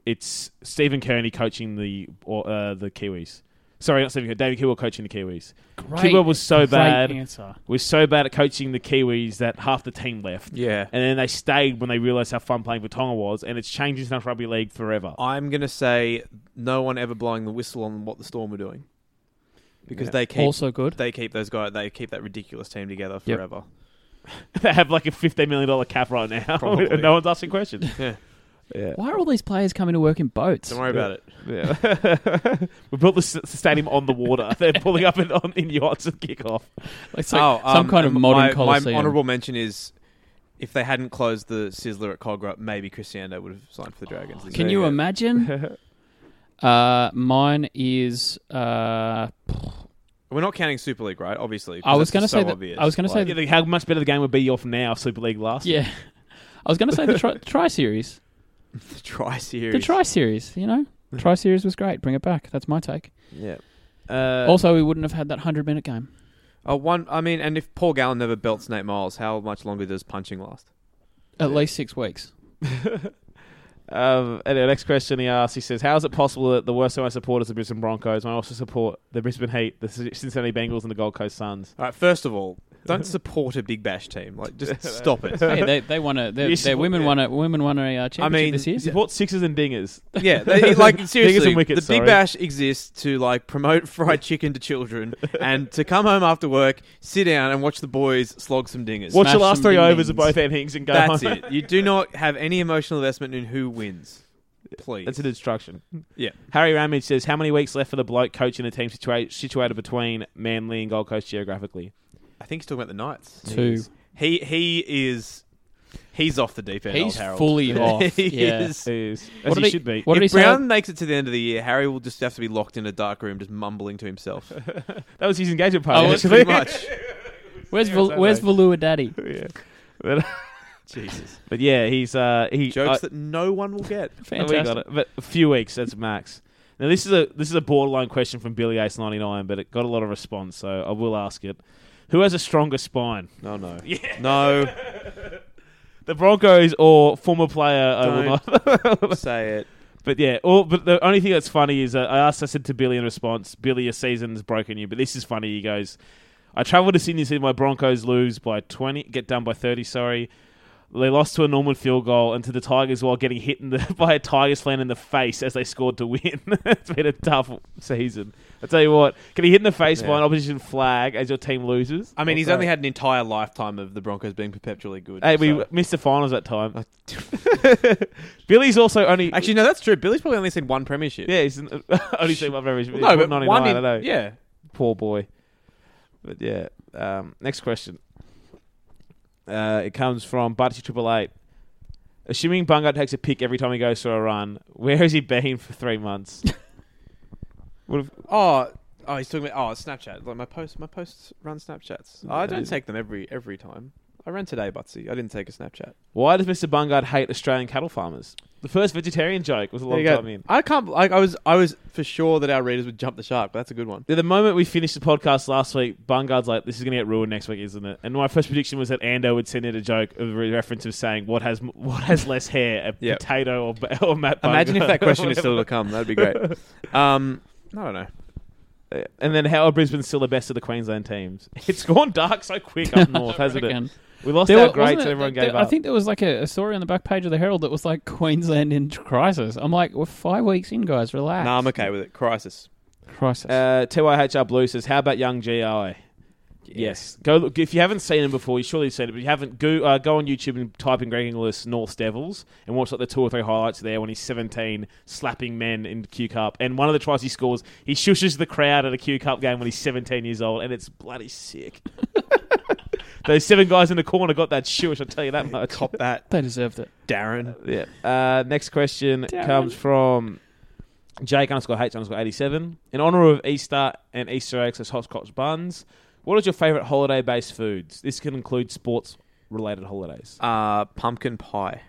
it's Stephen Kearney coaching the or, uh, the Kiwis. Sorry, not Stephen Kearney. David Kewell coaching the Kiwis. Great, Kidwell was so great bad. Answer. We're so bad at coaching the Kiwis that half the team left. Yeah. And then they stayed when they realised how fun playing for Tonga was, and it's changed international rugby league forever. I'm going to say no one ever blowing the whistle on what the Storm were doing because Yeah. they keep Also good. they keep those guys they keep that ridiculous team together forever. they have like a fifteen million dollar cap right now, Probably. and no one's asking questions. Yeah. yeah, Why are all these players coming to work in boats? Don't worry about it. yeah. we built the s- stadium on the water. They're pulling up in, on, in yachts and kick off. It's like oh, some um, kind of and modern my, coliseum. My honourable mention is if they hadn't closed the Sizzler at Cogra, maybe Cristiano would have signed for the Dragons. Can you imagine? uh, mine is. Uh, We're not counting Super League, right? Obviously, 'cause I was that's going to just say so that. obvious. I was going to say Yeah, like, how much better the game would be off now if Super League last. Yeah. I was going to say the tri- tri series. the Tri Series. The tri series, you know? Tri series was great. Bring it back. That's my take. yeah. Uh, also, we wouldn't have had that 100 minute game. Uh, one, I mean, and if Paul Gallen never belts Nate Miles, how much longer does punching last? At least six weeks. Um, and the next question he asks, he says, "How is it possible that the worst of my supporters are the Brisbane Broncos, and I also support the Brisbane Heat, the Cincinnati Bengals, and the Gold Coast Suns?" All right, first of all, don't support a Big Bash team. Like, just stop it. hey, they, they won a. Their, their You support- women yeah. won a women won a uh, championship mean, this year. is He Support Sixers and Dingers. Yeah, they, like seriously, and wickets, the Big sorry. Bash exists to like promote fried chicken to children and to come home after work, sit down and watch the boys slog some dingers. Watch the Smash last some three overs ding-dings. of both Ant Hinks and go That's home. it. You do not have any emotional investment in who wins. Please. That's an instruction. Yeah. Harry Ramage says, "How many weeks left for the bloke coaching the team situa- situated between Manly and Gold Coast geographically?" I think he's talking about the Knights. Two. He he is he's off the deep end. He's old Harold. fully off. he yeah. is. Is What as he did he- should be. What if did he say? Brown makes it to the end of the year, Harry will just have to be locked in a dark room, just mumbling to himself. That was his engagement party. Oh, it's actually. Pretty much. Where's Val- Where's Valua Daddy? yeah. But, Jesus. but yeah, he's uh, he I- Jokes that no one will get. And Fantastic. We got it. But a few weeks, that's max. Now this is a this is a borderline question from Billy Ace ninety nine, but it got a lot of response, so I will ask it. Who has a stronger spine, No, no. No. the Broncos or former player? I will Don't. not. Say it. But yeah, all, but the only thing that's funny is uh, I asked, I said to Billy in response, Billy, your season's broken you, but this is funny. He goes, I travelled to Sydney to see my Broncos lose by 20, get done by 30, sorry. They lost to a Norman field goal and to the Tigers while getting hit in the, by a Tigers fan in the face as they scored to win. it's been a tough season. I tell you what, getting hit in the face by Yeah. an opposition flag as your team loses. I mean, What's he's that? only had an entire lifetime of the Broncos being perpetually good. Hey, we so- missed the finals that time. Billy's also only actually no, that's true. Billy's probably only seen one premiership. yeah, he's n- only seen one average. no, but one in, I know. yeah. poor boy. But yeah, um, next question. Uh, it comes from Barty Triple Eight. Assuming Bunga takes a pick every time he goes for a run, where has he been for three months? Oh, oh, he's talking about oh Snapchat. Like my posts, my posts run Snapchats. I don't take them every every time. I ran today, Butsy. I didn't take a Snapchat. Why does Mr. Bungard hate Australian cattle farmers? The first vegetarian joke was a There long you go. time in. I can't. Like, I was, I was for sure that our readers would jump the shark. But that's a good one. The moment we finished the podcast last week, Bungard's like, "This is going to get ruined next week, isn't it?" And my first prediction was that Ando would send in a joke of a reference of saying, "What has what has less hair, a Yep. potato or, or Matt?" Bungard? Imagine if that question is Whatever. still to come. That'd be great. Um, I don't know. And then how are Brisbane still the best of the Queensland teams? It's gone dark so quick up north, hasn't Reckon. it? We lost There our wa- greats, wasn't it- everyone there- gave I up. think there was like a, a story on the back page of the Herald that was like Queensland in crisis. I'm like, we're five weeks in, guys. Relax. Nah, I'm okay with it. Crisis. Crisis. Uh, TYHR Blue says, "How about young GI?" Yes, go look. If you haven't seen him before, you surely have seen it. But if you haven't, go uh, go on YouTube and type in Greg Inglis North Devils and watch like the two or three highlights there when he's 17 slapping men in Q Cup. And one of the tries he scores, he shushes the crowd at a Q Cup game when he's 17 years old, and it's bloody sick. Those seven guys in the corner got that shush. I tell you that much. Cop that, they deserved it. Darren. Yeah. Uh, next question comes from Jake underscore H underscore eighty seven. In honor of Easter and Easter eggs as hopscotch buns, what is your favorite holiday based foods? This can include sports related holidays. Uh, pumpkin pie.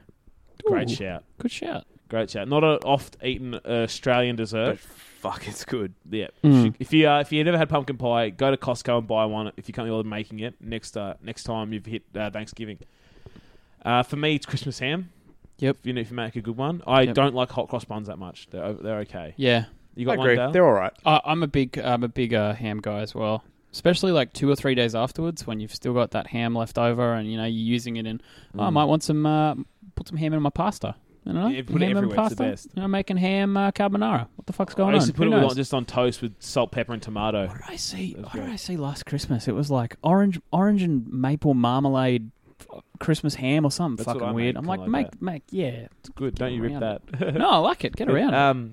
Great Ooh, shout. Good shout. Great shout. Not an oft eaten Australian dessert. Fuck, it's good. Yeah. Mm. If you uh, if you never had pumpkin pie, go to Costco and buy one. If you can't be bothered making it next uh, next time you've hit uh, Thanksgiving. Uh, for me, it's Christmas ham. Yep. If you, if you make a good one, I Yep. don't like hot cross buns that much. They're o- they're okay. Yeah, You I got agree. one down? They're all right. I, I'm a big I'm a big uh, ham guy as well. Especially like two or three days afterwards when you've still got that ham left over and you know you're using it in. Oh, I might want some uh, put some ham in my pasta. I don't know. Mm. Yeah, put it ham in everywhere, it's the pasta. best. You know, making ham uh, carbonara. What the fuck's going I used on? to put Who it with- knows? just on toast with salt, pepper, and tomato. What did I see? That's What did great. I see last Christmas? It was like orange, orange and maple marmalade f- Christmas ham or something That's what fucking I weird. make, I'm kinda like, make, like make, yeah. It's good. Don't you rip around that? No, I like it. Get around. it. Um,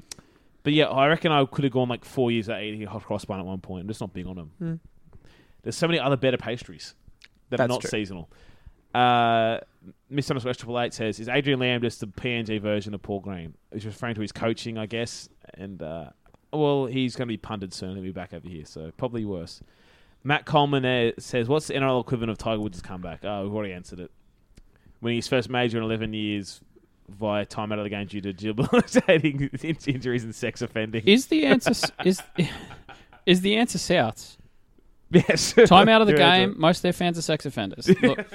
but yeah, I reckon I could have gone like four years without eating a hot cross bun at one point. I'm just not big on them. There's so many other better pastries that are Hmm. That's not true. seasonal. Uh, Miss Underscore Triple Eight says, "Is Adrian Lamb just the PNG version of Paul Green?" He's referring to his coaching, I guess. And uh, well, he's going to be punted soon. He'll be back over here, so probably worse. Matt Coleman uh, says, "What's the NRL equivalent of Tiger Woods' comeback?" Oh, we've already answered it. Winning his first major in 11 years via time out of the game due to debilitating in- injuries and sex offending. is the answer s- is is the answer south? yes, Time out of the Your answer. game. Most of their fans are sex offenders. Look,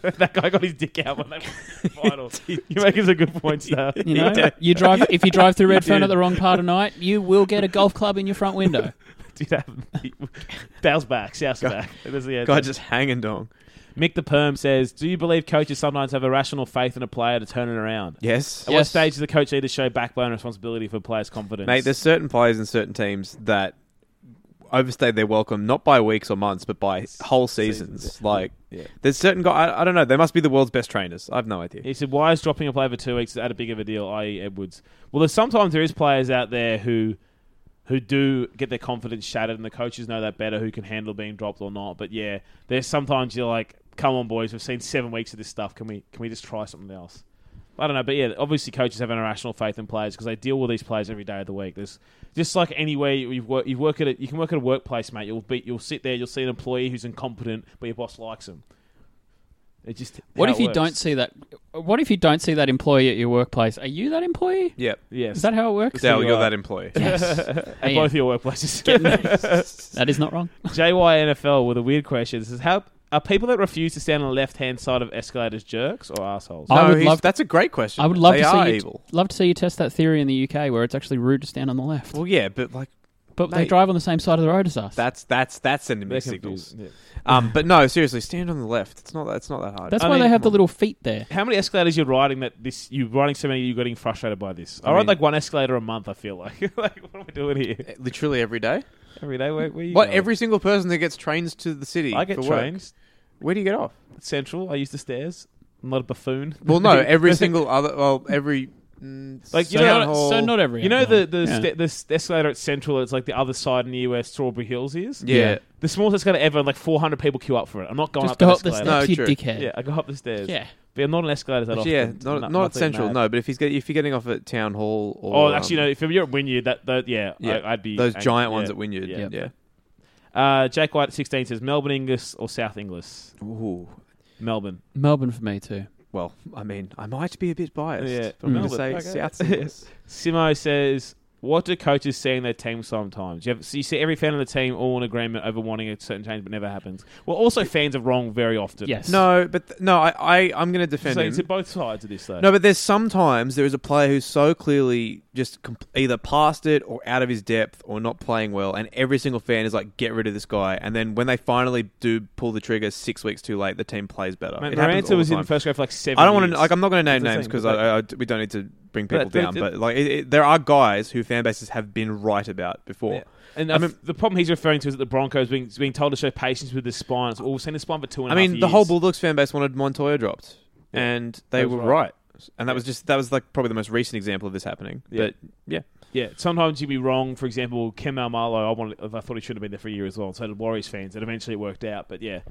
That guy got his dick out when they won the final. you make us a good point, star. you know, you drive if you drive through Redfern at the wrong part of night, you will get a golf club in your front window. Did have Dale's back, South's back. There's the answer. Guy just hanging dong. Mick the Perm says, "Do you believe coaches sometimes have irrational faith in a player to turn it around? Yes. At what Yes. stage does the coach either show backbone and responsibility for players' confidence? Mate, there's certain players in certain teams that overstayed their welcome not by weeks or months, but by whole seasons. Like, there's certain guys. I, I don't know. They must be the world's best trainers. I have no idea. He said, "Why is dropping a player for two weeks that a big of a deal?" I.e., Edwards. Well, there's sometimes there is players out there who who do get their confidence shattered, and the coaches know that better who can handle being dropped or not. But yeah, there's sometimes you're like, "Come on, boys, we've seen seven weeks of this stuff. Can we can we just try something else?" I don't know, but yeah, obviously coaches have an irrational faith in players because they deal with these players every day of the week. There's just like anywhere you work, you work at a, you can work at a workplace, mate. You'll be you'll sit there, you'll see an employee who's incompetent, but your boss likes him. It just What how if it you works. don't see that? What if you don't see that employee at your workplace? Are you that employee? Yep. Yes, Is that how it works? Dale, you you're are. that employee. Yes. at Hey, both of your workplaces. that is not wrong. JYNFL with a weird question. This is how are people that refuse to stand on the left hand side of escalators jerks or assholes? I No, would he's- love- That's a great question. I would love They to are see you evil. love to see you test that theory in the UK where it's actually rude to stand on the left. well, yeah, but like, But they Mate. drive on the same side of the road as us. That's that's that's sending They're mixed confused. signals. Um, but no, seriously, stand on the left. It's not that. It's not that hard. That's I why mean, they have the come on. little feet there. How many escalators you're riding that this you're riding so many you're getting frustrated by this? I, I ride mean- like one escalator a month. I feel like like what am I doing here eh, literally every day. every day? Where, where you What going? every single person that gets trains to the city? I get for work. trains Where do you get off? central. I use the stairs. I'm not a buffoon. Well, no, every single other. Well, every mm, Like, you So know, not, so not every. You know hour. the the, Yeah. sta- the s- escalator at Central. It's like the other side near where Strawberry Hills is. yeah. yeah. The smallest escalator ever. and, Like 400 people queue up for it. I'm not going just up that go up the escalator. steps, No, you true. dickhead. Yeah, I go up the stairs. Yeah. but I'm not on escalators that But often. yeah, not No- not at nothing central. mad. No, but if he's get, if you're getting off at town hall or Oh, actually, um, no. If you're at Wynyard, that, that yeah, Yeah, I, I'd be those angry. giant ones Yeah. at Wynyard. Yeah. Yeah. Uh, Jake White at 16 says Melbourne English or South English. Ooh. Melbourne. Melbourne for me too. Well, I mean, I might be a bit biased. Yeah. but I'm going Mm. to say Okay. South Sydney's. Simo says, "What do coaches see in their team sometimes? You, have, so you see every fan of the team all in agreement over wanting a certain change, but never happens. Well, also fans are wrong very often. Yes. No, but th- no, I, I I'm going to defend so him. it's at both sides of this though. No, but there's sometimes there is a player who's so clearly just com- either past it or out of his depth or not playing well, and every single fan is like, "Get rid of this guy." And then when they finally do pull the trigger six weeks too late, the team plays better. Man, It happens Maranta all was the in time. first grade for like seven. I don't want years. to like. I'm not going to name That's the names thing, because but I, I, we don't need to bring people But- but- down. But like, it, it, there are guys who fan bases have been right about before. Yeah. And I I mean, mean- the problem he's referring to is that the Broncos being being told to show patience with the spine. So, well, we've seen the spine for two and I a half mean, the whole years. Bulldogs fan base wanted Montoya dropped, and they that were was right. And that was just that was like probably the most recent example of this happening. Yeah. But yeah, Yeah, sometimes you'd be wrong. For example, Kemal Marlow, I wanted, I thought he should have been there for a year as well. So did Warriors fans, and eventually it worked out. But yeah,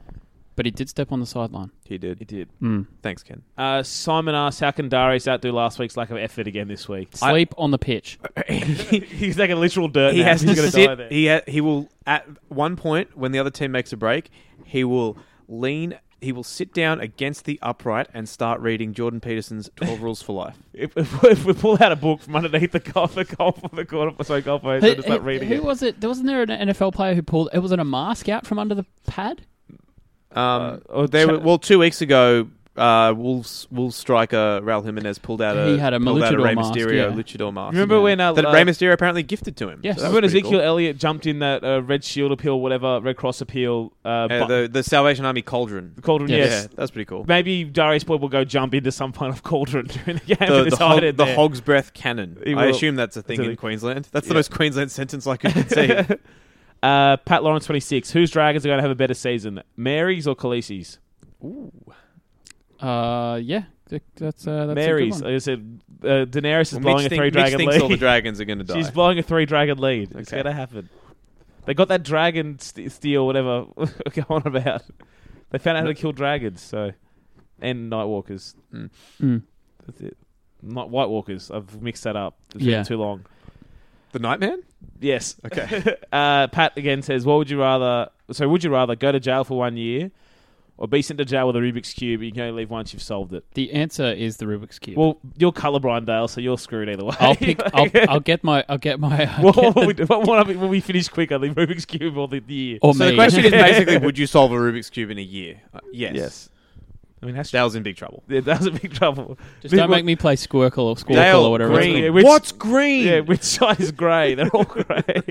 But he did step on the sideline. he did. it did. Mm. Thanks, Ken. Uh, Simon asks, "How can Darius outdo last week's lack of effort again this week? Sleep on the pitch. he's like a literal dirt. he nap. has he's to gonna Die sit. there. He ha- he will at one point when the other team makes a break, he will lean. He will sit down against the upright and start reading Jordan Peterson's Twelve Rules for Life. if, if, if we pull out a book from underneath the goal, the goal for the corner, so goal post, Who, and just start who- reading who it. was it? There wasn't there an NFL player who pulled? It was it a mask out from under the pad? Um, oh, they Ch- were, well, two weeks ago, uh, Wolves Wolves striker Raul Jimenez pulled out a He had a pulled out a Luchador Rey mask, Mysterio yeah. luchador mask. Remember when, uh, that uh, Rey Mysterio apparently gifted to him? Yes. So that was Remember when pretty Ezekiel cool. Elliott jumped in that uh, Red Shield appeal, whatever Red Cross appeal? Uh, Uh, but- the the Salvation Army cauldron. cauldron, Yes. yes. Yeah, that's pretty cool. Maybe Darius Boyd will go jump into some kind of cauldron during the game. The, and the, hide hog, it the there. hog's breath cannon. He I will. assume that's a thing It's a in thing. Queensland. That's Yeah. the most Queensland sentence I could conceive. Uh, Pat Lawrence, 26. Whose Dragons are going to have a better season? Mary's or Khaleesi's? Uh, yeah, th- that's uh, that's Mary's. A good Like one. I said, uh, Daenerys is Well, blowing Mitch a think- three dragon Mitch lead. thinks all the dragons are going to die. She's blowing a three dragon lead. It's Okay. going to happen. They got that dragon st- steel, whatever, going on about. They found out how to kill dragons, so. And Nightwalkers. Mm. That's it. Not White Walkers. I've mixed that up. It's Yeah. been too long. the Nightman? Yes. Okay. Uh, Pat again says, "What would you rather? So, would you rather go to jail for one year, or be sent to jail with a Rubik's cube? You can only leave once you've solved it. The answer is the Rubik's cube. Well, you're colorblind, Dale, so you're screwed either way. I'll pick. I'll, I'll get my. I'll get my. I'll what, get what, the- we, what, what, will we finish quicker, the Rubik's cube or the, the year? or so the me. question is basically, would you solve a Rubik's cube in a year? Uh, yes. I mean, that's, Dale's in big trouble. yeah, that was a big trouble. Just don't make me play Squirkle or Squirkle Dale or whatever. Green. It's called. Which- What's green? Yeah, which side is grey? They're all grey.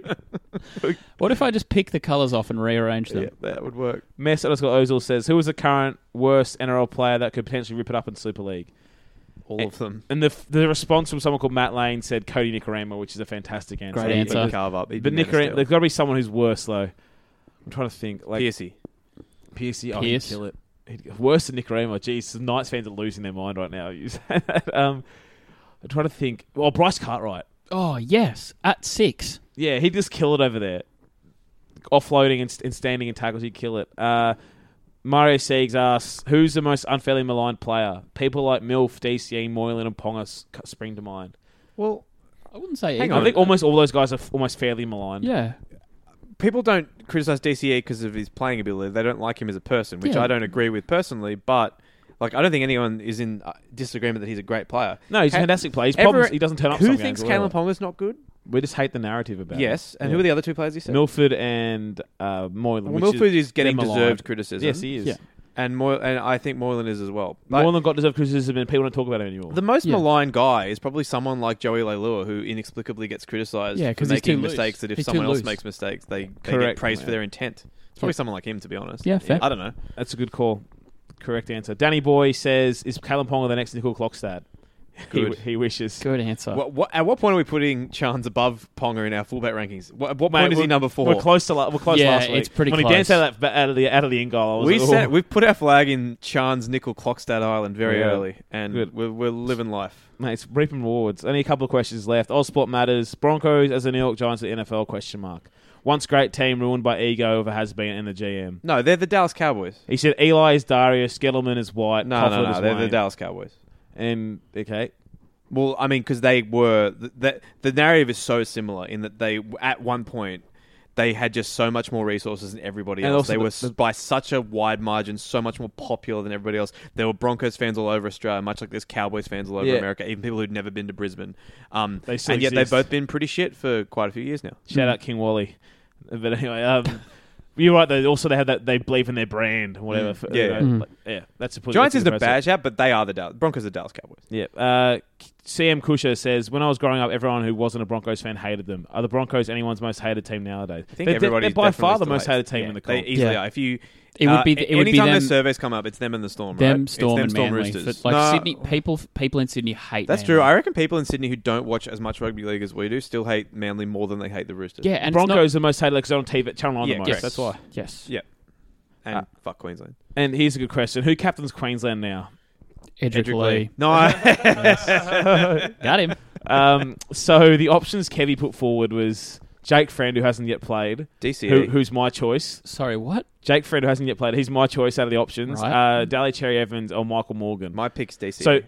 What if I just pick the colors off and rearrange them? that would work. Mess underscore Ozil says, "Who is the current worst NRL player that could potentially rip it up in Super League?" All of them. And the the response from someone called Matt Lane said Cody Nicarima, which is a fantastic answer. Great answer. He'd Carve up. He'd But be nervous, Nicarima, Dale. there's got to be someone who's worse though. I'm trying to think. Like Piercy. Piercy, oh, Pierce. he'd kill it. He'd- worse than Nicarima. Jeez, the Knights fans are losing their mind right now. You say that. um, I'm trying to think. Well, Bryce Cartwright. Oh yes, at six. Yeah, he'd just kill it over there. Offloading and, st- and standing in tackles, he'd kill it. Uh, Mario Siegs asks, "Who's the most unfairly maligned player? People like Milf, DCE, Moylan, and Ponga s- spring to mind. Well, I wouldn't say. Hang either. on. I think almost all those guys are f- almost fairly maligned. Yeah. people don't criticize DCE because of his playing ability. They don't like him as a person, which Yeah. I don't agree with personally. But like, I don't think anyone is in uh, disagreement that he's a great player. No, he's a Ha- fantastic player. His Everett- problem is he doesn't turn up. Who some thinks games or Kalen whatever. Ponga's not good? We just hate the narrative about. Yes. it. And Yeah. who are the other two players you said? Milford and uh, Moylan. Well, which Milford is, getting they're deserved maligned. criticism. Yes, he is. Yeah. and Moy- and I think Moylan is as well. Like, More than got deserved criticism, and people don't talk about him anymore. the most Yeah. maligned guy is probably someone like Joey Leilua, who inexplicably gets criticised Yeah, for 'cause he's too making loose. mistakes. That if He's too someone else loose. makes mistakes, they, they get Correct, praised for yeah. their intent. It's probably someone like him, to be honest. Yeah, fair. I don't know. That's a good call. Correct answer. Danny Boy says, "Is Callum Ponga the next Nickel Clockstad?" Good. He, he wishes. Good answer. What, what, at what point are we putting Chans above Ponga in our fullback rankings? What, at what Mate, point is he we're- number 4 We're close to la- we're close Yeah, last week. it's pretty when close. he danced out of, that, out of the out of the end goal. I was We like, set, "Oh." we've put our flag in Chan's Nickel Clockstad Island very Yeah. early, and Good. we're, we're living life. Mate, it's reaping rewards. Only a couple of questions left. Sport matters. Broncos as the New York Giants of the NFL? Question mark. Once great team ruined by ego over has been and the GM. No, they're the Dallas Cowboys. He said Eli is Darius, Gettleman is White, No, Coughlin no, is no, they're the Hmm. Wayne. Dallas Cowboys. And okay, Well, I mean, because they were th- that the narrative is so similar in that they at one point they had just so much more resources than everybody And else. also They the- were s the- by such a wide margin, so much more popular than everybody else. There were Broncos fans all over Australia, much like there's Cowboys fans all over Yeah. America, even people who'd never been to Brisbane. Um, They still and yet exist. they've both been pretty shit for quite a few years now. shout out King Wally. But anyway, um, you're right. They also they have that they believe in their brand, whatever. Mm. for- Yeah. you know, Mhm. like, yeah. That's a Giants that's isn't a impressive. bad shout, but they are the Dallas Broncos are Dallas Cowboys. Yeah. Uh, CM Kusher says, "When I was growing up, everyone who wasn't a Broncos fan hated them. Are the Broncos anyone's most hated team nowadays? I think they're, they're- everybody they're by far the most hated team in the They comp. easily Yeah. are. If you, uh, It would be th- a- it would be anytime them- those surveys come up, it's them and the Storm. them right? Storm it's and them Storm Manly. Roosters. Like No, Sydney people, people in Sydney hate. That's Manly. true. I reckon people in Sydney who don't watch as much rugby league as we do still hate Manly more than they hate the Roosters. Yeah, and it's not- Broncos are the most hated because they're on TV, Channel Nine Yeah, the most. correct. That's why. yes, Yeah. And Uh, fuck Queensland. And here's a good question: Who captains Queensland now? Edric Edric Lee. Lee. No, got him. Um, so the options Kevy put forward was Jake Friend, who hasn't yet played, DCE. who, who's my choice. Sorry, what? Jake Friend, who hasn't yet played, he's my choice out of the options. Right. Uh, Daly Cherry Evans or Michael Morgan. My pick's E. DCE. so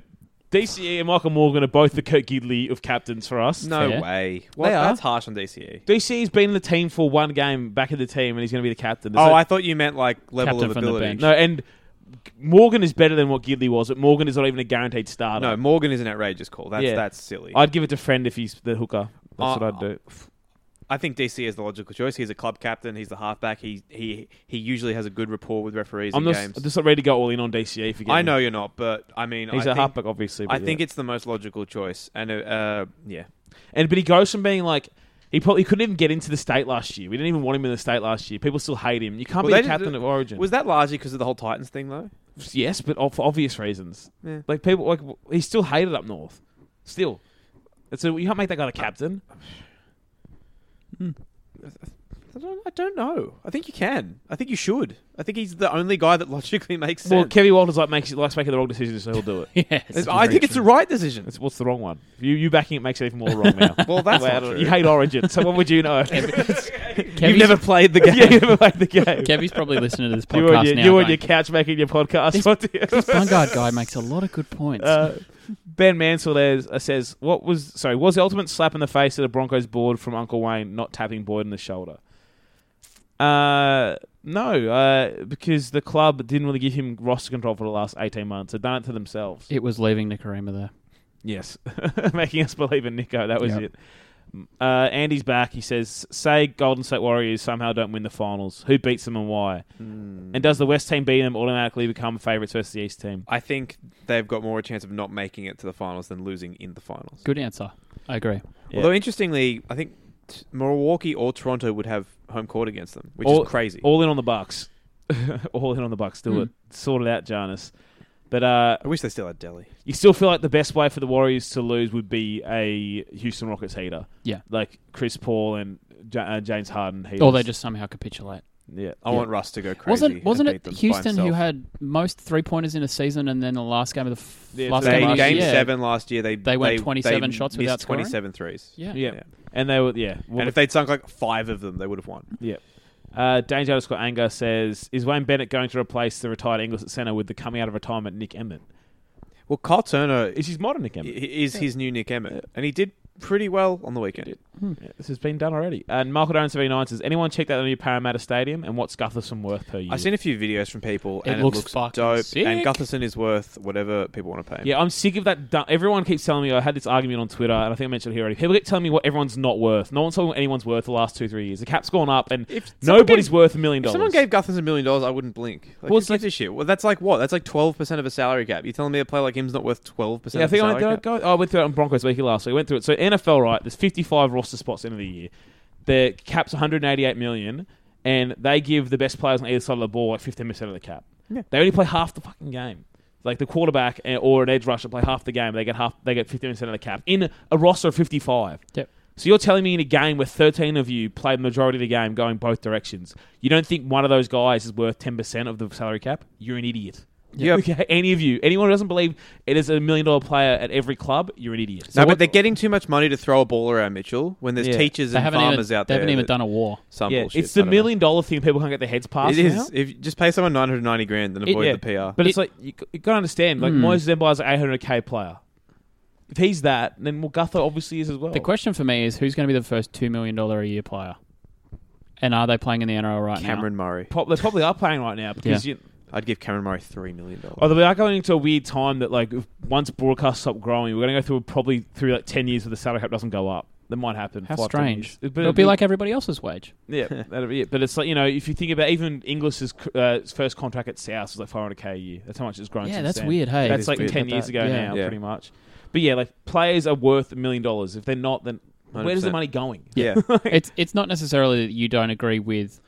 DCE and Michael Morgan are both the Kirk Gidley of captains for us. no fair. way. What? They are. That's harsh on E. DCE. DCE's been in the team for one game back in the team, and he's going to be the captain. Oh, So- I thought you meant like level Captain of from the ability. bench. no, and Morgan is better than what Gidley was. But Morgan is not even a guaranteed starter. No, Morgan is an outrageous call. That's Yeah. that's silly. I, I'd give it to Friend if he's the hooker. That's Uh, what I'd do. think DCE is the logical choice. He's a club captain. He's the halfback. He he he usually has a good rapport with referees I'm in just, games. I'm just not ready to go all in on DCE. If you get I me. know you're not, but I mean, he's I a think, halfback, obviously. I but think yeah. it's the most logical choice. And uh, uh, yeah, and but he goes from being like he probably couldn't even get into the state last year. We didn't even want him in the state last year. People still hate him. You can't Well, be they the just- captain of Origin. was that largely because of the whole Titans thing though? yes, but for obvious reasons. Yeah. Like people, like he's still hated up north. Still, it's a, you can't make that guy the captain. I don't, I don't know. I think you can. I think you should. I think he's the only guy that logically makes Well, sense. Kevin Walters like makes likes making the wrong decision, so he'll do it. Yes, I think it's the right decision. It's, what's the wrong one? You you backing it makes it even more wrong now. Well, that's Well, not I don't- true. you hate Origin, so what would you know? Kevy's, You've never played the game. yeah, you played the game. Kevy's probably listening to this you on podcast your, now. you on your going, couch making your podcast. This- what do you- this Bungard guy makes a lot of good points. Uh, ben Mansell says, uh, says, "What was sorry? Was the ultimate slap in the face of the Broncos board from Uncle Wayne not tapping Boyd in the shoulder?" Uh, no, uh, because the club didn't really give him roster control for the last eighteen months. They've done it to themselves. it was leaving Nicarima there. Yes, making us believe in Nico. That was Yep. it. Uh, Andy's back. He says, "Say Golden State Warriors somehow don't win the finals. Who beats them and why? And does the West team beating them automatically become favourites versus the East team?" I think they've got more of a chance of not making it to the finals than losing in the finals. Good answer. I agree. Yeah. Although interestingly, I think t- Milwaukee or Toronto would have home court against them, which all, is crazy. All in on the Bucks. all in on the Bucks. Do it. Sort it out, Jarnis. But uh, I wish they still had Delhi. you still feel like the best way for the Warriors to lose would be a Houston Rockets heater. Yeah. Like Chris Paul and J- uh, James Harden heaters. Or they just somehow capitulate. Yeah. I want Russ to go crazy. Wasn't and wasn't beat it them by Houston who himself. had most three pointers in a season, and then the last game of the f- Yeah, last so they, game, of the game year, seven last year? They They went 27 they shots missed without scoring? 27 threes. Yeah. Yeah. Yeah. And they would, yeah. Well, And if they'd sunk like five of them, they would have won. yeah. Uh, Danger underscore anger says, is Wayne Bennett going to replace the retired Ingles at centre with the coming out of retirement Nick Emmett? Well, Carl Turner Is his modern Nick Emmett? i- is his new Nick Emmett, and he did pretty well on the weekend. Yeah, this has been done already. And Michael Doran seventy nine says, anyone check out the new Parramatta Stadium and what Gutherson worth per year? I've seen a few videos from people, It and looks it looks fucking dope. And sick. Gutherson is worth whatever people want to pay. him. yeah, I'm sick of that. du- Everyone keeps telling me. I had this argument on Twitter, and I think I mentioned it here already. People keep telling me what everyone's not worth. No one's told me what anyone's worth the last two, three years. The cap's gone up, and If someone nobody's gave- worth a million If dollars. someone gave Gutherson a million dollars, I wouldn't blink. Like, Well, well, it's it's like- this shit. Well, that's like what? That's like twelve percent of a salary cap. You telling me a player like him's not worth twelve percent? Yeah, I of a think I, salary did I cap? go. oh, I went through it on Broncos Weekly last week. I went through it. So NFL, right? There's 55 roster spots end of the year. The cap's 188 million, and they give the best players on either side of the ball like 15 percent of the cap. Yeah. They only play half the fucking game. Like the quarterback and- or an edge rusher play half the game. They get half. They get 15 percent of the cap in a roster of 55. Yep. So you're telling me in a game where 13 of you play the majority of the game going both directions, you don't think one of those guys is worth 10% of the salary cap? You're an idiot. Yeah. Okay, any of you, anyone who doesn't believe it is a million dollar player at every club, you're an idiot. No, what- but they're getting too much money to throw a ball around Mitchell when there's Yeah. teachers They and haven't farmers even, out they there. haven't even that- done a war. Some yeah, bullshit. it's the I don't know. million dollar thing people can't get their heads past. It now. is. If you just pay someone 990 grand, then It- avoid yeah. the PR. But it's It- like you, you gotta understand. Like Hmm. Moises Zembai is an 800k player. If he's that, then well, Gutho obviously is as well. Oh. The question for me is who's going to be the first $2 million a year player? And are they playing in the NRL right Cameron Murray. Prob- they probably are playing right now because you, I'd give Cameron Murray three million dollars. Although we Oh, are going into a weird time that, like, if once broadcasts stop growing, we're going to go through probably through like ten years where the salary cap doesn't go up. That might happen. now? How five, ten strange. years. But It'll be like everybody else's wage. yeah, that'll be it. But it's like you know, if you think about even Inglis's uh, first contract at South was like five hundred k a year. That's how much it's grown. Yeah, since that's then. weird, hey? That's is like weird ten about years that. ago Yeah. now, Yeah. pretty much. But yeah, like players are worth a million dollars. If they're not, then where does the 100%. money going? yeah, it's it's not necessarily that you don't agree with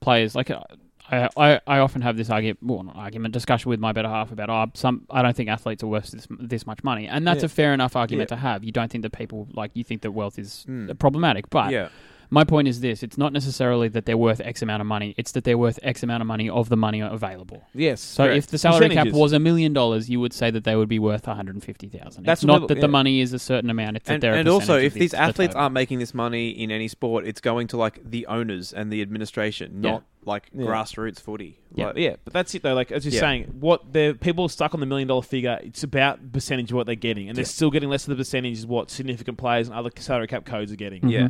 players. Like I, I, I often have this argument, well, not argument discussion with my better half about oh, some. I don't think athletes are worth this this much money, and that's Yeah. a fair enough argument to have. You don't think that people like you think that wealth is uh, problematic, but Hmm. yeah. my point is this: it's not necessarily that they're worth X amount of money; it's that they're worth X amount of money of the money available. Yes. So if the salary cap Percentages. was a million dollars, you would say that they would be worth one hundred and fifty thousand. That's It's not what- that yeah. the money is a certain amount; it's And, that they're. a and also, percentage of if the- these the athletes total. aren't making this money in any sport, it's going to like the owners and the administration, Yeah. not like Yeah. grassroots footy. Yeah. Like, yeah, but that's it though. Like as you're Yeah. saying, what the people are stuck on the million dollar figure. It's about percentage of what they're getting, and they're still getting less of the percentage is what significant players and other salary cap codes are getting. Mm-hmm. yeah.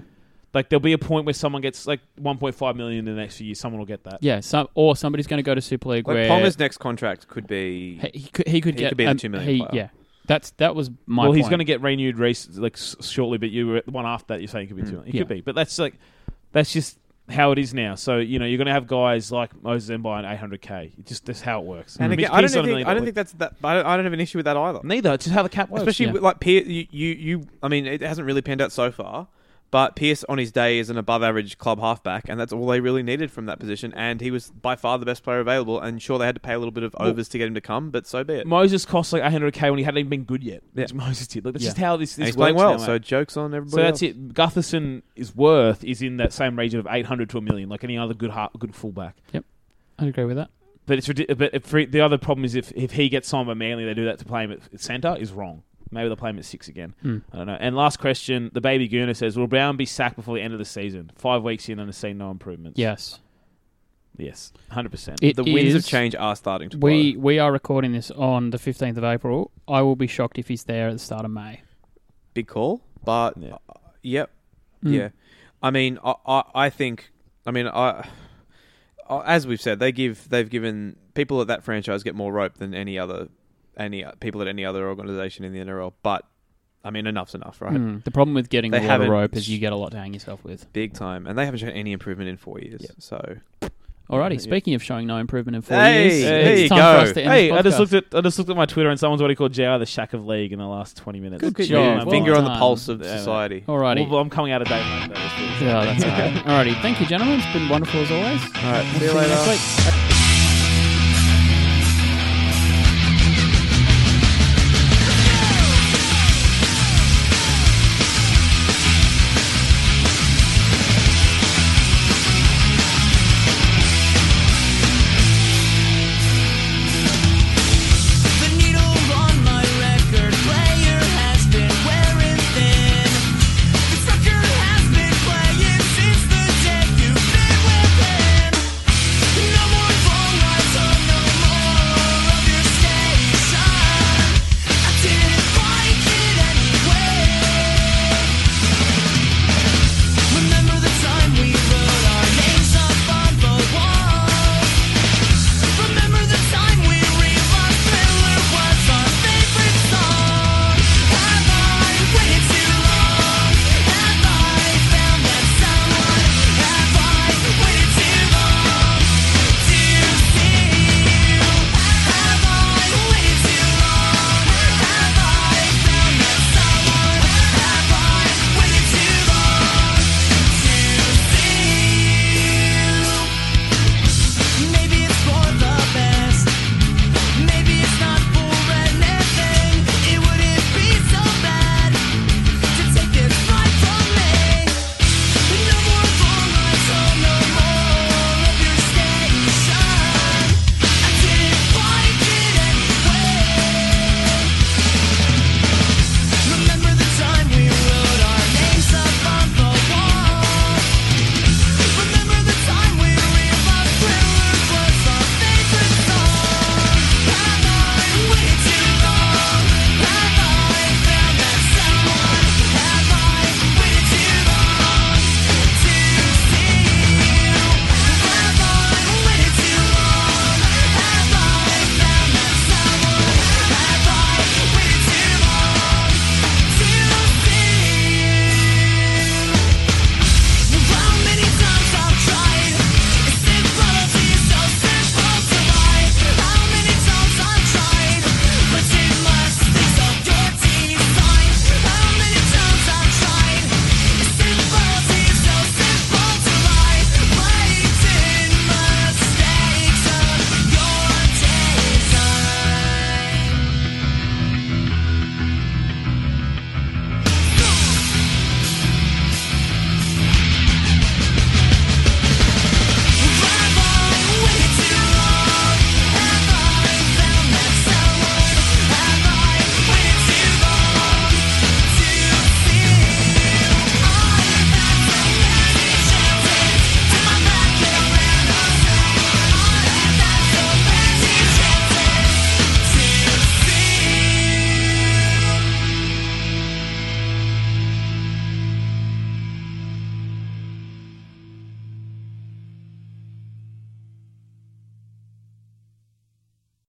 Like there'll be a point where someone gets like 1.5 million in the next few years. Someone will get that. Yeah, some or somebody's going to go to Super League Like where Palmer's next contract could be he, he could he could he get could be the um, two million he- player. yeah, that's that was my. well, he's going point. to get renewed race like s- shortly, but you were the one after that. You're saying it could Mm, be two million. It could Yeah. be, but that's like that's just how it is now. So you know you're going to have guys like Moses Zembai and 800k. It just that's how it works. And Mitch again, I don't, Pearson on a think, million I don't dollar- think that's that. I don't, I don't have an issue with that either. neither. It's just how the cap works. Especially yeah. with, like Pierce, you, you, you. I mean, it hasn't really panned out so far. But Pierce on his day is an above-average club halfback, and that's all they really needed from that position. And he was by far the best player available. And sure, they had to pay a little bit of overs to get him to come, but so be it. Moses cost like 800k when he hadn't even been good yet. Yeah. Which Moses did. Like that's Yeah. just how this, and this he's playing works well, now, so mate. jokes on everybody. so that's else. it. Gutherson is worth is in that same region of 800 to a million, like any other good heart, good fullback. I'd agree with that. But it's ridi- but if the other problem is if, if he gets signed by Manly, they do that to play him at, at centre is wrong. Maybe they'll play him at six again. Hmm. I don't know. And last question, the baby Gooner says, "Will Brown be sacked before the end of the season? Five weeks in and has seen no improvements." Yes, yes, hundred percent. it The winds of is- change are starting to blow. We we are recording this on the fifteenth of April. I will be shocked if he's there at the start of May. big call, but Yeah. uh, yep, Hmm. yeah. I mean, I, I, I think, I mean, I, I, as we've said, they give, they've given people at that franchise get more rope than any other, any o- people at any other organization in the NRL. But I mean, enough's enough, right? Mm. The problem with getting They the water haven't- rope is you get a lot to hang yourself with. Big time, and they haven't shown any improvement in four years. So Alrighty, speaking of showing no improvement in four Hey, years, there it's you time go. for us to end Hey, this I just podcast. looked at I just looked at my Twitter and someone's already called JR the Shack of League in the last twenty minutes. uh, Good Look at job. you. Well finger on the done. pulse of Yeah. society. Alrighty, Well, I'm coming out of date. mate. That was good. yeah, that's alright. Alrighty, thank you, gentlemen. It's been wonderful as always. All right, see you you later. next week.